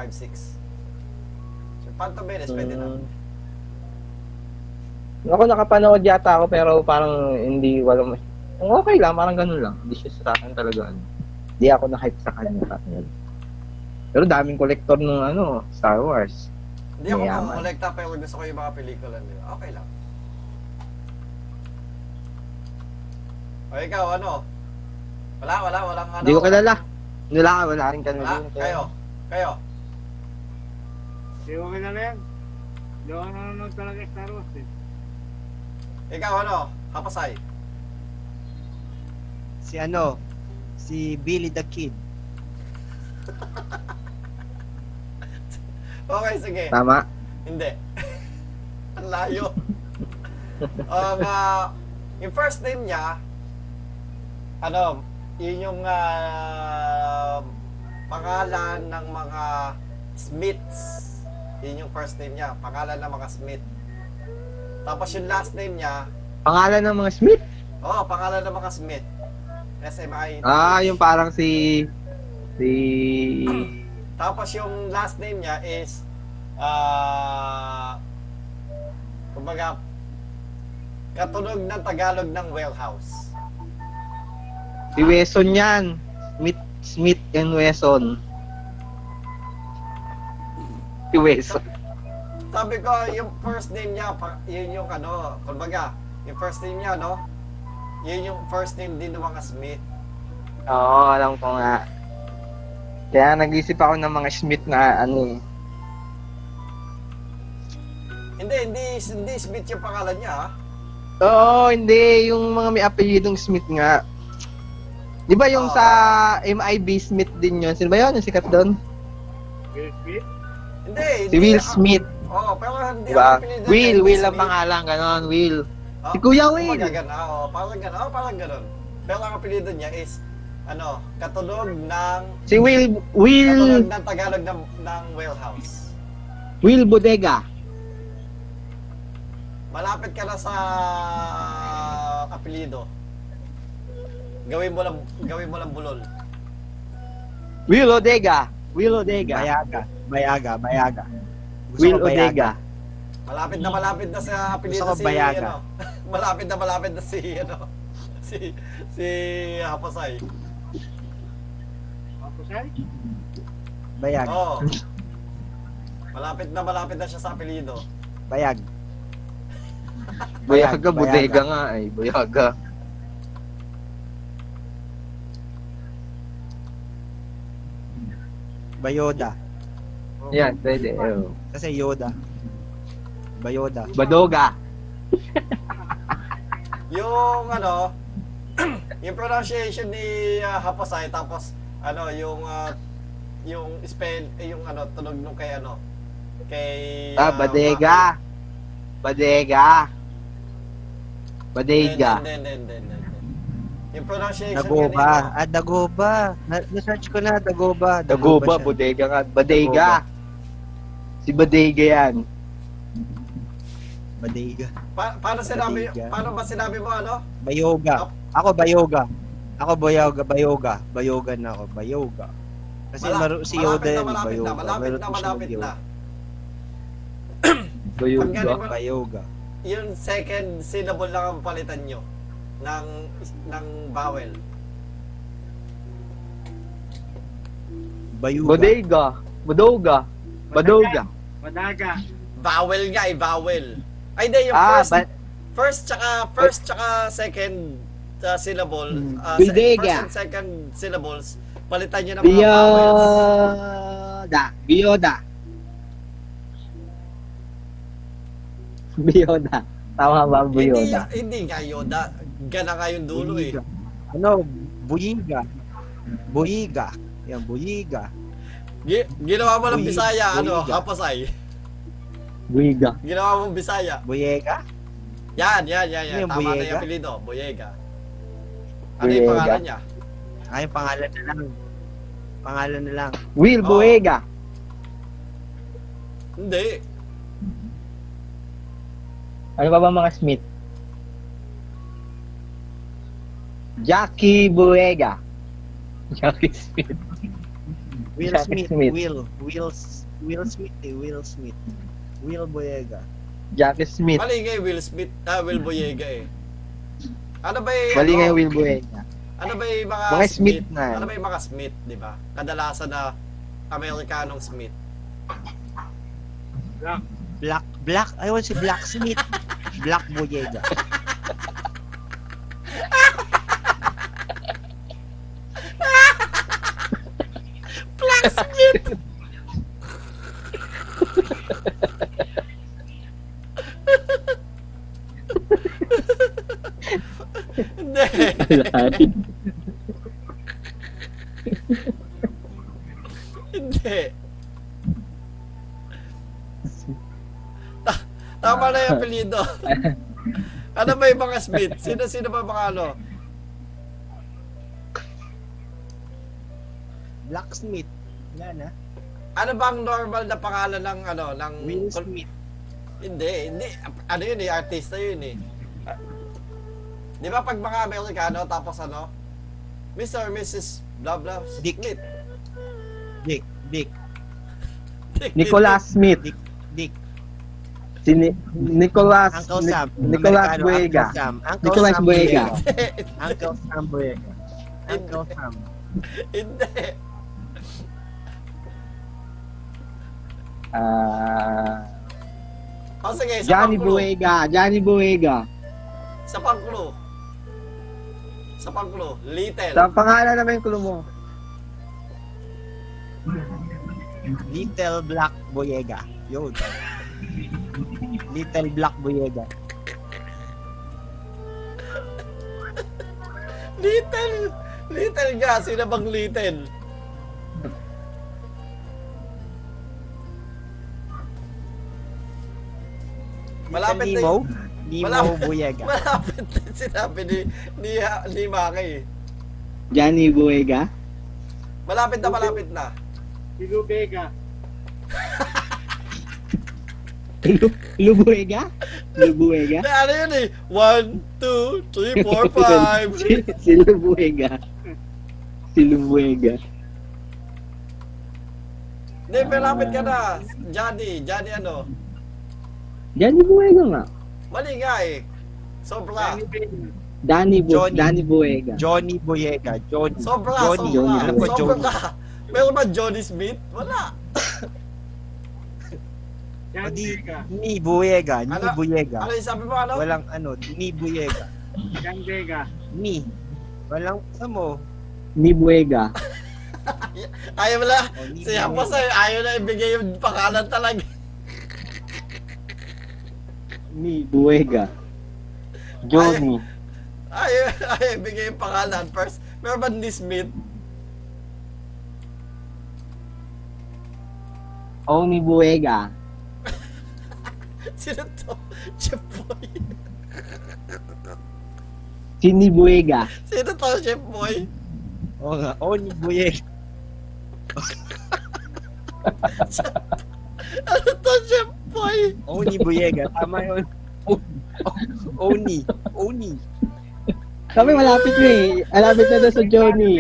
Speaker 1: 5, 6. Yung Phantom Menace, pwede na.
Speaker 3: Hmm. Ako nakapanood yata ako pero parang hindi walang mas- Ang okay lang, parang ganun lang. Hindi siya sa akin talaga. ano. Hindi ako na-hype sa kanya. parang ganun. Pero daming kolektor ng ano, Star Wars.
Speaker 1: Hindi ako
Speaker 3: Mayaman.
Speaker 1: kukolekta, pero gusto ko yung mga pelikula nila. Okay lang. O ikaw, ano? Wala, wala, walang ano.
Speaker 3: Hindi ko kilala. Wala, wala rin
Speaker 1: Wala,
Speaker 3: kanila.
Speaker 1: kayo. Kayo.
Speaker 4: Hindi ko kilala yan. Hindi ako nanonood talaga Star Wars eh.
Speaker 1: Ikaw ano? Hapasay.
Speaker 2: Si ano? Si Billy the Kid.
Speaker 1: Okay, sige.
Speaker 3: Tama?
Speaker 1: Hindi. *laughs* Ang layo. um, ah, yung first name niya, ano, yun yung ah, pangalan ng mga Smiths. Yun yung first name niya, pangalan ng mga Smith. Tapos yung last name niya,
Speaker 3: Pangalan ng mga Smith?
Speaker 1: oh, pangalan ng mga Smith. SMI.
Speaker 3: Ah, yung parang si... Si...
Speaker 1: Tapos yung last name niya is ah kumbaga katunog ng Tagalog ng Wellhouse.
Speaker 3: Si Weson yan. Smith, Smith and Weson. Si Weson.
Speaker 1: Sabi ko yung first name niya pa- yun yung ano, kumbaga yung first name niya no. Yun yung first name din ng mga Smith.
Speaker 3: Oo, alam ko nga. Kaya nag-isip ako ng mga Smith na ano eh.
Speaker 1: Hindi hindi hindi Smith yung pangalan niya. ah.
Speaker 3: Oo, hindi. Yung mga may apelyidong Smith nga. Di ba yung
Speaker 1: Oo.
Speaker 3: sa MIB Smith din yun? Sino ba yun? Yung sikat doon?
Speaker 4: Will Smith?
Speaker 1: Hindi,
Speaker 3: Si Will Smith,
Speaker 1: Oh, pero hindi
Speaker 3: di ba?
Speaker 1: ako pinili-
Speaker 3: Diba? Will, Will ang
Speaker 1: Smith.
Speaker 3: pangalan, ganon, Will.
Speaker 1: Oh,
Speaker 3: Si Kuya Will.
Speaker 1: Kumbaga gano'n, oo, parang gano'n, oo, parang gano'n. Pero ang apelido niya is, ano, katunog ng,
Speaker 3: Si Will, Will,
Speaker 1: katunog ng Tagalog ng, ng Wellhouse.
Speaker 3: Will Bodega.
Speaker 1: Malapit ka na sa apelido. Gawin mo lang, gawin mo lang bulol.
Speaker 3: Will Odega. Will Odega.
Speaker 2: Bayaga. Bayaga. Bayaga. Gusto
Speaker 3: Will
Speaker 2: ko Bayaga.
Speaker 3: Odega.
Speaker 1: Malapit na malapit na sa apelido
Speaker 2: Gusto ko
Speaker 1: si,
Speaker 2: bayaga.
Speaker 1: ano, *laughs* malapit na malapit na si, ano, si, si Hapasay.
Speaker 4: Kapusay?
Speaker 2: Bayaga.
Speaker 1: Oo. Malapit na malapit na siya sa apelido.
Speaker 2: Bayag.
Speaker 3: Bayaga,
Speaker 2: Bayaga.
Speaker 3: Bodega nga ay. Bayaga.
Speaker 2: Bayoda.
Speaker 3: Yan, pwede. oh.
Speaker 2: Kasi Yoda. Bayoda.
Speaker 3: Badoga.
Speaker 1: Yung ano, *clears throat* yung pronunciation ni ah, Hapasay tapos ano yung ah, yung spell eh, yung ano tunog nung kay ano kay
Speaker 3: Ah,
Speaker 1: ah,
Speaker 3: Badega. Badega.
Speaker 1: Bakit. Hindi,
Speaker 3: Badega.
Speaker 1: hindi, hindi, hindi, hindi, hindi. Yung pronunciation
Speaker 2: Dagoba.
Speaker 1: kanina.
Speaker 2: Ah, Dagoba. Na- Na-search ko na, Dagoba.
Speaker 3: Dagoba,
Speaker 2: siya.
Speaker 3: Bodega nga. Badega. Si Badega yan.
Speaker 2: Badega.
Speaker 1: Pa- paano sinabi
Speaker 2: Badega.
Speaker 1: paano ba sinabi mo ano?
Speaker 2: Bayoga. Ako, Bayoga. Ako, Bayoga. Bayoga. Bayoga na ako. Bayoga. Kasi
Speaker 1: Mala-
Speaker 2: maro, si Yoda
Speaker 1: malapit na
Speaker 2: yan.
Speaker 1: malapit
Speaker 2: Bayoga.
Speaker 1: na malapit na
Speaker 2: Marunong siya
Speaker 1: malapit
Speaker 2: mag-yoga.
Speaker 1: na. Ang galing
Speaker 3: Bayoga.
Speaker 1: mo-
Speaker 2: Bayoga.
Speaker 1: Yung second syllable lang ang palitan nyo ng ng vowel.
Speaker 2: Bayuga.
Speaker 3: Bodega. Badoga. Badoga.
Speaker 4: Madaga.
Speaker 1: Vowel nga, eh, vowel. Ay, hindi, yung
Speaker 3: Ah,
Speaker 1: first
Speaker 3: ba-
Speaker 1: First tsaka first tsaka second uh, syllable.
Speaker 3: Hmm.
Speaker 1: Uh,
Speaker 3: Bidega.
Speaker 1: first and second syllables. Palitan niyo ng mga vowels.
Speaker 3: Biyoda. Biyoda. Biyoda. Tama ba,
Speaker 1: Hindi,
Speaker 3: Biyoda?
Speaker 1: hindi nga Yoda. Gana nga yung dulo eh.
Speaker 2: Buyiga. Ano? Buyiga. Buyiga. Yan, Buyiga.
Speaker 1: Gi- ginawa mo ng
Speaker 2: Buyi-
Speaker 1: Bisaya, ano,
Speaker 2: buyiga.
Speaker 1: hapasay. *laughs*
Speaker 3: Biyoda.
Speaker 1: Ginawa mo Bisaya.
Speaker 2: Buyega?
Speaker 1: Yan, yan, yan, yan.
Speaker 2: Yung
Speaker 1: Tama na yung
Speaker 2: buyega?
Speaker 1: apelido. Boyega. Ano yung
Speaker 3: Buyega.
Speaker 1: pangalan niya?
Speaker 2: Ay, Ah, pangalan na lang. Pangalan na lang.
Speaker 3: Will
Speaker 1: Oh.
Speaker 3: Buega.
Speaker 1: Hindi.
Speaker 3: Ano pa ba mga Smith? Jackie Buega. Jackie Smith.
Speaker 2: Will
Speaker 3: Jack
Speaker 2: Smith.
Speaker 3: Smith.
Speaker 2: Will. Will, S- Will Smith eh. Will Smith. Will Boyega.
Speaker 3: Jackie Smith.
Speaker 1: Mali nga yung Will Smith. Ah, Will Boyega eh. Ano ba yung...
Speaker 3: Mali nga
Speaker 1: ano,
Speaker 3: yung Will Buega.
Speaker 1: ano ba yung mga,
Speaker 3: Mga Smith na eh. yan.
Speaker 1: Ano ba yung mga Smith, di ba? Kadalasan na Amerikanong Smith.
Speaker 2: Black. Black. Ayun si Black
Speaker 3: *laughs*
Speaker 2: Smith. Black Boyega.
Speaker 1: Hindi.
Speaker 6: Alay.
Speaker 1: Hindi. Ta- tama na yung apelido. ano ba yung mga Smith? Sino-sino ba mga ano?
Speaker 2: Blacksmith. Wala na.
Speaker 1: Ano ba ang normal na pangalan ng ano? Ng,
Speaker 2: Will Smith.
Speaker 1: Hindi, hindi. Ano yun eh, artista yun eh. Di ba pag mga Amerikano, tapos ano? Mr. or Mrs. Blah blah
Speaker 2: Dick.
Speaker 1: Smith. *laughs*
Speaker 2: Dick.
Speaker 1: Dick,
Speaker 2: Dick.
Speaker 1: Dick,
Speaker 3: Nicolas Smith.
Speaker 2: Dick.
Speaker 3: Si Ni- Nicolas
Speaker 2: Ang kausap.
Speaker 3: Ni- Nicolas
Speaker 2: Amerikano,
Speaker 3: Buega.
Speaker 2: Uncle Sam. Uncle
Speaker 3: Nicolas
Speaker 2: Sam
Speaker 3: Buega.
Speaker 1: Dick.
Speaker 2: Uncle Sam Buega. Uncle Sam.
Speaker 1: hindi.
Speaker 3: Ah,
Speaker 1: O sige, isa
Speaker 3: Johnny
Speaker 1: pang clue.
Speaker 3: Buega. Johnny Buega.
Speaker 1: Isa pang clue. Isa pang clue. Little.
Speaker 3: Sa pangalan naman yung clue mo.
Speaker 2: Little Black Boyega. Yun. Little Black Boyega.
Speaker 1: Little. Little nga. Sino bang little? Malapit na
Speaker 2: Nemo. Nemo
Speaker 1: Malapit-
Speaker 2: Boyega.
Speaker 1: Malapit na yung sinabi ni, ni, ni Maki.
Speaker 3: Johnny Buega.
Speaker 1: Malapit na, malapit na.
Speaker 4: Si Lou Vega.
Speaker 3: Lu, Lu Buega? Lu Buega?
Speaker 1: Na, ano yun eh? One, two, three,
Speaker 3: *laughs*
Speaker 1: four, five.
Speaker 3: si, si Lu Buega. Si Lu Buega.
Speaker 1: Hindi, malapit ka na. Johnny, Johnny ano?
Speaker 3: Johnny Buega nga.
Speaker 1: Mali nga eh. Sobra.
Speaker 4: Johnny Vega.
Speaker 3: Danny, Bu-
Speaker 2: Johnny.
Speaker 3: Danny Buega.
Speaker 2: Johnny Boyega. Johnny.
Speaker 1: Sobra,
Speaker 2: Johnny.
Speaker 1: sobra.
Speaker 2: Alam ko,
Speaker 1: sobra.
Speaker 2: Johnny.
Speaker 1: Meron ba Johnny Smith? Wala.
Speaker 4: Johnny
Speaker 2: Adi.
Speaker 4: Vega.
Speaker 2: Ni Boyega. Ni
Speaker 1: Ano?
Speaker 2: Boyega.
Speaker 1: Ano yung sabi mo ano?
Speaker 2: Walang ano. Ni Boyega.
Speaker 4: Johnny Vega.
Speaker 2: Ni. Walang ano.
Speaker 3: Ni Buega.
Speaker 1: Ayaw wala.
Speaker 2: Oh, ni
Speaker 1: Si Hapos
Speaker 2: Boyega.
Speaker 1: ay ayaw na ibigay yung pangalan talaga. *laughs*
Speaker 3: Ni Buega. Johnny.
Speaker 1: Ayaw, ayaw ibigay yung pangalan. First, meron ba ni Smith? *laughs*
Speaker 3: Oni Buega.
Speaker 1: Sino to? Chef Boy.
Speaker 3: Si Ni Buega.
Speaker 1: Sino to, Chef Boy?
Speaker 2: Oo nga. Oh, ni Boyega.
Speaker 1: Ano to, Chef Boy?
Speaker 2: Oni Boyega. Tama yun. O- o- Oni. Oni.
Speaker 3: Kami malapit na eh. Malapit na doon sa Johnny.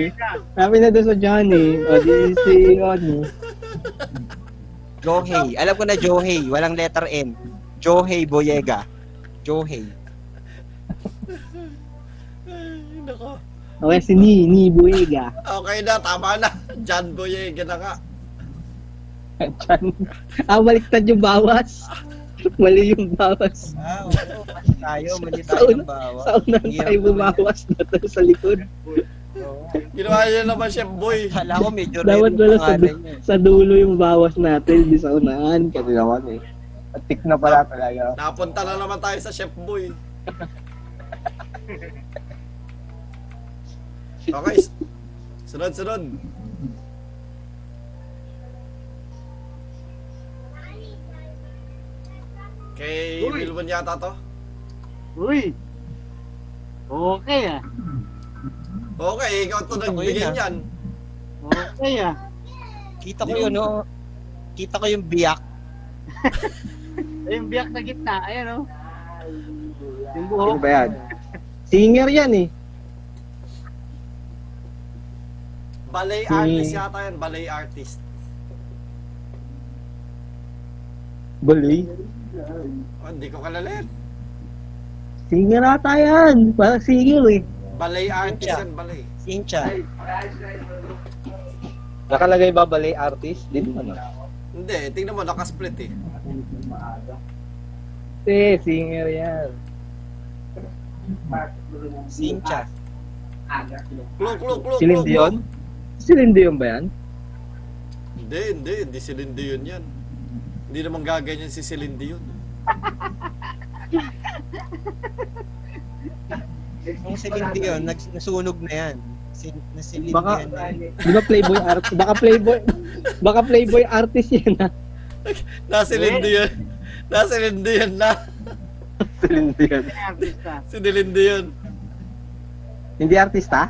Speaker 3: Malapit na doon sa Johnny. O di si Oni.
Speaker 2: Johei. Alam ko na Johei. Walang letter N. Johei Boyega. Johei.
Speaker 1: Ay, nako.
Speaker 3: Okay, si Ni. Ni *laughs* Buega.
Speaker 1: Okay na, tama na. John eh, Boyega na nga.
Speaker 3: Diyan. Ah, baliktad yung bawas. Mali yung bawas.
Speaker 2: Ah, oo.
Speaker 3: *laughs*
Speaker 2: Mali tayo. Mali
Speaker 3: Sa
Speaker 2: tayo ng
Speaker 3: una-
Speaker 2: bawa.
Speaker 3: Sa unang
Speaker 2: Hirap
Speaker 3: tayo
Speaker 2: naman
Speaker 3: bumawas na to sa likod.
Speaker 2: Oo.
Speaker 1: Ginawa niya naman Chef Boy.
Speaker 2: Kala ko medyo red
Speaker 3: Dapat
Speaker 2: yung
Speaker 3: pala sa,
Speaker 2: pangalan
Speaker 3: du-
Speaker 2: niya. eh.
Speaker 3: sa dulo yung bawas natin, di sa unahan. Kasi naman eh. Atik na pala talaga.
Speaker 1: Napunta na naman tayo sa Chef Boy. Okay. s- Sunod, sunod. Kay
Speaker 4: Uy.
Speaker 1: Wilbon yata to.
Speaker 4: Uy! Okay ah.
Speaker 1: Okay, ikaw to
Speaker 2: Ako
Speaker 1: nagbigay
Speaker 2: yun, ah.
Speaker 1: niyan.
Speaker 4: Okay ah.
Speaker 2: Kita ko yun, no? Kita ko yung biyak.
Speaker 4: Ayun, biyak na gitna. Ayan oh. Yung
Speaker 3: Sino
Speaker 4: buhok.
Speaker 3: ba yan? Singer yan eh.
Speaker 1: Ballet
Speaker 3: Hmm.
Speaker 1: artist yata yan, ballet artist.
Speaker 3: Bali.
Speaker 1: Oh, hindi ko kalalit.
Speaker 3: Singer ata yan. Parang singer eh.
Speaker 1: Ballet artist
Speaker 2: siya?
Speaker 1: yan, ballet.
Speaker 2: Sincha.
Speaker 3: Nakalagay ba ballet artist? Di naman ah.
Speaker 1: Hindi, tingnan mo, nakasplit eh.
Speaker 3: Eh, singer yan.
Speaker 2: Sincha.
Speaker 1: Clue, clue, clue,
Speaker 3: Celine
Speaker 1: clue,
Speaker 3: Dion? Celine Dion ba yan?
Speaker 1: Hindi, hindi. Hindi Celine Dion yan. Hindi naman gaganyan si Celine Dion.
Speaker 2: Yung si Lindy yun, nags- nasunog na yan. Si, na si Lindy
Speaker 3: Baka-
Speaker 2: yan eh.
Speaker 3: Di ba playboy art? Baka playboy, baka playboy artist yan ah. ha. Eh?
Speaker 1: Nasilindi yun. Nasilindi yun na.
Speaker 3: Hindi yan.
Speaker 4: Artista,
Speaker 1: Sinilindi yun.
Speaker 3: Hindi artista?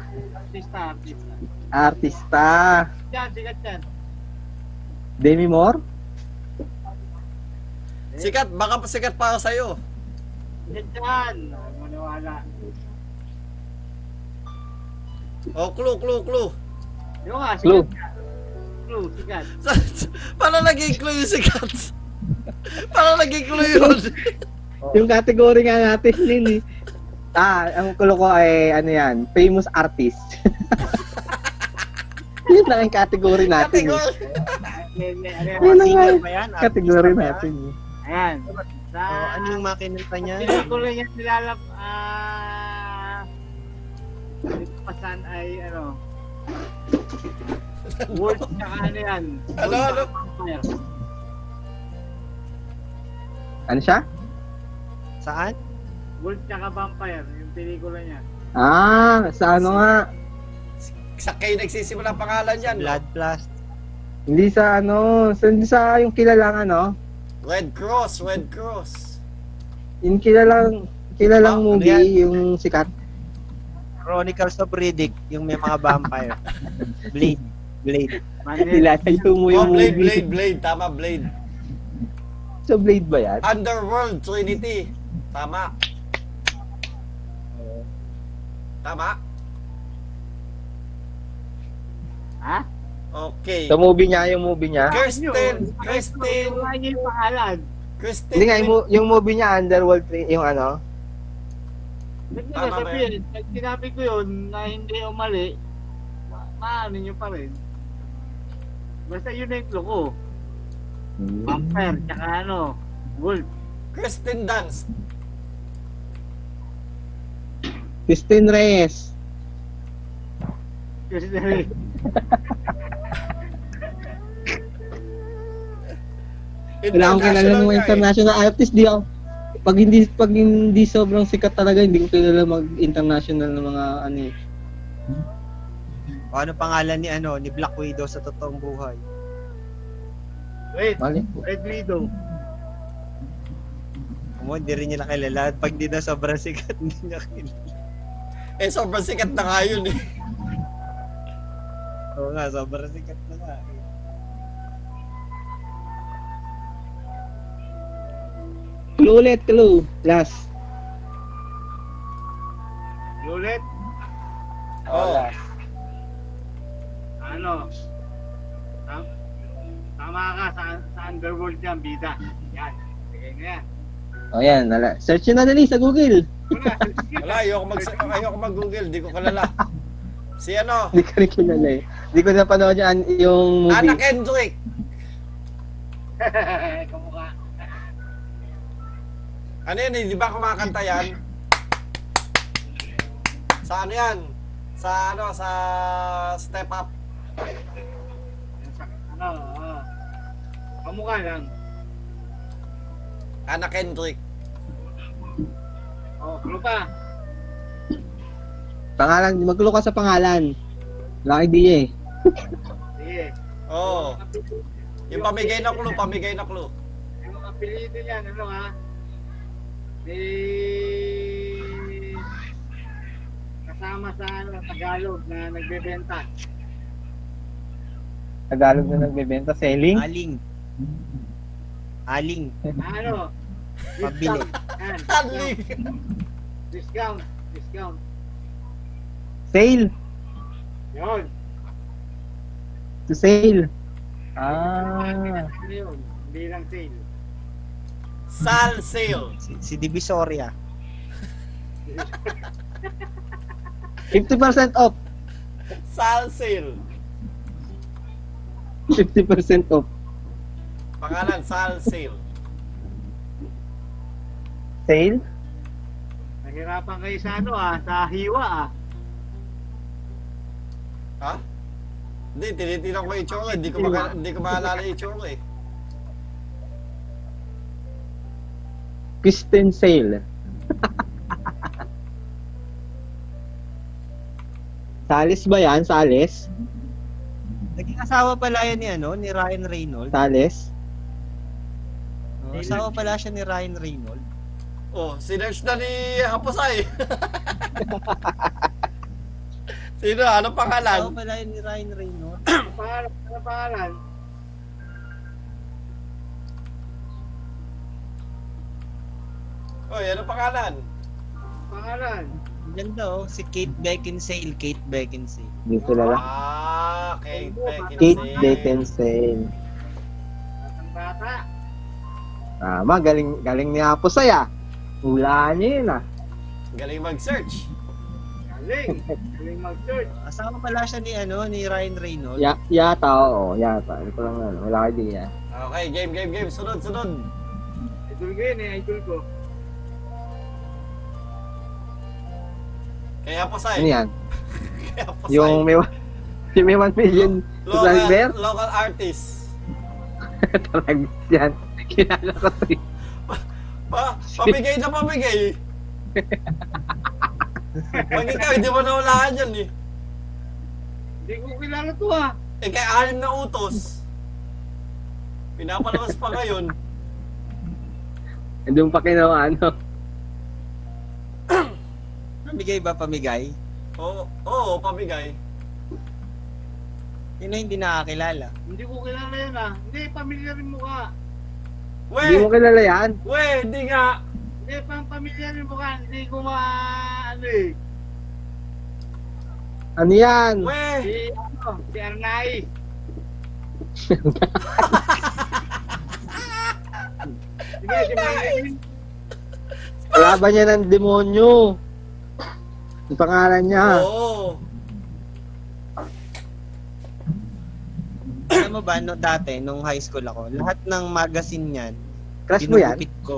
Speaker 4: artista, artista.
Speaker 3: Artista.
Speaker 4: Yan, sikat yan.
Speaker 3: Demi Moore? Eh?
Speaker 1: Sikat, baka pa sikat pa ako sa'yo.
Speaker 4: Yan dyan. Huwag maniwala.
Speaker 1: Oh, clue, clue, *laughs* clue.
Speaker 4: Yung nga, sikat
Speaker 3: Clue.
Speaker 4: yan. Clue, sikat.
Speaker 1: Para naging clue yung sikat. *laughs* Para naging clue yun.
Speaker 3: Yung category nga natin *laughs* yun eh. Ah, ang kulo ko ay ano yan, famous artist. *laughs* yun lang ang category natin eh.
Speaker 1: Kategor-
Speaker 4: May- may- ano yan?
Speaker 3: Yun na nga
Speaker 2: Singer
Speaker 3: yung
Speaker 2: ba yan? Artista ba
Speaker 3: category
Speaker 2: yan?
Speaker 3: natin eh.
Speaker 4: Ayan. Sa...
Speaker 2: Oh, ano yung makinanta niya?
Speaker 4: Sinutuloy niya nilalap, ah... Dito pasan ay, ano... World, tsaka ano yan.
Speaker 1: Ano, ano?
Speaker 4: Vampire.
Speaker 3: Ano siya?
Speaker 2: Saan?
Speaker 4: World, tsaka Vampire. Yung pelikula niya.
Speaker 3: Ah, sa ano nga?
Speaker 1: Sa kayo nagsisimula ang pangalan yan. no?
Speaker 2: Blood Blast.
Speaker 3: Hindi sa ano, sa, hindi sa yung kilalang ano?
Speaker 1: Red Cross, Red Cross.
Speaker 3: Yung kilalang,
Speaker 2: Ah,
Speaker 3: kilalang
Speaker 2: ano
Speaker 3: movie,
Speaker 2: yan?
Speaker 3: yung sikat.
Speaker 2: Chronicles of Riddick, yung may mga
Speaker 3: *laughs*
Speaker 2: vampire. Blade. Blade.
Speaker 4: Manila.
Speaker 3: Nilalayo mo
Speaker 1: Oh,
Speaker 3: yung
Speaker 1: Blade,
Speaker 3: movie.
Speaker 1: Blade, Blade. Tama, Blade.
Speaker 3: So Blade ba yan?
Speaker 1: Underworld Trinity. Tama. Tama?
Speaker 4: Ha?
Speaker 1: Okay.
Speaker 3: Sa movie niya, yung movie niya.
Speaker 1: Kristen, Kristen,
Speaker 4: Yung ano yung pangalan.
Speaker 1: Kristen.
Speaker 3: Hindi nga, yung, mo- yung movie niya, Underworld, yung ano,
Speaker 4: Pag
Speaker 1: Tama ba
Speaker 4: nagsasabi yun, pag sinabi ko yun na hindi o mali, ma- maano nyo pa rin. Basta yun na yung clue ko. Vampire, tsaka ano, wolf.
Speaker 1: Kristen Dunst.
Speaker 3: Christine Reyes.
Speaker 4: Kasi na rin.
Speaker 3: Wala akong kilala
Speaker 1: eh.
Speaker 3: ng mga international artist, di ako. Pag hindi, pag hindi sobrang sikat talaga, hindi ko kilala mag-international ng mga ano eh.
Speaker 2: O ano pangalan ni ano, ni Black Widow sa totoong buhay?
Speaker 4: Wait,
Speaker 3: Mali.
Speaker 4: Red Widow.
Speaker 2: Mo, hindi rin nila kilala. Pag di na sobrang sikat, *laughs* hindi niya kilala.
Speaker 1: Eh, sobrang sikat na nga yun
Speaker 3: *laughs*
Speaker 1: eh.
Speaker 2: Oo nga, sobrang sikat na nga.
Speaker 3: Clue ulit, clue. Last.
Speaker 4: Violet,
Speaker 1: Oh.
Speaker 4: ano, tam tama ka sa, sa underworld yan, bida. Yan, sige na yan.
Speaker 3: O Oh, yan, nala. Search nyo na dali sa Google. *laughs*
Speaker 4: Wala, *laughs*
Speaker 1: Wala, ayoko, mag, ayoko mag-google. Di ko
Speaker 3: *laughs*
Speaker 1: kalala. Si ano?
Speaker 3: Hindi ko rin kilala eh. Hindi ko napanood yan yung
Speaker 1: Anak
Speaker 3: movie.
Speaker 1: Kendrick.
Speaker 4: kamukha.
Speaker 1: Ano yan eh? Di ba kumakanta yan? Sa ano yan? Sa ano? Sa Step Up.
Speaker 4: Ano, oo. kamukha lang.
Speaker 1: Anak Kendrick.
Speaker 4: Oh, clue pa.
Speaker 3: Pangalan, maglo ka sa pangalan. Lucky D eh.
Speaker 4: Sige.
Speaker 1: Oh. Yung pamigay na clue, pamigay na clue.
Speaker 4: Yung apelido niya, ano ha? May... Kasama sa ano, Tagalog na nagbebenta.
Speaker 3: Tagalog na nagbebenta, selling.
Speaker 2: Aling. Aling.
Speaker 4: Na ano?
Speaker 2: Pabili.
Speaker 4: Discount. Yan,
Speaker 1: Hadley.
Speaker 4: Discount. Discount.
Speaker 3: Sale.
Speaker 4: Yun.
Speaker 3: To sale. Ah.
Speaker 4: Ano yun? Bilang sale.
Speaker 1: Sal Sale.
Speaker 2: Si, si Divisoria.
Speaker 3: 50% off.
Speaker 1: Sal Sale.
Speaker 3: 50% off.
Speaker 1: Pangalan, Sal Sale.
Speaker 3: Sale?
Speaker 4: Nahirapan kayo sa ano ah, sa hiwa ah.
Speaker 1: Ha? Hindi, tinitinan ko yung itsura. Hindi ko, maka- hindi ko maalala yung itsura eh.
Speaker 3: Piston sail. Salis ba yan? Salis?
Speaker 2: Naging asawa pala yan ni ano, ni Ryan Reynolds.
Speaker 3: Salis?
Speaker 2: Oh, asawa pala siya ni Ryan Reynolds.
Speaker 1: Oh, sinerge na ni Hapasay. *laughs* Sino? Anong
Speaker 2: Asawa
Speaker 1: pangalan?
Speaker 2: pala yan ni Ryan Reynolds.
Speaker 4: Ang pangalan, ang pangalan.
Speaker 1: Oy, anong pangalan?
Speaker 4: ang Pangalan.
Speaker 2: Ang Ganda oh, si Kate Beckinsale, Kate Beckinsale.
Speaker 3: Hindi ko lala.
Speaker 1: Ah, Kate Beckinsale.
Speaker 3: Kate Beckinsale.
Speaker 4: Ang bata.
Speaker 3: Tama, galing, galing ni Apo Saya. Hulaan niya yun ah.
Speaker 1: Galing mag-search.
Speaker 4: Galing. Galing mag-search.
Speaker 2: Asawa pala siya ni ano, ni Ryan Reynolds.
Speaker 3: Ya, yata, oo, yata. Hindi ko lang ano, wala akong idea.
Speaker 1: Okay, game, game, game. Sunod, sunod.
Speaker 4: Idol ko yun eh, idol ko.
Speaker 1: Kay Hapasay.
Speaker 3: Ano yan?
Speaker 1: Kay Hapasay.
Speaker 3: Yung may, si *laughs* may 1 million subscriber? *laughs*
Speaker 1: local, local artist.
Speaker 3: Talagang yan. Kinala ko to eh.
Speaker 1: Pa, pabigay na
Speaker 3: *laughs*
Speaker 1: pabigay. Pag ikaw, hindi mo nawalaan yan eh.
Speaker 4: Hindi ko kilala to ah.
Speaker 1: Eh, kay anim na utos. Pinapalabas pa ngayon.
Speaker 3: eh. Doon pa kinawa, ano.
Speaker 2: Pamigay ba pamigay?
Speaker 1: Oo, oo, pabigay.
Speaker 2: Yun na hindi nakakilala.
Speaker 4: Hindi ko kilala yan ah. Hindi, pamilyar yung mukha.
Speaker 3: Hindi mo
Speaker 1: We,
Speaker 3: kilala yan?
Speaker 1: we, hindi nga.
Speaker 4: Hindi, pang pamilyar yung mukha. Hindi ko ma... Ano eh.
Speaker 3: Ano yan?
Speaker 1: We,
Speaker 4: Si, ano, si Arnay. Sige, si Marlene.
Speaker 3: Kalaban niya ng demonyo. Ang pangalan niya.
Speaker 1: oo.
Speaker 2: Alam mo ba, no, dati, nung high school ako, lahat ng magazine niyan,
Speaker 3: Crush mo yan?
Speaker 2: dinudupit ko.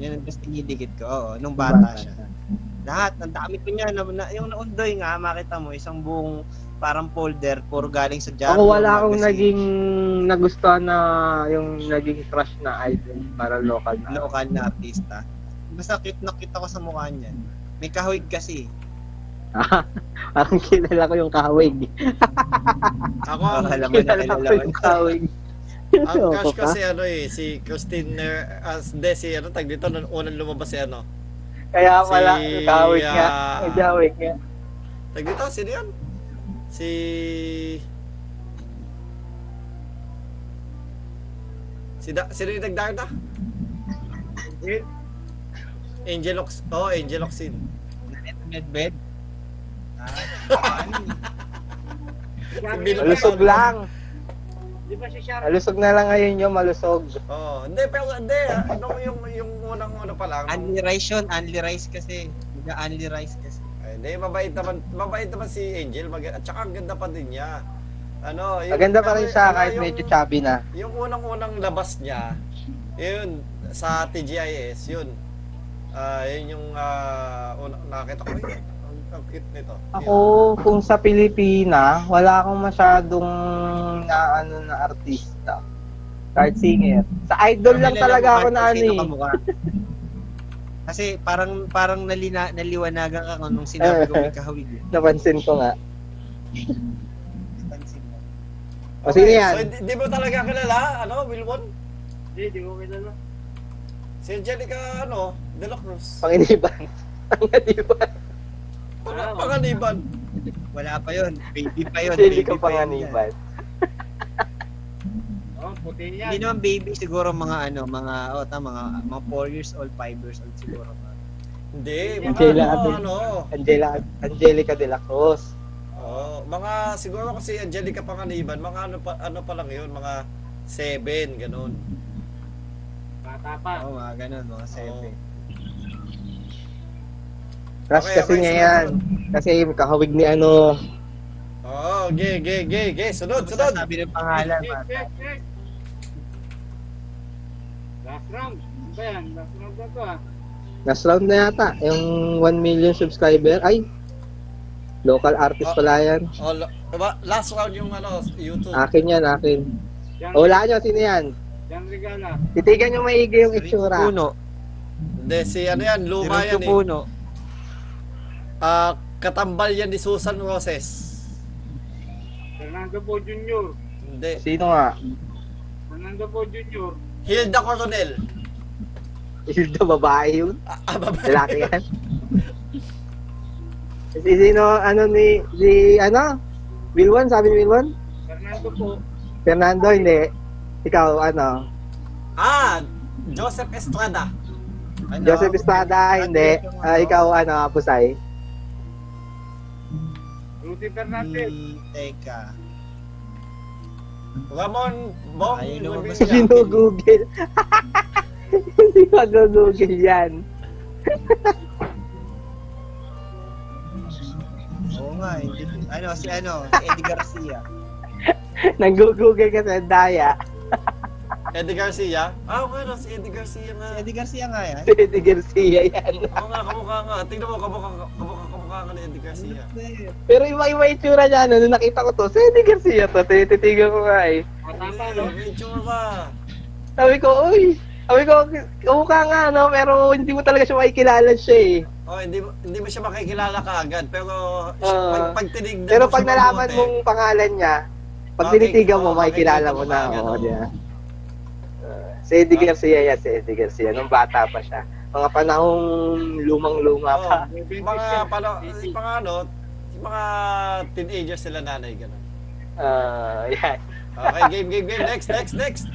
Speaker 2: Yan ang tapos dinidikit ko, oo, nung bata siya. Lahat, ang dami ko niya. Na, na, yung naundoy nga, makita mo, isang buong parang folder, puro galing sa Jaro.
Speaker 3: Ako wala akong
Speaker 2: magazine,
Speaker 3: naging nagustuhan na yung naging crush na idol para local na.
Speaker 2: Local na artista. Basta cute na cute ako sa mukha niyan. May kahawig kasi.
Speaker 3: Parang kilala ko yung kawig.
Speaker 1: Ako,
Speaker 2: Oh,
Speaker 1: ang,
Speaker 3: Ah,
Speaker 2: alam mo na,
Speaker 3: Kilala ko
Speaker 2: alam
Speaker 3: yung
Speaker 2: mo.
Speaker 3: kawig.
Speaker 1: ang
Speaker 3: Loko
Speaker 1: crush
Speaker 3: ka.
Speaker 1: ko si ano eh, si Christine, Ner- as de, si ano, tag dito, nung unang lumabas si ano.
Speaker 3: Kaya pala,
Speaker 1: Si,
Speaker 3: kawig Ah, nga.
Speaker 1: ah,
Speaker 3: May kawig nga.
Speaker 1: Tag dito, sino yun? Si... Si da, sino yung nagdarda?
Speaker 4: Angel?
Speaker 1: Angel Ox, oh, Angel Oxin.
Speaker 2: Medved.
Speaker 4: Sabi
Speaker 1: Bill-
Speaker 4: ko,
Speaker 3: Malusog lang.
Speaker 4: Di ba si Sharon?
Speaker 3: Malusog na lang ngayon yung malusog.
Speaker 1: Oh, hindi, pero hindi, ah, nung yung, yung unang-una pa lang.
Speaker 3: Ano
Speaker 1: nung-
Speaker 2: Anli Rice yun, Anli Rice kasi. Mga Anli Rice kasi.
Speaker 1: Ay, Hindi, mabait naman, mabait naman si Angel. Mag at saka ang ganda pa din niya. Ano, yung,
Speaker 3: Maganda pa rin siya
Speaker 1: ano,
Speaker 3: kahit
Speaker 1: yung-
Speaker 3: medyo chubby na.
Speaker 1: Yung unang-unang labas niya, yun, sa TGIS, yun. Ah, yun yung ah, una- nakita ko rin. Ang, ang cute nito.
Speaker 3: Ako, kung sa Pilipina, wala akong masyadong na ano na artista. Kahit singer. Sa idol lang
Speaker 2: Kilala
Speaker 3: talaga
Speaker 2: mo ba
Speaker 3: ako na
Speaker 2: kung
Speaker 3: ano
Speaker 2: sino
Speaker 3: eh.
Speaker 2: ka mukha? Kasi parang parang nalina, naliwanagan ka nung sinabi ko may kahawig yun.
Speaker 3: Napansin ko nga.
Speaker 2: Pansin mo.
Speaker 3: O Ah, sino yan?
Speaker 1: So, di, di mo talaga kilala, ano, Wilwon?
Speaker 4: Hindi, di ko kilala.
Speaker 1: Si Angelica, ano, De La Cruz.
Speaker 3: Panginiban. Panginiban.
Speaker 1: Pang- Panganiban.
Speaker 2: Wala pa yun. Baby pa yun.
Speaker 3: *laughs* Hindi
Speaker 2: baby
Speaker 3: ka
Speaker 2: pa yun yan.
Speaker 3: panganiban.
Speaker 4: Oh, puti yan.
Speaker 2: Hindi naman baby siguro mga ano, mga oh tama mga mga 4 years old, 5 years old siguro.
Speaker 1: Hindi, mga
Speaker 3: Angela
Speaker 1: ano,
Speaker 3: Abel.
Speaker 1: ano.
Speaker 3: Angela, Angelica de la Cruz.
Speaker 1: Oo, oh, mga siguro kasi Angelica Panganiban, mga ano pa ano pa lang 'yun, mga 7 ganun.
Speaker 4: Bata
Speaker 2: Oo,
Speaker 4: pa.
Speaker 2: Oh, mga ganun, mga 7.
Speaker 3: Crush
Speaker 1: Okay,
Speaker 3: kasi
Speaker 1: okay,
Speaker 3: niya
Speaker 1: sunod,
Speaker 3: yan. Kasi kahawig ni ano.
Speaker 1: Oo, gay, gay, gay, gay. Oh. Sunod,
Speaker 2: Basta
Speaker 1: sunod.
Speaker 2: sabi ng pangalan,
Speaker 4: Check,
Speaker 2: mga
Speaker 4: check, check. Last round. Ano ba yan? Last round na to ah.
Speaker 3: Last round na yata. Yung 1 million subscriber. Ay! Local artist pala yan.
Speaker 1: Oh, lo- ba- last round yung ano, YouTube.
Speaker 3: Akin yan, akin.
Speaker 4: Yan,
Speaker 3: O, Wala nyo, sino yan?
Speaker 4: yan regala.
Speaker 3: Titigan nyo maigi yung itsura.
Speaker 2: Puno.
Speaker 1: Hindi, si ano yan, luma yan eh.
Speaker 7: puno.
Speaker 1: Ah, katambal yan ni Susan Roses.
Speaker 4: Fernando po Jr.
Speaker 1: Hindi.
Speaker 3: Sino nga?
Speaker 4: Fernando po Jr.
Speaker 1: Hilda Coronel.
Speaker 3: Hilda babae yun?
Speaker 1: Ah, ah, babae.
Speaker 3: Lalaki yan? si sino, ano ni, si ano? Wilwon, sabi ni Wilwon?
Speaker 4: Fernando po.
Speaker 3: Fernando, hindi. Ikaw, ano?
Speaker 1: Ah, Joseph Estrada.
Speaker 2: Ano?
Speaker 3: Joseph Estrada, hindi. Ah, ikaw, ano, Pusay?
Speaker 4: Rudy Fernandez.
Speaker 2: Hmm, teka.
Speaker 1: Ramon Bong
Speaker 2: Ayun, lumabas
Speaker 3: *laughs*
Speaker 1: Revilla.
Speaker 2: yan.
Speaker 3: Ginugugil. Hindi ko ginugugil yan.
Speaker 2: Oo nga, hindi. Ano, si ano, si Eddie Garcia.
Speaker 3: Nangugugil ka sa daya. *laughs*
Speaker 1: Eddie Garcia. Ah, okay no, si Eddie Garcia nga.
Speaker 2: Si Eddie Garcia nga yan.
Speaker 3: Si Eddie Garcia yan.
Speaker 1: Oo nga, kamukha nga. Tingnan mo, kamukha, kamukha, kamukha nga ni Eddie Garcia.
Speaker 3: Pero iba-iba yung tsura niya. Ano, nung nakita ko to, si Eddie Garcia to. Tinitigan ko nga eh.
Speaker 4: O, tama, no?
Speaker 1: Ay, may tsura.
Speaker 3: Sabi ko, uy! Sabi ko, kumukha nga, no? Pero hindi mo talaga siya makikilala siya eh.
Speaker 1: Oh, hindi, mo- hindi mo siya makikilala kaagad, pero
Speaker 3: Ah.
Speaker 1: pag, pag tinignan mo
Speaker 3: Pero pag
Speaker 1: siya
Speaker 3: nalaman
Speaker 1: mabuti,
Speaker 3: mong pangalan niya, pag
Speaker 1: Okay,
Speaker 3: tinitigan
Speaker 1: oo,
Speaker 3: mo, makikilala
Speaker 1: makikita
Speaker 3: mo
Speaker 1: mo
Speaker 3: na.
Speaker 1: kaagad,
Speaker 3: Oo,
Speaker 1: oo.
Speaker 3: di ba? Ah, si Eddie Garcia yan, si Eddie Garcia. Nung bata pa siya. Mga panahong lumang-luma pa.
Speaker 1: oh, mga, pano, mga ano, mga teenagers sila nanay, gano'n.
Speaker 3: Ah, yan.
Speaker 1: Okay, game, game, game. Next, next, next.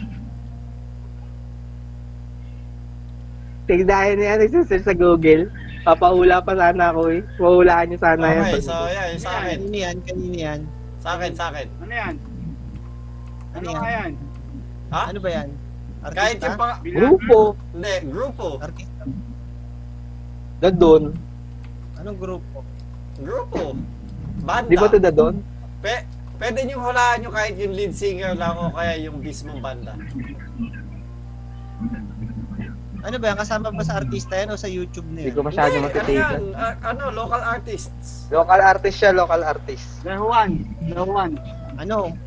Speaker 3: Tigdahin niya, nagsisearch sa Google. Papahula pa sana ako eh. Pahulaan niyo sana yan.
Speaker 1: Okay, so yan, yung eh, sa akin.
Speaker 2: Kanino yan? Kanino yan?
Speaker 1: Sa akin, sa akin.
Speaker 4: Ano yan? Ano
Speaker 2: Ano yan?
Speaker 4: nga yan?
Speaker 1: Ha?
Speaker 2: Ano ba yan? Artista?
Speaker 1: Kahit yung pang...
Speaker 4: Bilanggo?
Speaker 3: Grupo.
Speaker 1: Hindi, grupo.
Speaker 2: Artista?
Speaker 3: Dadon.
Speaker 2: Anong grupo?
Speaker 1: Grupo. Banda.
Speaker 3: Di ba ito Dadon?
Speaker 1: Pe, pwede nyo hulaan nyo kahit yung lead singer lang o kaya yung mismong banda.
Speaker 2: Ano ba yan? Kasama ba sa artista yan o sa YouTube na
Speaker 3: Hindi
Speaker 2: yan?
Speaker 3: ko
Speaker 1: Hindi,
Speaker 3: masyado
Speaker 1: ano yan?
Speaker 3: matitigan.
Speaker 1: Ah, ano, local artists.
Speaker 3: Local artist siya, local artist.
Speaker 4: The Juan. The Juan.
Speaker 2: Ano?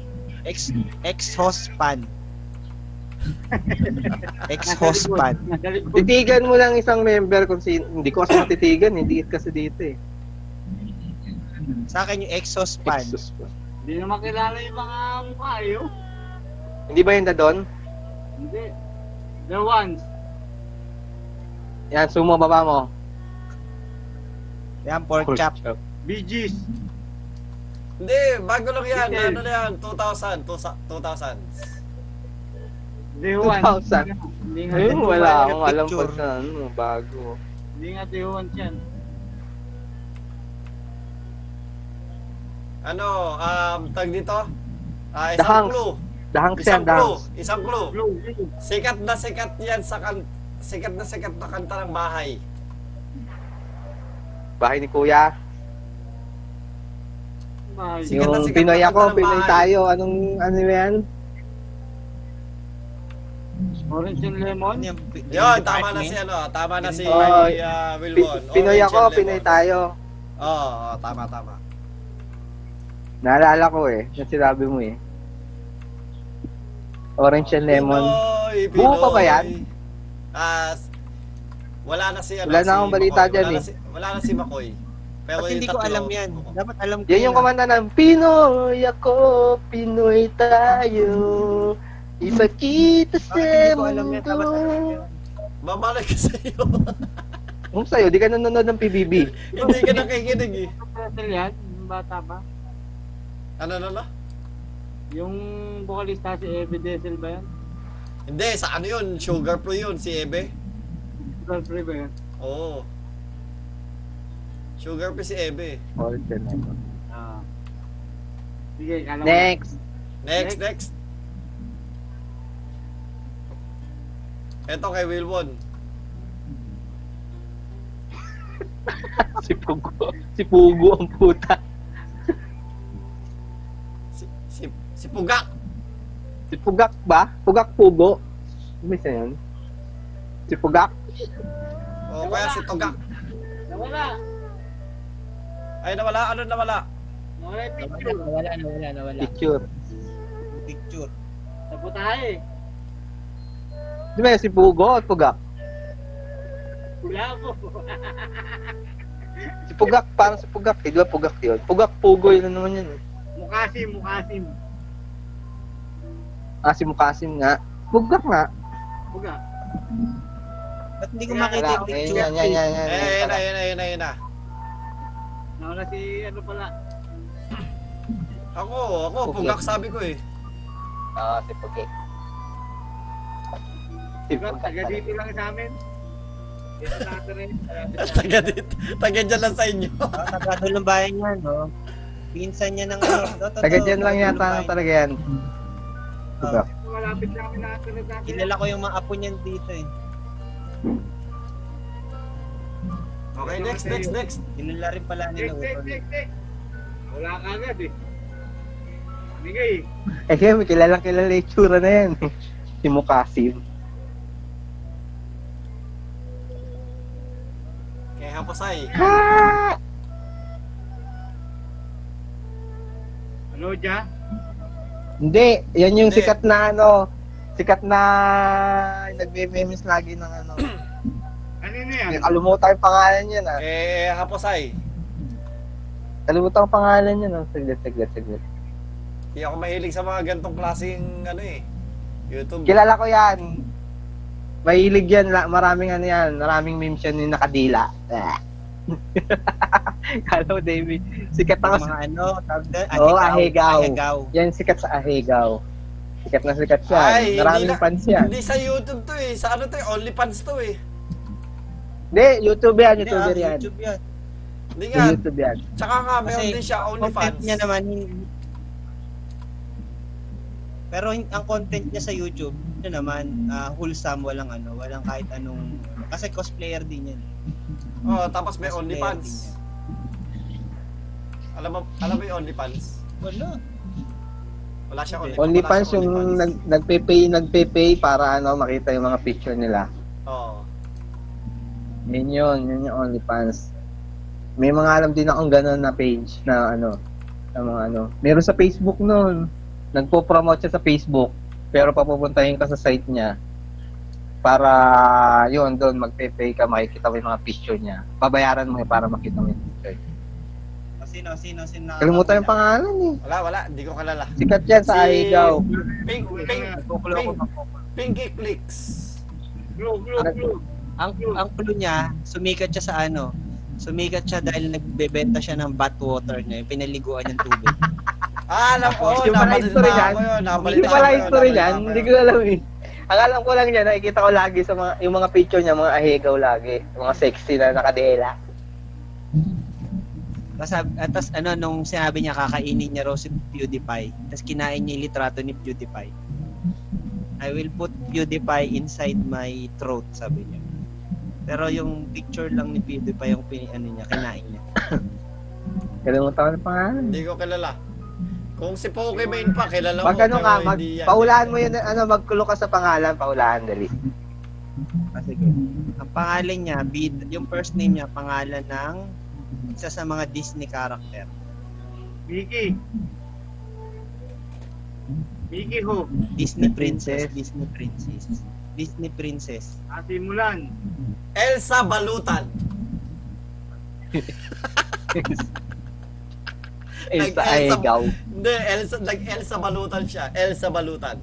Speaker 2: Ex
Speaker 3: *laughs*
Speaker 2: ex-hospan. ex-hospan.
Speaker 4: Nagalikod.
Speaker 3: Titigan mo lang isang member kung sino. Hindi ko kasi matitigan, hindi it kasi dito eh.
Speaker 2: Sa akin yung ex-hospan.
Speaker 3: Jesus po.
Speaker 4: Hindi na makilala yung mga mukha eh, oh.
Speaker 3: Hindi ba yung Dadon?
Speaker 4: Hindi. The Juan.
Speaker 3: Yan, sumo baba mo.
Speaker 2: Yan, pork chop.
Speaker 4: Bee Gees.
Speaker 1: Hindi, bago lang yan.
Speaker 4: Detail.
Speaker 1: Ano na yan? 2000, 2000.
Speaker 4: The Juan.
Speaker 3: 2000.
Speaker 4: Hindi nga,
Speaker 3: Ayun,
Speaker 2: Dadon,
Speaker 3: wala
Speaker 2: wala
Speaker 3: akong
Speaker 2: na
Speaker 3: alam
Speaker 2: picture.
Speaker 3: pa sa ano, bago.
Speaker 4: hindi nga The Juan yan.
Speaker 1: Ano, um, tag dito? Ah,
Speaker 3: The
Speaker 1: isang
Speaker 3: Hunks.
Speaker 1: clue.
Speaker 3: Dahang siya,
Speaker 1: Isang clue.
Speaker 3: dahang.
Speaker 1: Isang clue.
Speaker 4: Blue, blue.
Speaker 1: Sikat na sikat yan sa kan sikat na sikat na kanta ng bahay.
Speaker 3: Bahay ni Kuya.
Speaker 4: Ay,
Speaker 1: Sige. Sikat na
Speaker 3: Yung
Speaker 1: sikat
Speaker 3: Pinoy
Speaker 1: na
Speaker 3: ako,
Speaker 1: kanta ng
Speaker 3: Pinoy
Speaker 1: bahay.
Speaker 3: tayo. Anong, ano yan?
Speaker 4: Orange and Lemon.
Speaker 2: Ano yung-
Speaker 1: Yun,
Speaker 2: yung
Speaker 1: tama na
Speaker 2: department?
Speaker 1: si ano, tama na si
Speaker 3: Oo.
Speaker 1: ah,
Speaker 3: Pi-
Speaker 1: Wilwon.
Speaker 3: Pinoy
Speaker 1: Orange
Speaker 3: ako,
Speaker 1: and
Speaker 3: Pinoy
Speaker 1: lemon.
Speaker 3: tayo.
Speaker 1: Oo, oo, tama, tama.
Speaker 3: Naalala ko eh, yung sinabi mo eh. Orange and lemon.
Speaker 1: Pinoy,
Speaker 3: Buo pa ba yan?
Speaker 1: Ah, s- wala na si ano,
Speaker 3: Wala na
Speaker 1: si
Speaker 3: akong balita
Speaker 1: Makoy.
Speaker 3: dyan
Speaker 1: wala Na
Speaker 3: eh.
Speaker 1: si, wala na si Makoy. Pero
Speaker 2: Ba't
Speaker 1: yung
Speaker 2: hindi ko
Speaker 1: tatlo,
Speaker 2: alam yan?
Speaker 1: oo.
Speaker 2: Dapat alam ko
Speaker 3: Yan yung
Speaker 2: ah.
Speaker 3: kumanta ng Pinoy ako, Pinoy tayo. Iba kita
Speaker 2: Bakit
Speaker 3: sa
Speaker 2: hindi ko alam yan? Dapat alam ko
Speaker 3: mundo.
Speaker 2: yan.
Speaker 1: Mamalay ka *laughs* sa'yo.
Speaker 3: Kung sa'yo, di ka nanonood ng PBB.
Speaker 1: hindi ka nakikinig eh.
Speaker 4: Turtle yan, yung bata ba?
Speaker 1: Ano, ano, ano?
Speaker 4: Yung vocalista si Ebe Dessel ba yan?
Speaker 1: Hindi, sa ano yun? Sugar Pro yun, si Ebe.
Speaker 4: Girl Free ba yan?
Speaker 1: Oo. Sugar Pro si Ebe.
Speaker 4: Ah. Sige, kala ko-
Speaker 3: Next.
Speaker 1: Next, next. Eto kay Wilwon.
Speaker 3: Si Pugo. Si Pugo ang puta.
Speaker 1: Si, si, si Pugak.
Speaker 3: Si Pugak ba? Pugak Pugo. May isa yun? Si Pugak?
Speaker 1: O kaya si Tugak.
Speaker 4: Nawala!
Speaker 1: Ay, nawala. Ano nawala?
Speaker 4: Nawala yung
Speaker 5: Nawala,
Speaker 4: picture!
Speaker 5: nawala, nawala, nawala.
Speaker 3: Picture.
Speaker 2: Picture.
Speaker 4: Tapos tayo eh!
Speaker 3: Di ba yun, si Pugo at Pugak?
Speaker 4: Wala ko.
Speaker 7: Si Pugak, parang si Pugak. Eh, di ba Pugak yun? Pugak, Pugoy, ano naman yun? eh.
Speaker 4: *laughs* Mukasim, mukasim.
Speaker 7: Ah, si Mukasim nga. Pugak nga.
Speaker 4: Buga.
Speaker 2: Ba't hindi ko
Speaker 4: Wala,
Speaker 2: makita
Speaker 4: wala.
Speaker 2: yung
Speaker 3: Ayan,
Speaker 2: picture?
Speaker 3: yan, yan, yan, yan.
Speaker 7: nah.
Speaker 1: Eh, yun na, yun na, yun na, yun na.
Speaker 4: Nauna si ano pala.
Speaker 1: Ako, ako, pugak sabi ko eh. *laughs*
Speaker 3: Oh,
Speaker 7: Ah, si Pugak. Si
Speaker 4: Buga,
Speaker 7: Pugak.
Speaker 4: taga dito lang sa amin. Dito sa atin rin.
Speaker 1: taga dito, taga dyan lang sa inyo.
Speaker 2: Oh, taga ng bayan yan, no? Pinsan niya ng ano. no, totoo,
Speaker 3: Taga dyan lang
Speaker 2: Dulumbayan.
Speaker 3: yata talaga yan.
Speaker 2: Oh,
Speaker 4: Malapit lang kami natin sa atin.
Speaker 2: Kilala ko yung mga apo niyan dito eh.
Speaker 1: Okay, next, next, next.
Speaker 2: Kilala rin pala nila.
Speaker 4: Next, next,
Speaker 1: ano.
Speaker 2: Utol.
Speaker 4: next, next. Wala ka agad eh. Bigay.
Speaker 3: Eh, kaya may kilalang kilala yung tsura na yan. si Mukasim.
Speaker 1: Kay Hapasay.
Speaker 4: Ano dyan?
Speaker 3: Hindi, yan yung
Speaker 1: Hindi.
Speaker 3: sikat na ano, sikat na nagme-memes lagi ng ano.
Speaker 4: Ano na yan?
Speaker 3: Nakalimutan yung pangalan niya na.
Speaker 1: Eh, Hapasay.
Speaker 3: Nakalimutan yung pangalan niya na. Saglit, saglit, saglit.
Speaker 1: Hindi ako mahilig sa mga gantong klaseng ano eh. YouTube.
Speaker 3: Kilala ko yan. Mahilig yan. la- Maraming ano yan. Maraming memes yan yung nakadila. *laughs* Ah. Kala mo, David. Sikat
Speaker 2: Yung
Speaker 3: na kasi.
Speaker 2: mga ano, tawag doon,
Speaker 3: Oo, ahigaw.
Speaker 2: ahigaw.
Speaker 3: Yan sikat sa Ahigaw. Sikat na sikat siya.
Speaker 1: Ay, hindi
Speaker 3: Maraming
Speaker 1: na-
Speaker 3: fans yan.
Speaker 1: Hindi sa YouTube to eh. Sa ano to eh. OnlyFans to eh.
Speaker 3: Hindi, YouTube yan.
Speaker 2: Hindi, ah,
Speaker 3: YouTuber yan.
Speaker 2: YouTube yan.
Speaker 1: Hindi nga.
Speaker 3: YouTube yan.
Speaker 1: Tsaka nga, meron
Speaker 2: Kasi
Speaker 1: din siya
Speaker 2: Content
Speaker 1: OnlyFans.
Speaker 2: niya naman, hindi. Pero hin- ang content niya sa YouTube, yun naman, ah, wholesome, walang ano, walang kahit anong... Kasi cosplayer din yan.
Speaker 1: Oh, tapos may
Speaker 2: Cosplayer din
Speaker 1: OnlyFans.
Speaker 2: yan.
Speaker 1: Alam mo, alam mo yung OnlyFans?
Speaker 2: Wala.
Speaker 1: Wala siya OnlyFans.
Speaker 2: Hindi.
Speaker 1: wala
Speaker 3: OnlyFans
Speaker 1: siyang
Speaker 3: yung
Speaker 1: OnlyFans.
Speaker 3: nag, nagpe-pay, nagpe-pay para ano, makita yung mga picture nila.
Speaker 1: Oo.
Speaker 3: Yun yun, yun yung OnlyFans. May mga alam din akong ganun na page na ano, na mga ano. Meron sa Facebook nun. Nagpo-promote siya sa Facebook, pero papupuntahin ka sa site niya para yun doon magpe-pay ka makikita mo yung mga picture niya. Babayaran mo eh para makita mo yung picture.
Speaker 2: O, Sino, sino, sino?
Speaker 3: Kalimutan yung pangalan eh.
Speaker 1: Wala, wala. Hindi ko kalala.
Speaker 3: Sikat yan sa
Speaker 1: Si-
Speaker 3: Aigaw.
Speaker 1: Pink, pink, pink, pinky clicks.
Speaker 4: Glue, glue,
Speaker 1: ano?
Speaker 4: glue.
Speaker 2: Ang, ang clue niya, sumikat siya sa ano, sumikat siya dahil nagbebenta siya ng bath water niya, yung pinaliguan ng tubig.
Speaker 1: Ah, alam ko.
Speaker 3: Yung pala
Speaker 1: nabalita
Speaker 3: history
Speaker 1: ko
Speaker 3: niyan.
Speaker 1: yun.
Speaker 3: Hindi
Speaker 1: nabalita ko
Speaker 3: pala
Speaker 1: yun,
Speaker 3: history
Speaker 1: nabalita
Speaker 3: niyan,
Speaker 1: ko
Speaker 3: hindi
Speaker 1: yun.
Speaker 3: ko alam eh. Ang alam ko lang niya, nakikita ko lagi sa mga, yung mga picture niya, mga ahigaw lagi. Yung Mga sexy na nakadela.
Speaker 2: Tapos, sab- at tas, ano, nung sinabi niya kakainin niya raw si PewDiePie, tapos kinain niya yung litrato ni PewDiePie. I will put PewDiePie inside my throat, sabi niya. Pero yung picture lang ni PewDiePie yung pin, ano niya, kinain niya.
Speaker 3: Kalimutan ko na pangalan.
Speaker 1: Hindi ko kilala. Kung si Pokemon pa, kilala
Speaker 3: Pag
Speaker 1: mo.
Speaker 3: ano ka, mag,
Speaker 1: hindi yan.
Speaker 3: paulaan mo yun, ano, magkulo ka sa pangalan, paulaan,
Speaker 1: *laughs*
Speaker 3: dali.
Speaker 2: Ah, sige. Ang pangalan niya, bid, yung first name niya, pangalan ng isa sa mga Disney character.
Speaker 4: Mickey. Mickey ho.
Speaker 2: Disney princess, Disney princess. Disney princess.
Speaker 4: Ate Mulan.
Speaker 1: Elsa Balutan.
Speaker 3: Eh, sa
Speaker 1: Nag-Elsa
Speaker 3: ahigaw.
Speaker 1: Hindi, Elsa, nag-Elsa Balutan siya. Elsa Balutan.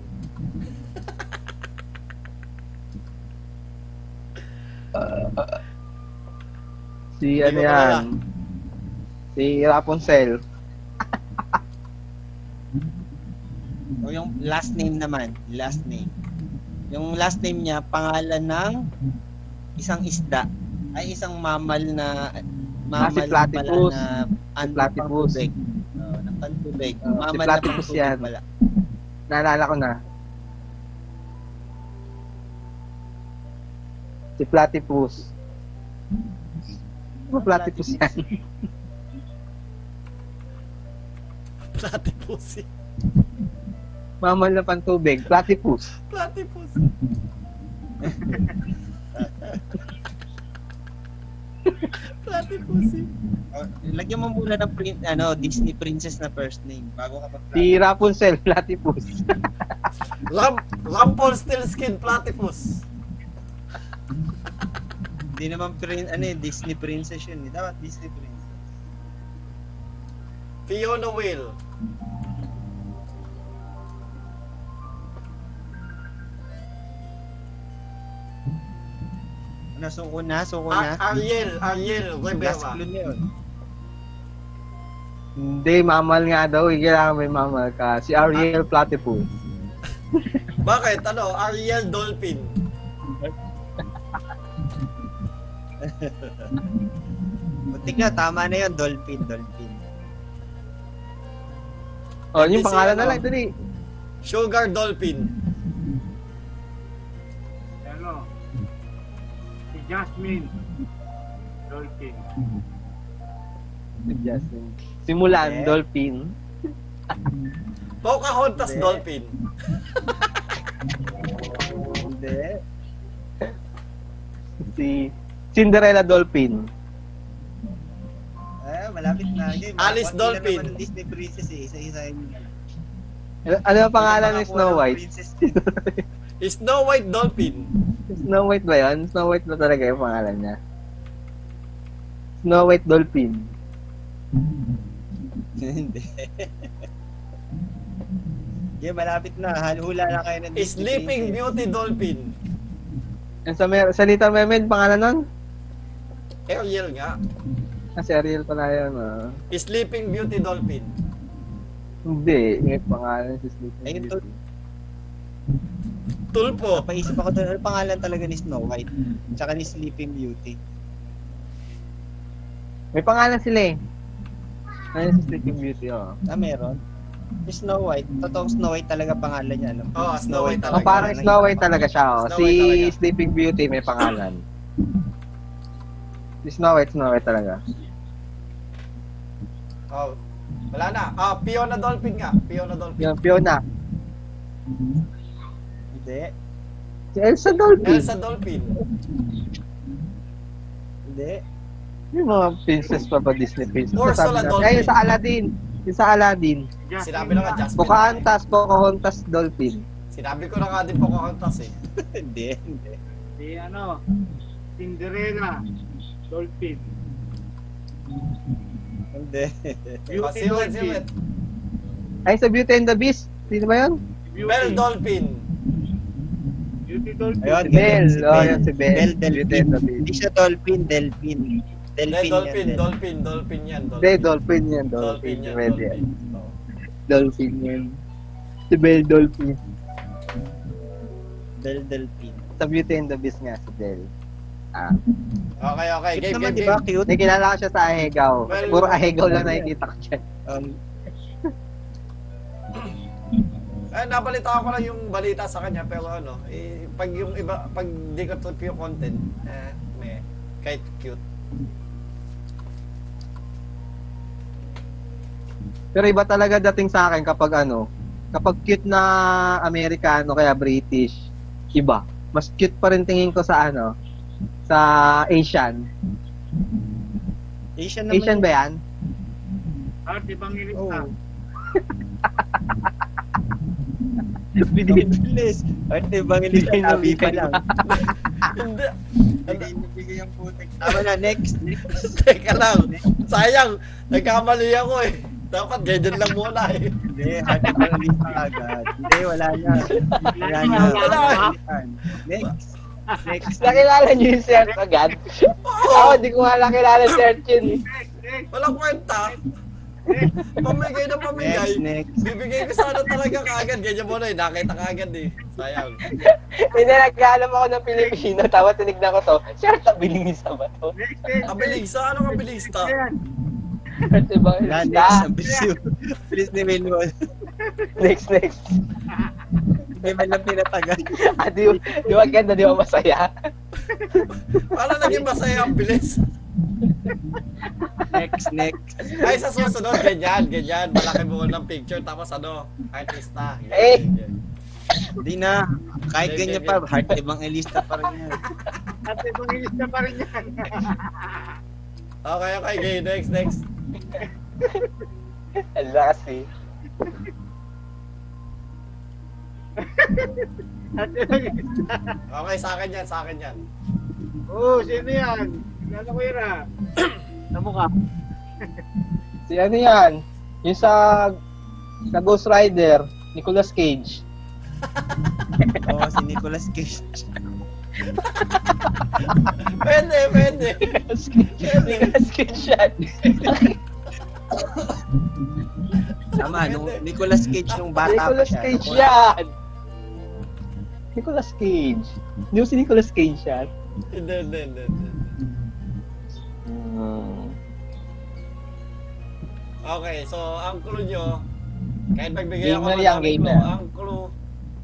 Speaker 3: Si
Speaker 1: Hindi
Speaker 3: ano
Speaker 1: ko
Speaker 3: yan. Si Rapunzel.
Speaker 2: O yung last name naman, last name. Yung last name niya, pangalan ng isang isda. Ay, isang mamal na
Speaker 3: Ah, si
Speaker 2: mamal na
Speaker 3: platypus.
Speaker 2: pala na ano,
Speaker 3: platypus.
Speaker 2: pangtubig. Oo, ng pantubig.
Speaker 3: Oo, si
Speaker 2: mamal na
Speaker 3: platypus
Speaker 2: pantubig
Speaker 3: yan.
Speaker 2: pala.
Speaker 3: Naalala ko na. Si Platypus. Ano Platypus yan?
Speaker 1: Platypus. eh.
Speaker 3: Mamal na pantubig. Platypus.
Speaker 2: *laughs*
Speaker 1: Platypus. Platypus. eh.
Speaker 2: O, Oh, Lagyan mo muna ng prin, ano, Disney princess na first name bago ka mag
Speaker 3: Si Rapunzel, *laughs* Platypus.
Speaker 1: Lam Lampol Skin Platypus.
Speaker 2: Hindi naman prin, ano yun, Disney princess yun. eh. Dapat Disney princess.
Speaker 1: Fiona Will.
Speaker 2: Ano, suko na, suko
Speaker 1: Ar-
Speaker 2: na.
Speaker 1: Ariel, Ariel Rivera.
Speaker 2: Last clue na yun.
Speaker 3: Hindi, mamal nga daw. eh. Kailangan may mamal ka. Si Ariel Platypus.
Speaker 1: Bakit? Ano? Ariel Dolphin.
Speaker 2: Butik na, tama na yun. Dolphin, dolphin.
Speaker 3: Oh,
Speaker 1: Hindi
Speaker 3: yung
Speaker 1: si
Speaker 3: pangalan na
Speaker 1: ano.
Speaker 3: lang, dali.
Speaker 1: Sugar Dolphin.
Speaker 4: Ano? Si Jasmine. Dolphin.
Speaker 3: Justin. Simulan,
Speaker 2: Eh.
Speaker 3: Dolphin.
Speaker 1: Pocahontas
Speaker 2: Hindi.
Speaker 1: Dolphin.
Speaker 2: Hindi.
Speaker 3: Si Cinderella Dolphin.
Speaker 2: Eh, malapit na. Yun,
Speaker 1: Alice
Speaker 2: konti na
Speaker 1: Dolphin.
Speaker 2: naman ang Disney princess eh. Isa-isa yun.
Speaker 3: Ano- Ano ang pangalan ni Snow White?
Speaker 2: Princess.
Speaker 1: Snow White Dolphin.
Speaker 3: Snow White ba yun? Snow White na talaga yung pangalan niya. Snow White Dolphin.
Speaker 2: Hindi. Yeah, malapit na. Hal- Hula na kayo ng Disney
Speaker 1: Sleeping
Speaker 2: princess.
Speaker 1: Beauty Dolphin.
Speaker 3: Yung sa, mer- sa Little Mermaid, pangalan nun?
Speaker 1: Ariel nga.
Speaker 3: Ah, si Ariel pala yun, ah.
Speaker 1: Sleeping Beauty Dolphin.
Speaker 3: Hindi, may pangalan si Sleeping
Speaker 2: Ayun,
Speaker 3: Beauty.
Speaker 1: Tulpo.
Speaker 2: Napaisip ako doon, ano pangalan talaga ni Snow White? Tsaka ni Sleeping Beauty.
Speaker 3: May pangalan sila eh. Ayun si Sleeping Beauty, oh.
Speaker 2: Ah, meron? Si Snow White. Totoong Snow White talaga pangalan niya, alam ko.
Speaker 1: Oo, Snow White
Speaker 3: Oh,
Speaker 1: talaga.
Speaker 3: parang Snow White talaga siya, oh.
Speaker 1: Snow
Speaker 3: si
Speaker 1: White talaga.
Speaker 3: Sleeping Beauty may pangalan. si Snow White, Snow White talaga.
Speaker 1: Oh. Wala na. Ah, Fiona Dolphin nga. Fiona Dolphin.
Speaker 3: Yung Fiona.
Speaker 2: Hindi,
Speaker 3: Si Elsa Dolphin.
Speaker 1: Elsa Dolphin.
Speaker 2: hindi.
Speaker 3: Yung mga princess pa ba Disney princess?
Speaker 1: Ursula
Speaker 3: Sabi na-
Speaker 1: Dolphin.
Speaker 3: Ay, yung sa Aladdin. Yung sa Aladdin.
Speaker 4: Jasmine
Speaker 1: Sinabi na nga
Speaker 4: ba?
Speaker 1: Jasmine.
Speaker 3: Pocahontas, Pocahontas Dolphin.
Speaker 1: Sinabi ko na nga din Pocahontas eh.
Speaker 2: Hindi, hindi.
Speaker 4: Si ano? Cinderella. Dolphin.
Speaker 2: Hindi.
Speaker 1: Oh,
Speaker 4: Beauty
Speaker 1: silhouette,
Speaker 4: Dolphin.
Speaker 1: silhouette.
Speaker 3: Ay, sa Beauty and the Beast. Sino ba yun?
Speaker 4: Beauty.
Speaker 1: Belle Dolphin.
Speaker 4: Beauty Dolphin.
Speaker 2: Ayun,
Speaker 3: Si Belle.
Speaker 2: ganyan,
Speaker 3: Oh, yun si Belle.
Speaker 2: Belle
Speaker 3: Beauty and
Speaker 2: Delphine.
Speaker 3: the Beast.
Speaker 2: Hindi siya Dolphin, Delphine.
Speaker 1: Hindi,
Speaker 2: Delphine
Speaker 1: Dolphin,
Speaker 2: yan.
Speaker 1: Dolphin, Dolphin yan.
Speaker 3: Hindi, Dolphin yan.
Speaker 1: Dolphin
Speaker 3: Dolphin.
Speaker 1: yan.
Speaker 3: Red yan.
Speaker 1: Dolphin. Oh. Oo.
Speaker 3: Dolphin yan. Si Belle Dolphin.
Speaker 2: Belle Delphine.
Speaker 3: Sa Beauty and the Beast nga si Belle. Ah.
Speaker 1: Okay, okay.
Speaker 2: Cute
Speaker 1: Game,
Speaker 2: naman,
Speaker 1: game,
Speaker 2: di ba?
Speaker 1: game.
Speaker 2: Cute.
Speaker 3: Nakilala ko siya sa Ahegaw.
Speaker 1: Well,
Speaker 3: Puro Ahegaw lang nakikita ko siya.
Speaker 2: Um,
Speaker 1: Eh, nabalita ko lang yung balita sa kanya, pero ano, eh, pag yung iba, pag di ko trip yung content, eh, may, kahit cute.
Speaker 3: Pero iba talaga dating sa akin kapag ano, kapag cute na Amerikano kaya British, iba. Mas cute pa rin tingin ko sa ano, sa Asian.
Speaker 2: Asian naman.
Speaker 3: Asian ba yan?
Speaker 4: Ah, di bang inis
Speaker 2: Oo.
Speaker 4: na?
Speaker 1: Oh.
Speaker 2: Ang bilis. Ay, ibang ilis
Speaker 3: Bigay na
Speaker 2: na sabi pa
Speaker 3: bigay.
Speaker 2: lang.
Speaker 1: Ah, Hindi,
Speaker 2: Bigay na bigay ang putik. Tama na, next. next.
Speaker 1: teka lang. Sayang, nagkamali ako eh. Dapat ganyan lang muna eh.
Speaker 2: Hindi, hati ko ulit pa agad. Hindi, wala na. Wala na.
Speaker 1: Wala.
Speaker 2: Next. Next.
Speaker 3: Nakilala niyo yung Sert agad? Oo, di ko nga nakilala Sert yun.
Speaker 4: Next, next,
Speaker 1: Walang kwenta.
Speaker 4: next.
Speaker 1: Pamigay na pamigay.
Speaker 2: Next, next.
Speaker 1: Bibigay ko sana talaga kaagad. Ganyan muna eh. Nakita kaagad eh. Sayang.
Speaker 3: Hindi, nagkaalam ako ng Pilipino, tapos tinignan ko to, Sert, nabilingisa ba to?
Speaker 4: Next, next.
Speaker 1: Kabiligsa, ano kabiligsa?
Speaker 4: Yan.
Speaker 3: Sert, iba?
Speaker 2: Wala, next. Ang bilis yun. Bilis ni Melon.
Speaker 3: Next, next.
Speaker 2: Hindi man lang pinatagal.
Speaker 3: Ah, di, di ba ganda, di ba masaya? *laughs*
Speaker 1: Para naging masaya ang bilis.
Speaker 2: Next, next.
Speaker 1: Ay, sa susunod, ganyan, ganyan. Malaki buo ng picture, tapos ano, artista. Ganyan,
Speaker 3: Eh.
Speaker 1: ganyan.
Speaker 2: Hindi na. Kahit ganyan pa, heart ibang elista pa rin yan.
Speaker 4: At ibang inis na pa rin yan. *laughs*
Speaker 1: Okay, okay, okay. Next, next.
Speaker 3: Ang lakas eh.
Speaker 4: At ibang inis na.
Speaker 1: Okay, sa akin yan, sa akin yan.
Speaker 4: Oo, Oo, Oh, sino yan? Kilala ko yun ah. *clears throat* Sa mukha.
Speaker 3: Si ano yan? Yung sa, sa Ghost Rider, Nicolas Cage.
Speaker 2: Oo, si Nicolas Cage.
Speaker 1: Pwede, pwede. Pwede.
Speaker 7: Nicolas Cage yan.
Speaker 2: Tama, nung Nicolas Cage nung bata
Speaker 7: Nicolas
Speaker 2: pa siya.
Speaker 7: Cage yan.
Speaker 3: Nicolas Cage. Hindi mo si Nicolas Cage yan?
Speaker 1: Hindi, hindi, hindi, hindi.
Speaker 2: Hmm.
Speaker 1: Okay, so ang clue nyo, kahit magbigay
Speaker 3: Game
Speaker 1: ako
Speaker 3: na
Speaker 1: ng
Speaker 3: yan,
Speaker 1: daming
Speaker 3: game
Speaker 1: clue,
Speaker 3: na.
Speaker 1: ang clue,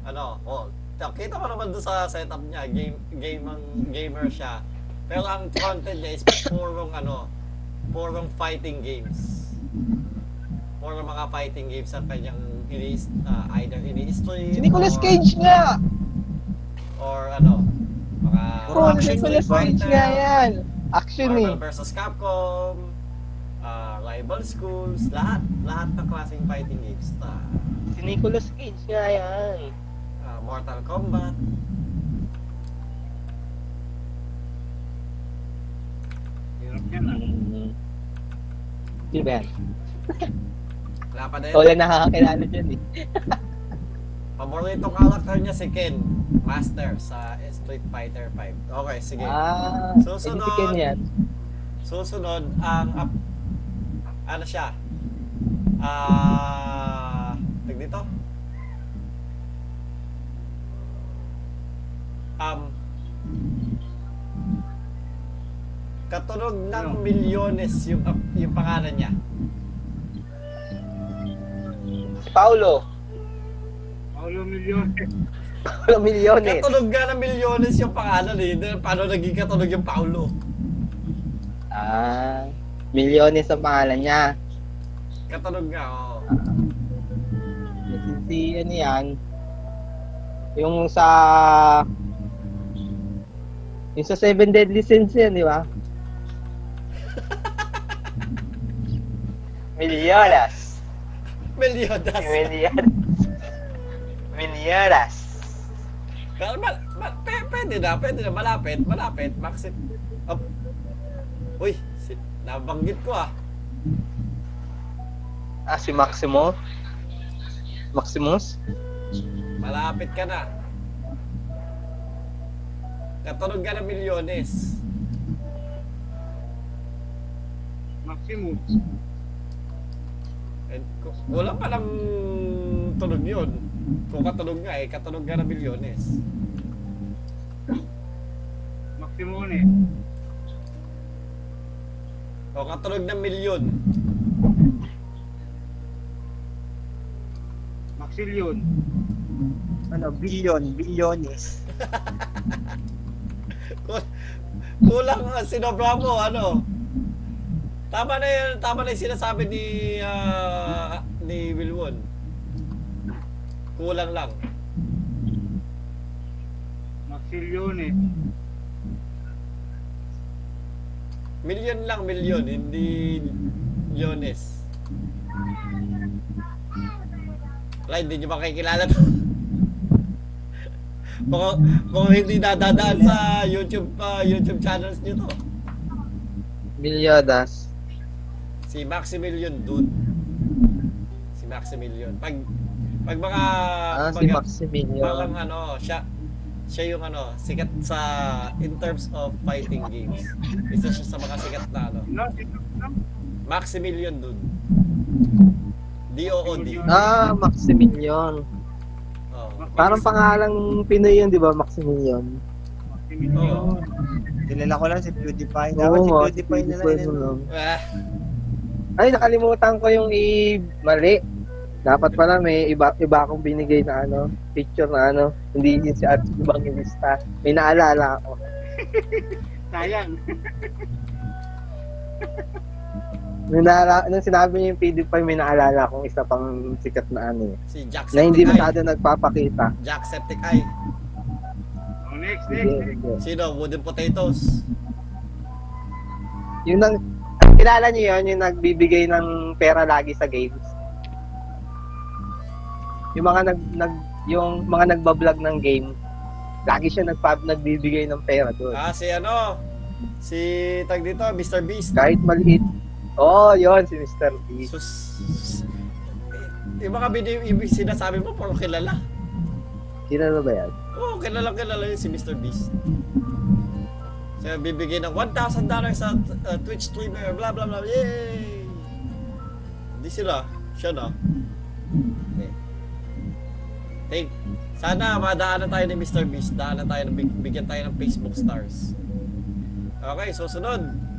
Speaker 1: ano, oh, ta- kita mo naman doon sa setup niya, game, game ang gamer siya. Pero ang content niya is purong ano, purong fighting games. Purong mga fighting games ang kanyang ini, ah, either ini-stream
Speaker 3: Si Nicolas
Speaker 1: or-
Speaker 3: Cage nga!
Speaker 1: or ano, mga
Speaker 2: Puro
Speaker 3: Oh,
Speaker 2: action
Speaker 3: Nicolas
Speaker 2: Street
Speaker 3: Cage nga yan! Action eh.
Speaker 1: Marvel versus Capcom, ah, rival schools, lahat, lahat ng klaseng fighting games. na
Speaker 7: Si Nicolas Cage nga yan.
Speaker 1: ah, Mortal Kombat.
Speaker 4: Hirap yan ah.
Speaker 2: Hmm.
Speaker 3: Di ba yan?
Speaker 1: Wala pa din.
Speaker 3: Ikaw lang nakakakilala dyan eh.
Speaker 1: Paboritong character niya si Ken, Master sa Street Fighter 5. Okay, sige.
Speaker 3: Ah,
Speaker 1: Susunod.
Speaker 3: Susunod. yan.
Speaker 1: Susunod ang up, ano siya? Ah, tag dito. Um Katunog ng milyones yung yung pangalan niya.
Speaker 7: Si
Speaker 3: *laughs*
Speaker 7: Paolo.
Speaker 4: Paulo Milyon.
Speaker 7: Paolo
Speaker 3: Ano? eh.
Speaker 7: Millones.
Speaker 1: Katunog nga ng milyones yung pangalan eh. Then, Paano naging katunog yung Paulo?
Speaker 3: Ah, milyones ang pangalan niya.
Speaker 1: Katunog nga, oo.
Speaker 3: Si ano yan, yung sa yung sa Seven Deadly Sins yan, di ba?
Speaker 7: Millones.
Speaker 1: Milyones.
Speaker 7: Millones. Millones.
Speaker 1: Pero mal, mal, pe- pwede na, pwede na, malapit, malapit, maxim. Up. Uy, si, nabanggit ko ah.
Speaker 7: Ah, si Maximo. Maximus?
Speaker 1: Malapit ka na. Katunog ka ng milyones.
Speaker 4: Maximus.
Speaker 1: And, ku- kulang pa ng tunog yun. Kung katunog nga eh, katunog ka ng milyones.
Speaker 4: Maximone.
Speaker 1: O katunog ng milyon.
Speaker 4: Maxilyon.
Speaker 2: Ano, billion, billiones.
Speaker 1: Kul- *laughs* Kulang uh, sinobra mo, ano? Tama na yun, tama na yung sinasabi ni, ah, ni Wilwon. Kulang lang.
Speaker 4: Maxilyone.
Speaker 1: Million lang, million, hindi Leones. Wala, hindi nyo makikilala to. *laughs* Mukhang, mukhang hindi nadadaan sa YouTube ah, YouTube channels nyo to.
Speaker 3: Milyodas.
Speaker 1: Si Maximilian dude. Si Maximilian. Pag pag mga
Speaker 3: Ah, si
Speaker 1: pag-
Speaker 3: Maximilian.
Speaker 1: Parang ano, siya siya yung ano, sikat sa in terms of fighting games. Isa siya sa mga sikat na ano.
Speaker 4: No, sino? no?
Speaker 1: Maximilian dude. D-O-O-D.
Speaker 3: Ah, Maximilian.
Speaker 1: Oh.
Speaker 3: Parang pangalang Pinoy yun, di ba? Maximilian.
Speaker 4: Maximilyon.
Speaker 1: Oh.
Speaker 2: Kilala ko lang si PewDiePie. Dapat
Speaker 3: Oo
Speaker 2: si
Speaker 3: nga, si
Speaker 2: PewDiePie na lang.
Speaker 3: Pinoy
Speaker 2: yun, no?
Speaker 3: yun.
Speaker 1: Ah,
Speaker 3: Ay, nakalimutan ko yung i... Mali. Dapat pala may iba, iba akong binigay na ano, picture na ano. Hindi yun si Art ibang ilista. May naalala ako.
Speaker 4: Sayang.
Speaker 3: May naala, nung sinabi niya yung PewDiePie, may naalala akong isa pang sikat na ano. eh,
Speaker 1: si
Speaker 3: Na
Speaker 1: Jacksepticeye.
Speaker 3: hindi masyado nagpapakita.
Speaker 1: Jacksepticeye.
Speaker 4: Oh, next, next,
Speaker 3: Hindi,
Speaker 4: next.
Speaker 3: hindi.
Speaker 1: Sino? Wooden Potatoes.
Speaker 3: Yung nang... Kilala niyo yun, yung nagbibigay ng pera lagi sa games. Yung mga nag... nag yung mga nagbablog ng game. Lagi siya nagpap nagbibigay ng pera doon.
Speaker 1: Ah, si ano? Si tag dito, Mr. Beast.
Speaker 3: Kahit maliit. Oo, oh, yon si Mr. B.
Speaker 1: Sus. sus. Eh, Yung mga bini- ibig sinasabi mo, puro kilala.
Speaker 3: Kilala ba yan?
Speaker 1: Oo, oh, kilala kilala yun si Mr. Beast. So, bibigay ng $1,000 sa uh, Twitch streamer, blah blah blah, yay! Hindi sila, siya na. Okay. Thank. Sana madaanan tayo ni Mr. Beast, daanan tayo, ng, big- bigyan tayo ng Facebook stars. Okay, susunod.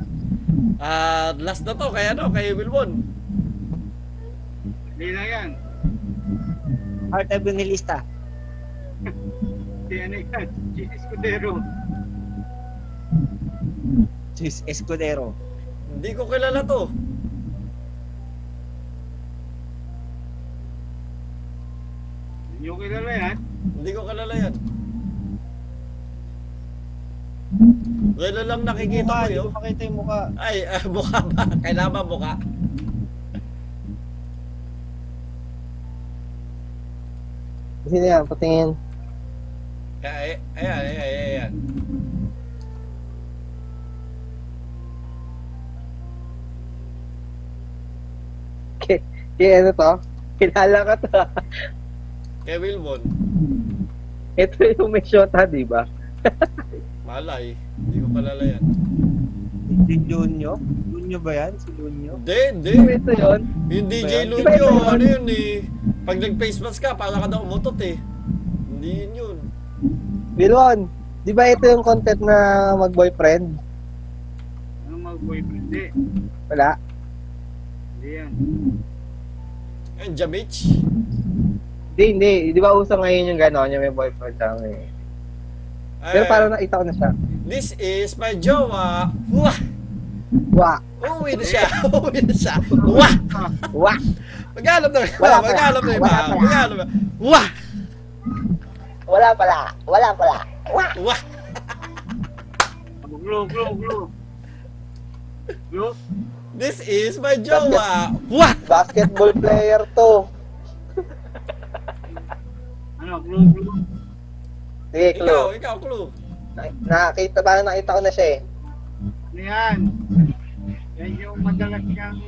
Speaker 1: Ah, last na to, kay ano, kay Wilbon.
Speaker 4: Hindi na yan.
Speaker 2: Heart Evangelista.
Speaker 4: Si ano yan? Si Escudero.
Speaker 2: Sis Escudero.
Speaker 1: Hindi ko kilala to.
Speaker 4: Hindi ko kilala yan.
Speaker 1: Hindi ko kilala yan. Ngayon lang nakikita ko
Speaker 2: Hindi
Speaker 1: yun.
Speaker 2: ko makita yung mukha.
Speaker 1: Ay, *laughs* ah, mukha ba? Kailangan ba mukha?
Speaker 3: Sino yan? Patingin.
Speaker 1: Ay, ay, eh, ayan, ayan, ayan, ayan.
Speaker 3: Kaya ano to? Kilala ka to. *laughs* ah.
Speaker 1: Kay Wilbon,
Speaker 3: Ito yung may shota, di ba?
Speaker 1: malay. Hindi ko kilala yan.
Speaker 2: Si Junyo? Junyo ba yan? Si Junyo?
Speaker 1: Hindi, hindi.
Speaker 3: Ito yun.
Speaker 1: Yung DJ
Speaker 3: Iba yun,
Speaker 1: Lunyo,
Speaker 3: iba yun.
Speaker 1: ano yun eh. Pag nag-face mask ka, para ka daw umutot eh. Hindi yun yun.
Speaker 3: Bilon, di ba ito yung content na mag-boyfriend?
Speaker 4: Ano mga boyfriend? Hindi.
Speaker 3: Wala.
Speaker 4: Hindi yan.
Speaker 1: Ayun, Jamich.
Speaker 3: Hindi, hindi. Di ba uso ngayon yung gano'n, yung may boyfriend siya ngayon.
Speaker 1: Ay,
Speaker 3: Pero parang nakita ko na siya.
Speaker 1: This is my jowa. Wah!
Speaker 3: Wah!
Speaker 1: Uuwi na siya. Uuwi na siya. Wah!
Speaker 3: Wah!
Speaker 1: Mag-alam na.
Speaker 3: Wala pala.
Speaker 1: Mag-alam na iba.
Speaker 3: Wala pala.
Speaker 1: Mag-alam na. Wah!
Speaker 3: Wala pala! Wala pala!
Speaker 1: Wah!
Speaker 4: Glo, glo, glo. Glo?
Speaker 1: This is my jowa. Wah!
Speaker 3: Basketball player to.
Speaker 4: Ano, glo, glo.
Speaker 3: Sige,
Speaker 1: Ikaw, eh.
Speaker 3: Klo.
Speaker 1: ikaw, Clue.
Speaker 3: Na- nakita, parang nakita ko na siya eh.
Speaker 4: Ano yan? Yan yung madalas niyang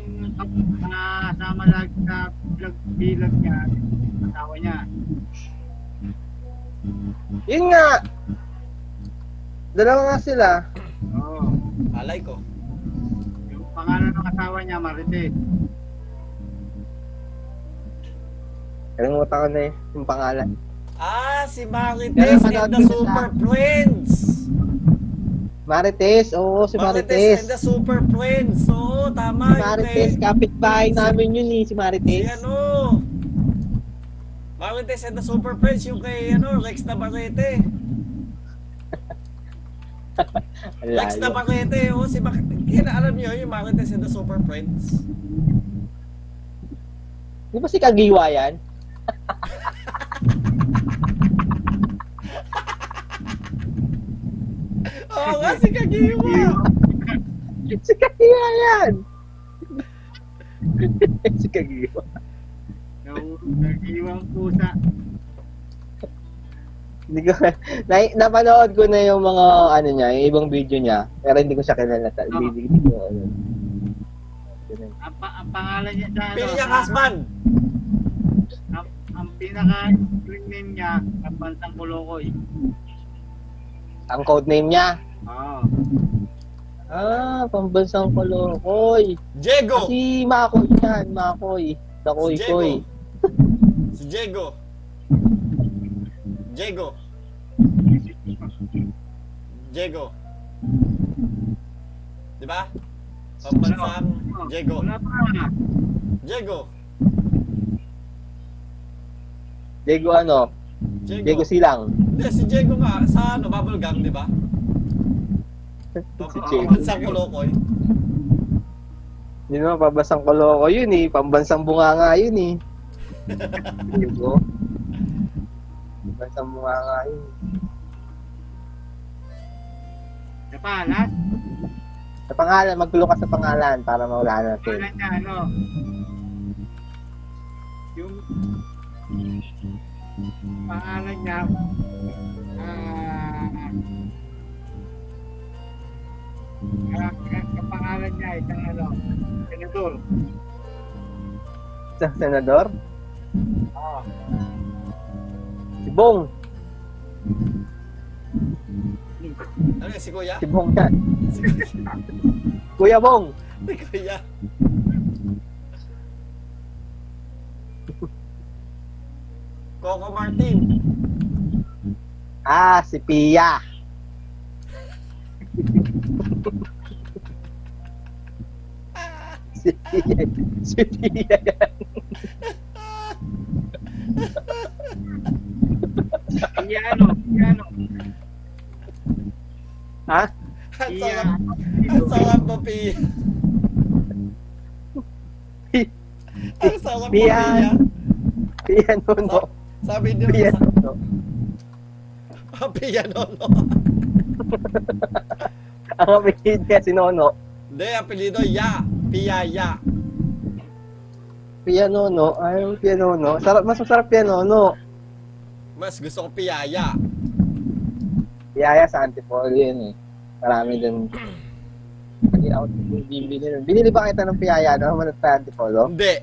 Speaker 4: kasama lagi sa vlog-bilag niya. Asawa niya.
Speaker 3: Yun nga! Dalawa nga sila.
Speaker 4: Oo.
Speaker 1: Alay ko.
Speaker 4: Yung pangalan ng asawa niya, Marites.
Speaker 3: Kalimutan ko na eh, yung pangalan.
Speaker 1: Ah, si
Speaker 3: Pero
Speaker 1: Marites
Speaker 3: manood
Speaker 1: and the
Speaker 3: din siya.
Speaker 1: Super Friends.
Speaker 3: Marites, oo, si
Speaker 1: Marites and
Speaker 3: Marites.
Speaker 1: the Super Friends. Oo, tama.
Speaker 3: Si
Speaker 1: yun
Speaker 3: Marites,
Speaker 1: eh.
Speaker 3: kapitbahay namin yun eh,
Speaker 1: Si
Speaker 3: si Marites.
Speaker 1: ano? Marites and the Super Friends yung kay ano, Rex Navarrete. Rex
Speaker 3: Lalo.
Speaker 1: Navarrete, oo. Si Mar- Kaya alam niyo yung Marites and the Super Friends.
Speaker 3: Di ba si Kagiwa yan? *laughs*
Speaker 1: Oo nga, si Kagiwa.
Speaker 3: si Kagiwa yan! *laughs* si Kagiwa.
Speaker 4: Yung nag-iwang pusa.
Speaker 3: Hindi ko, na, napanood ko na yung mga ano niya, yung ibang video niya, pero hindi ko siya kilala.
Speaker 1: Ah.
Speaker 3: Sa, hindi, hindi, hindi ko ano. Ganun.
Speaker 4: Ang, pa- ang pangalan niya sa ano?
Speaker 1: Pili niya
Speaker 4: sa-
Speaker 1: husband.
Speaker 4: Ang, ang pinaka-screen name niya, Kapansang Bolokoy.
Speaker 3: Ang codename niya,
Speaker 4: Oo.
Speaker 3: ah, pambansang kolokoy.
Speaker 1: Diego.
Speaker 3: Si Makoy yan, Makoy.
Speaker 1: Si
Speaker 3: Sa
Speaker 1: Diego.
Speaker 3: Koy-Koy.
Speaker 1: Si Diego. Diego. Diego. Di ba? Pambansang Diego.
Speaker 4: Wala pa.
Speaker 1: Diego.
Speaker 3: Diego ano?
Speaker 1: Diego.
Speaker 3: Diego Silang.
Speaker 1: Hindi, si Diego nga. Sa ano, Bubble Gang, di ba?
Speaker 3: Si Diego.
Speaker 1: Pambansang Kolokoy.
Speaker 3: Yun naman, pambansang koloko yun eh. Pambansang bunganga yun eh. Diego. Pambansang bunganga yun.
Speaker 4: Sa palas,
Speaker 3: Sa pangalan, magkulo ka sa pangalan para mawala natin.
Speaker 4: pangalan niya ano? Yung pangalan niya, ah, Ang ah, ang pangalan niya isang ano, senador.
Speaker 3: Sa senador?
Speaker 4: Oo.
Speaker 3: Si Bong.
Speaker 1: Ano yun, si Kuya?
Speaker 3: Si Bong yan. Kuya Bong.
Speaker 1: Si Kuya. Coco Martin.
Speaker 3: Ah, si Pia. si Pia. Si Pia yan.
Speaker 4: Iya ano, iya ano.
Speaker 3: Ha?
Speaker 1: Ang
Speaker 4: Iya.
Speaker 1: sarap, ang sarap pa, Pia. Ang sarap pa,
Speaker 3: Pia.
Speaker 1: Pia.
Speaker 3: Pia Nuno.
Speaker 1: Sabi
Speaker 3: Pia
Speaker 1: niya,
Speaker 3: Nuno.
Speaker 1: sa Pia Nono.
Speaker 3: Ang kapatid niya si Nono.
Speaker 1: Hindi, apelido Ya. Pia Ya.
Speaker 3: Pia Nuno. Ay, Pia Nuno. Sarap, mas masarap Pia Nuno.
Speaker 1: Mas gusto ko Pia Ya.
Speaker 3: Yaya sa Antipolo yun eh. Marami din. Hindi ako bibili nun. Binili ba kita ng piyaya no? Manat sa Antipolo?
Speaker 1: Hindi.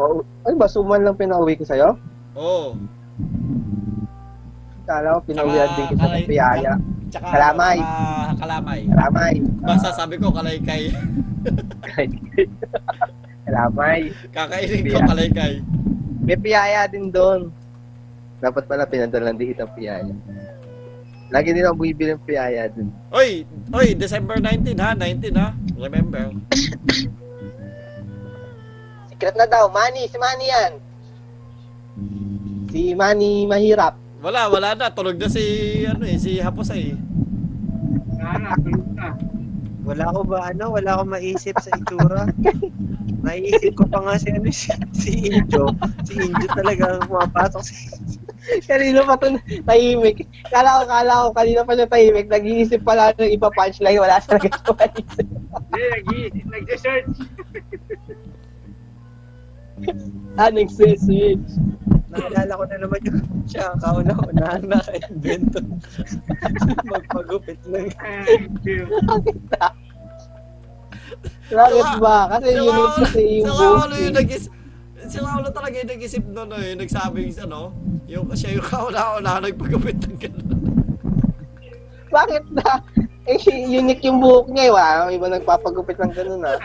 Speaker 3: O, ay ba, suman lang pinauwi ko sa'yo?
Speaker 1: Oo. Oh.
Speaker 3: Kala ko pinauwihan din kita ng piyaya.
Speaker 1: Tsaka,
Speaker 3: Kalamay.
Speaker 1: tsaka kalamay.
Speaker 3: Kalamay.
Speaker 1: Basta Ah, sabi ko kalaykay.
Speaker 3: Ah, *laughs* Kalamay.
Speaker 1: Kakainin ko kalaykay.
Speaker 3: May piyaya din doon. Dapat pala pinadala din itang piyaya. Lagi nilang bumibili ng piyaya doon.
Speaker 1: Oy, oy, December 19 ha, 19 ha. Remember.
Speaker 3: Secret na daw. Manny, si Manny yan. Si Manny mahirap. *laughs*
Speaker 1: Wala, wala na. Tulog na si, ano eh, si Hapos eh.
Speaker 4: Sana, tulog na.
Speaker 2: Wala ko ba ano, wala ko maisip sa itsura. *laughs* Naiisip ko pa nga si ano si, si Injo. Si Injo talaga ang pumapasok sa
Speaker 3: kanino pa to tahimik. Kala ko, kala ko, kanino pa siya tahimik. Nag-iisip pala ng iba punchline. Wala siya nag
Speaker 4: Hindi, nag-iisip, nag-search.
Speaker 3: *laughs* Ah, nagsiswitch.
Speaker 2: Naalala ko na naman yung siya, kauna-unahan na invento Magpagupit lang.
Speaker 4: ah,
Speaker 3: Bakit ba? Kasi
Speaker 1: Si
Speaker 3: unique
Speaker 1: Wawa-
Speaker 3: kasi
Speaker 1: si
Speaker 3: yung
Speaker 1: Wawa ano yung
Speaker 3: buhok. eh.
Speaker 1: nag-isip. Si Wawa talaga yung nag-isip nun eh. Nagsabing, ano, yung siya yung kauna-una nagpagupit ng gano'n.
Speaker 3: Bakit ba? Eh, *laughs* si- unique yung buhok niya. eh. Wala, iba nagpapagupit lang ganun ah.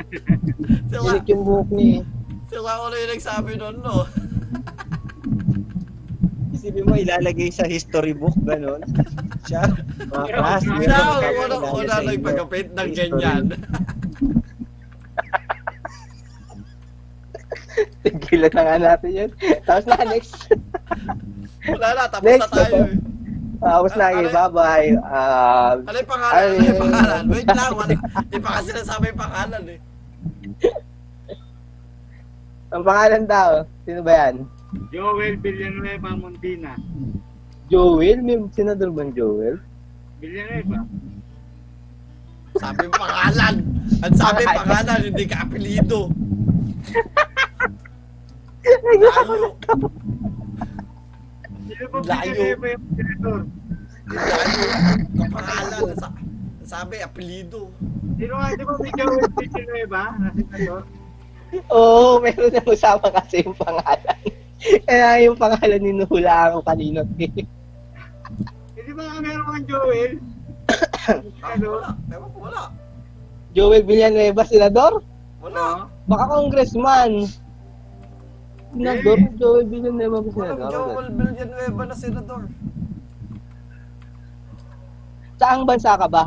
Speaker 1: Si Wawa,
Speaker 3: Unique yung buhok niya. eh. *laughs*
Speaker 1: si Wawa yung nagsabi nun, no.
Speaker 2: Isipin mo, ilalagay sa history book, ganun. Siya, mga class.
Speaker 1: Siya ang una-una nagpagupit ng ganyan.
Speaker 3: Tigilan na nga natin yun. Tapos na, next.
Speaker 1: Wala na, tapos na
Speaker 3: Next na
Speaker 1: tayo
Speaker 3: to.
Speaker 1: eh.
Speaker 3: Tapos na, eh, bye-bye. Ah,
Speaker 1: Ano yung pangalan? Ano yung
Speaker 3: Ay.
Speaker 1: pangalan? Wait lang, wala. Di pa kasi nasabi yung pangalan eh.
Speaker 3: ang pangalan daw, sino ba yan?
Speaker 4: Joel Villanueva Mundina.
Speaker 3: Joel? May senador bang Joel?
Speaker 4: Villanueva.
Speaker 1: Sabi yung pangalan. Ang sabi yung pangalan, hindi ka apelido. Layo.
Speaker 4: Sino ba
Speaker 1: Layo.
Speaker 4: Villanueva yung senador?
Speaker 1: Layo. Ang pangalan. ang sa- ang Sabi, apelido.
Speaker 4: Sino nga, di ba may Joel Villanueva na senador?
Speaker 3: Oo, meron na usama kasi yung pangalan. *laughs* Kaya yung pangalan ninuhulaan ko kanino.
Speaker 4: Eh, di ba nga meron kang Joel? Ano?
Speaker 1: Ah,
Speaker 4: Senador?
Speaker 1: Wala. Ewan ko, wala.
Speaker 3: *laughs* Joel Villanueva, senador?
Speaker 1: Wala.
Speaker 4: Oo.
Speaker 3: Baka congressman. Senador? Joel Villanueva ba
Speaker 1: Walang
Speaker 3: senador?
Speaker 1: Joel Villanueva na senador.
Speaker 3: Saang bansa ka ba?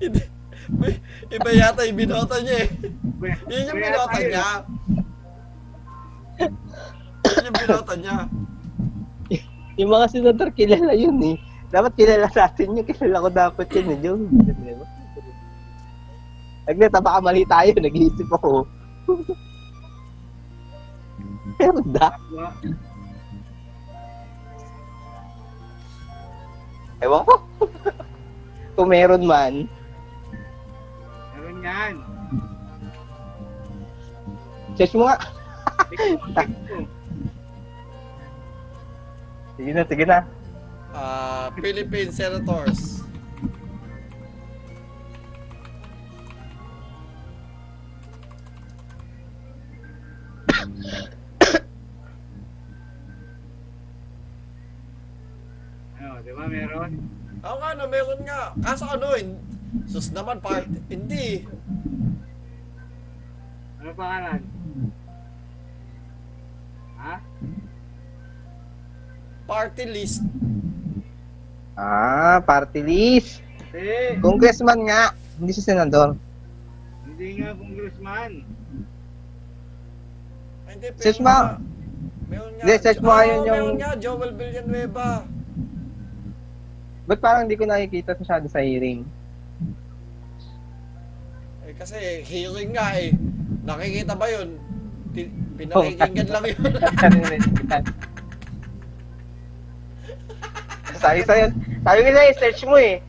Speaker 1: Hindi. May- Iba yata yung binota niya eh.
Speaker 4: Kuya-
Speaker 1: Yun yung
Speaker 4: kuya
Speaker 1: binota
Speaker 4: tayo.
Speaker 1: niya. Yun yung binota niya.
Speaker 3: Yung mga senador, kilala yun eh. Dapat kilala natin yun. Kilala ko dapat yun eh, Joel Villanueva. Agnet, ah, baka mali tayo. Nag-iisip ako. *laughs* Pero da.
Speaker 4: Wa-
Speaker 3: Ewan ko. Kung meron man.
Speaker 4: Meron yan.
Speaker 3: Search mo nga.
Speaker 4: Tingnan mo, tingnan mo.
Speaker 3: Sige na, sige na.
Speaker 1: Ah, Philippine Senators.
Speaker 4: Ano, di ba meron?
Speaker 1: Oo nga, no, meron nga. Kaso ano, hin- sus naman part, hindi.
Speaker 4: Ano pangalan? Ha?
Speaker 1: Party list.
Speaker 3: Ah, party list.
Speaker 4: Hindi.
Speaker 3: Congressman nga. Hindi si senador.
Speaker 4: Hindi nga congressman.
Speaker 1: Ay, Hindi, pero
Speaker 3: Search mo.
Speaker 1: nga, Meron nga.
Speaker 3: Hindi, search mo
Speaker 1: Oo,
Speaker 3: ngayon yung-
Speaker 1: Meron nga, Joel Villanueva.
Speaker 3: Ba't parang hindi ko nakikita masyado sa *laughs* hearing?
Speaker 1: Eh, kasi hearing nga eh. Nakikita ba yun? Ti- Pinakikinggan lang
Speaker 3: *laughs*
Speaker 1: yun.
Speaker 3: sabi sa'yo, sabi ko sa'yo, search mo eh.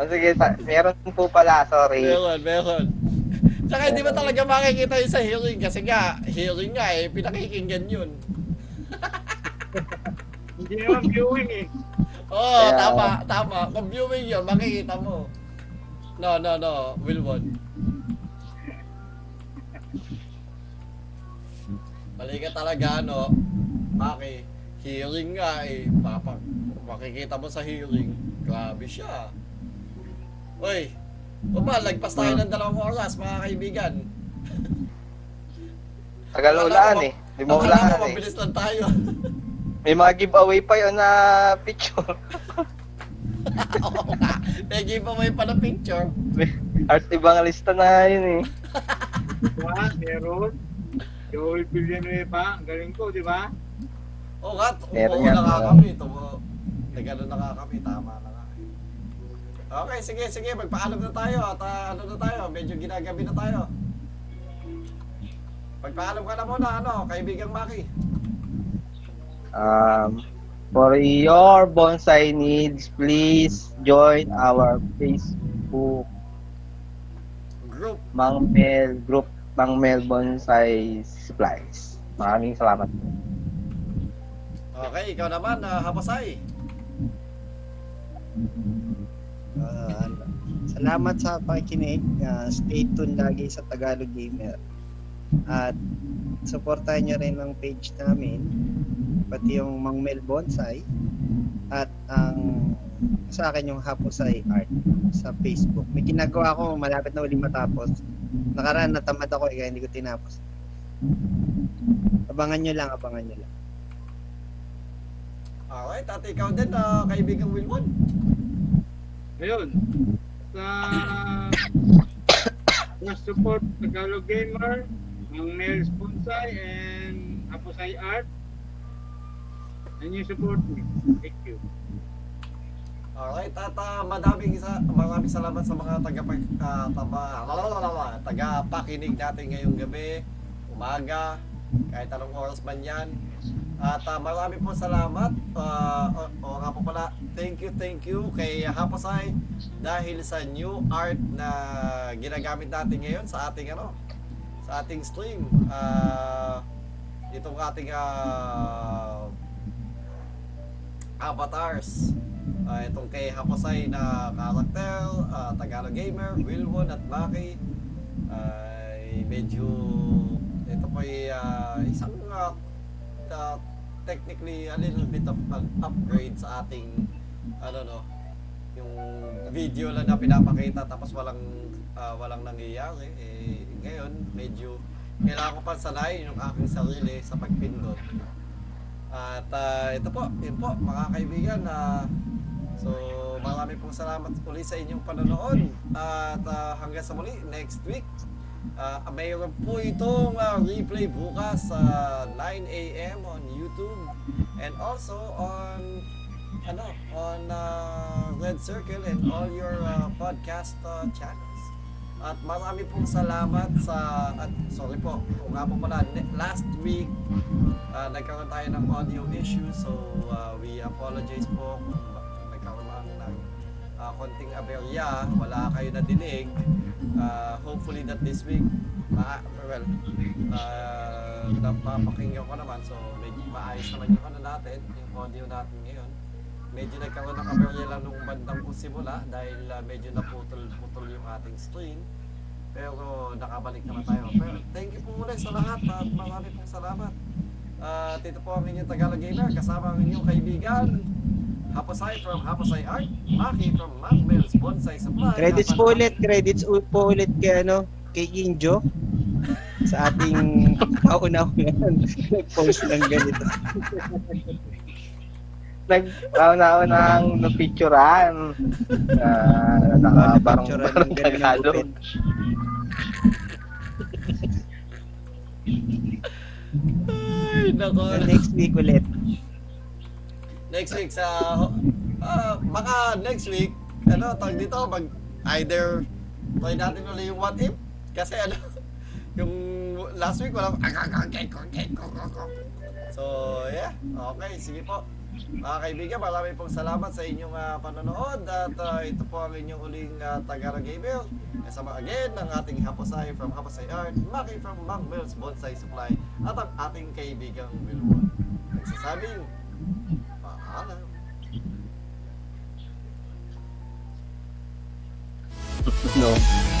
Speaker 3: Oh, sige, sa, meron po pala, sorry.
Speaker 1: meron, meron. Tsaka hindi ba talaga makikita yun sa hearing? Kasi nga, hearing nga eh, pinakikinggan yun.
Speaker 4: Hindi naman viewing eh.
Speaker 1: Oo,
Speaker 3: Kaya-
Speaker 1: tama, tama. Kung viewing yun, makikita mo. No, no, no, Wilwon. Mali ka talaga, ano, Maki. Hearing nga eh, papa, makikita mo sa hearing. Grabe siya. Uy, o ba, lagpas tayo
Speaker 7: Hmm.
Speaker 1: ng dalawang oras, mga kaibigan.
Speaker 7: Tagal na ulaan eh. Di mo
Speaker 1: Akala
Speaker 7: ulaan
Speaker 1: ko,
Speaker 7: eh.
Speaker 1: mabilis lang tayo. *laughs*
Speaker 7: May mga giveaway pa yun na picture.
Speaker 1: Oo nga, nag-giveaway pa ng picture.
Speaker 7: At ibang lista na yun eh.
Speaker 4: Di ba? Diba? Meron. Joel Villanueva. Ang galing ko, di ba?
Speaker 1: Oo nga,
Speaker 3: Meron
Speaker 1: tumuo
Speaker 3: nga,
Speaker 1: na nga
Speaker 3: meron.
Speaker 1: kami. Tumuo. Nagano na nga kami, tama na nga. Okay, sige, sige, magpaalam na tayo at ah, ano na tayo, medyo ginagabi na tayo. Magpaalam ka na muna, ano, kaibigang Maki.
Speaker 3: Um, for your bonsai needs, please join our Facebook
Speaker 1: Group.
Speaker 3: Mangmel group Mangmel Bonsai Supplies. Maraming salamat.
Speaker 1: Okay, ikaw naman, ah, Hapasay.
Speaker 2: Ah, salamat sa pakikinig. Ah, stay tuned lagi sa Tagalog Gamer. At supportahan nyo rin ang page namin, pati yung Mang Mel Bonsai, at ang sa akin yung Hapusay Art sa Facebook. May ginagawa ako, malapit na uli matapos. Nakaraan natamad ako, eh, kaya hindi ko tinapos. Abangan nyo lang, abangan nyo lang.
Speaker 1: Alright, at ikaw din, ah, kaibigang Wilwon.
Speaker 4: Ayun. Sa sa support Tagalog Gamer, ang Mel Sponsay and Aposay Art. And you support me. Thank you.
Speaker 1: Alright, at ah, madaming isa, maraming salamat sa mga tagapag, ah, taba, lalalala, tagapakinig natin ngayong gabi, umaga, kahit anong oras man yan. At ah, marami po salamat, ah, o, o nga po pala, thank you, thank you kay Hapasay dahil sa new art na ginagamit natin ngayon sa ating ano, sa ating stream. Ah, itong ating ah, avatars. Ah, itong kay Haposay na karakter, ah, Tagalog Gamer, Wilwon at Maki. Ay medyo ito po ay ah, isang ah, ah, technically a little bit of an upgrade sa ating ano no yung video lang na pinapakita tapos walang ah, walang nangyayari eh, ngayon medyo kailangan ko pa sanayin yung aking sarili sa pagpindot at ah, ito po yun po mga kaibigan ah, na So, marami pong salamat ulit sa inyong panonood. At ah, hanggang sa muli, next week, ah, mayroon po itong ah, replay bukas sa 9 a.m. on YouTube and also on ano on ah, Red Circle and all your ah, podcast ah, channels. At marami pong salamat sa at sorry po, kung nga po pala ne- last week Ah, nagkaroon tayo ng audio issue so ah, we apologize po kung nagkaroon man ng ah, konting aberya, wala kayo nadinig. Ah, hopefully that this week Maka, well, uh, napapakinggan ko naman, so medyo maayos naman yung ano natin, yung audio natin ngayon. Medyo nagkaroon ng kabarya lang nung bandang kung simula dahil ah, medyo naputol-putol yung ating screen. Pero nakabalik naman tayo. Pero thank you po muli sa lahat at marami pong salamat. Ah, dito po ang inyong Tagalog Gamer, kasama ang inyong kaibigan, Haposay from Haposay Art, Maki from Mac Mills Bonsai Supply.
Speaker 2: Credits po ulit, credits u- po ulit kay ano, kay Injo sa ating kauna-unahan nag-post ng ganito.
Speaker 3: nag una unang napicturan. Ah, nakabarang
Speaker 2: Picture
Speaker 3: barang
Speaker 2: ng ganito ng
Speaker 3: *laughs* tagalo.
Speaker 2: gupit.
Speaker 1: Ay, nako.
Speaker 2: Next week ulit.
Speaker 1: next week sa ah, baka next week ano tag dito mag either try natin ulit yung what if kasi ano *laughs* yung last week walang so yeah okay sige po mga kaibigan maraming pong salamat sa inyong ah, panonood at ah, ito po ang inyong uling uh, Tagalog Gamer kasama again ng ating Haposay from Haposay Art Maki from Mac Mills Bonsai Supply at ang ating kaibigang Wilwon nagsasabing Paalam.
Speaker 3: No.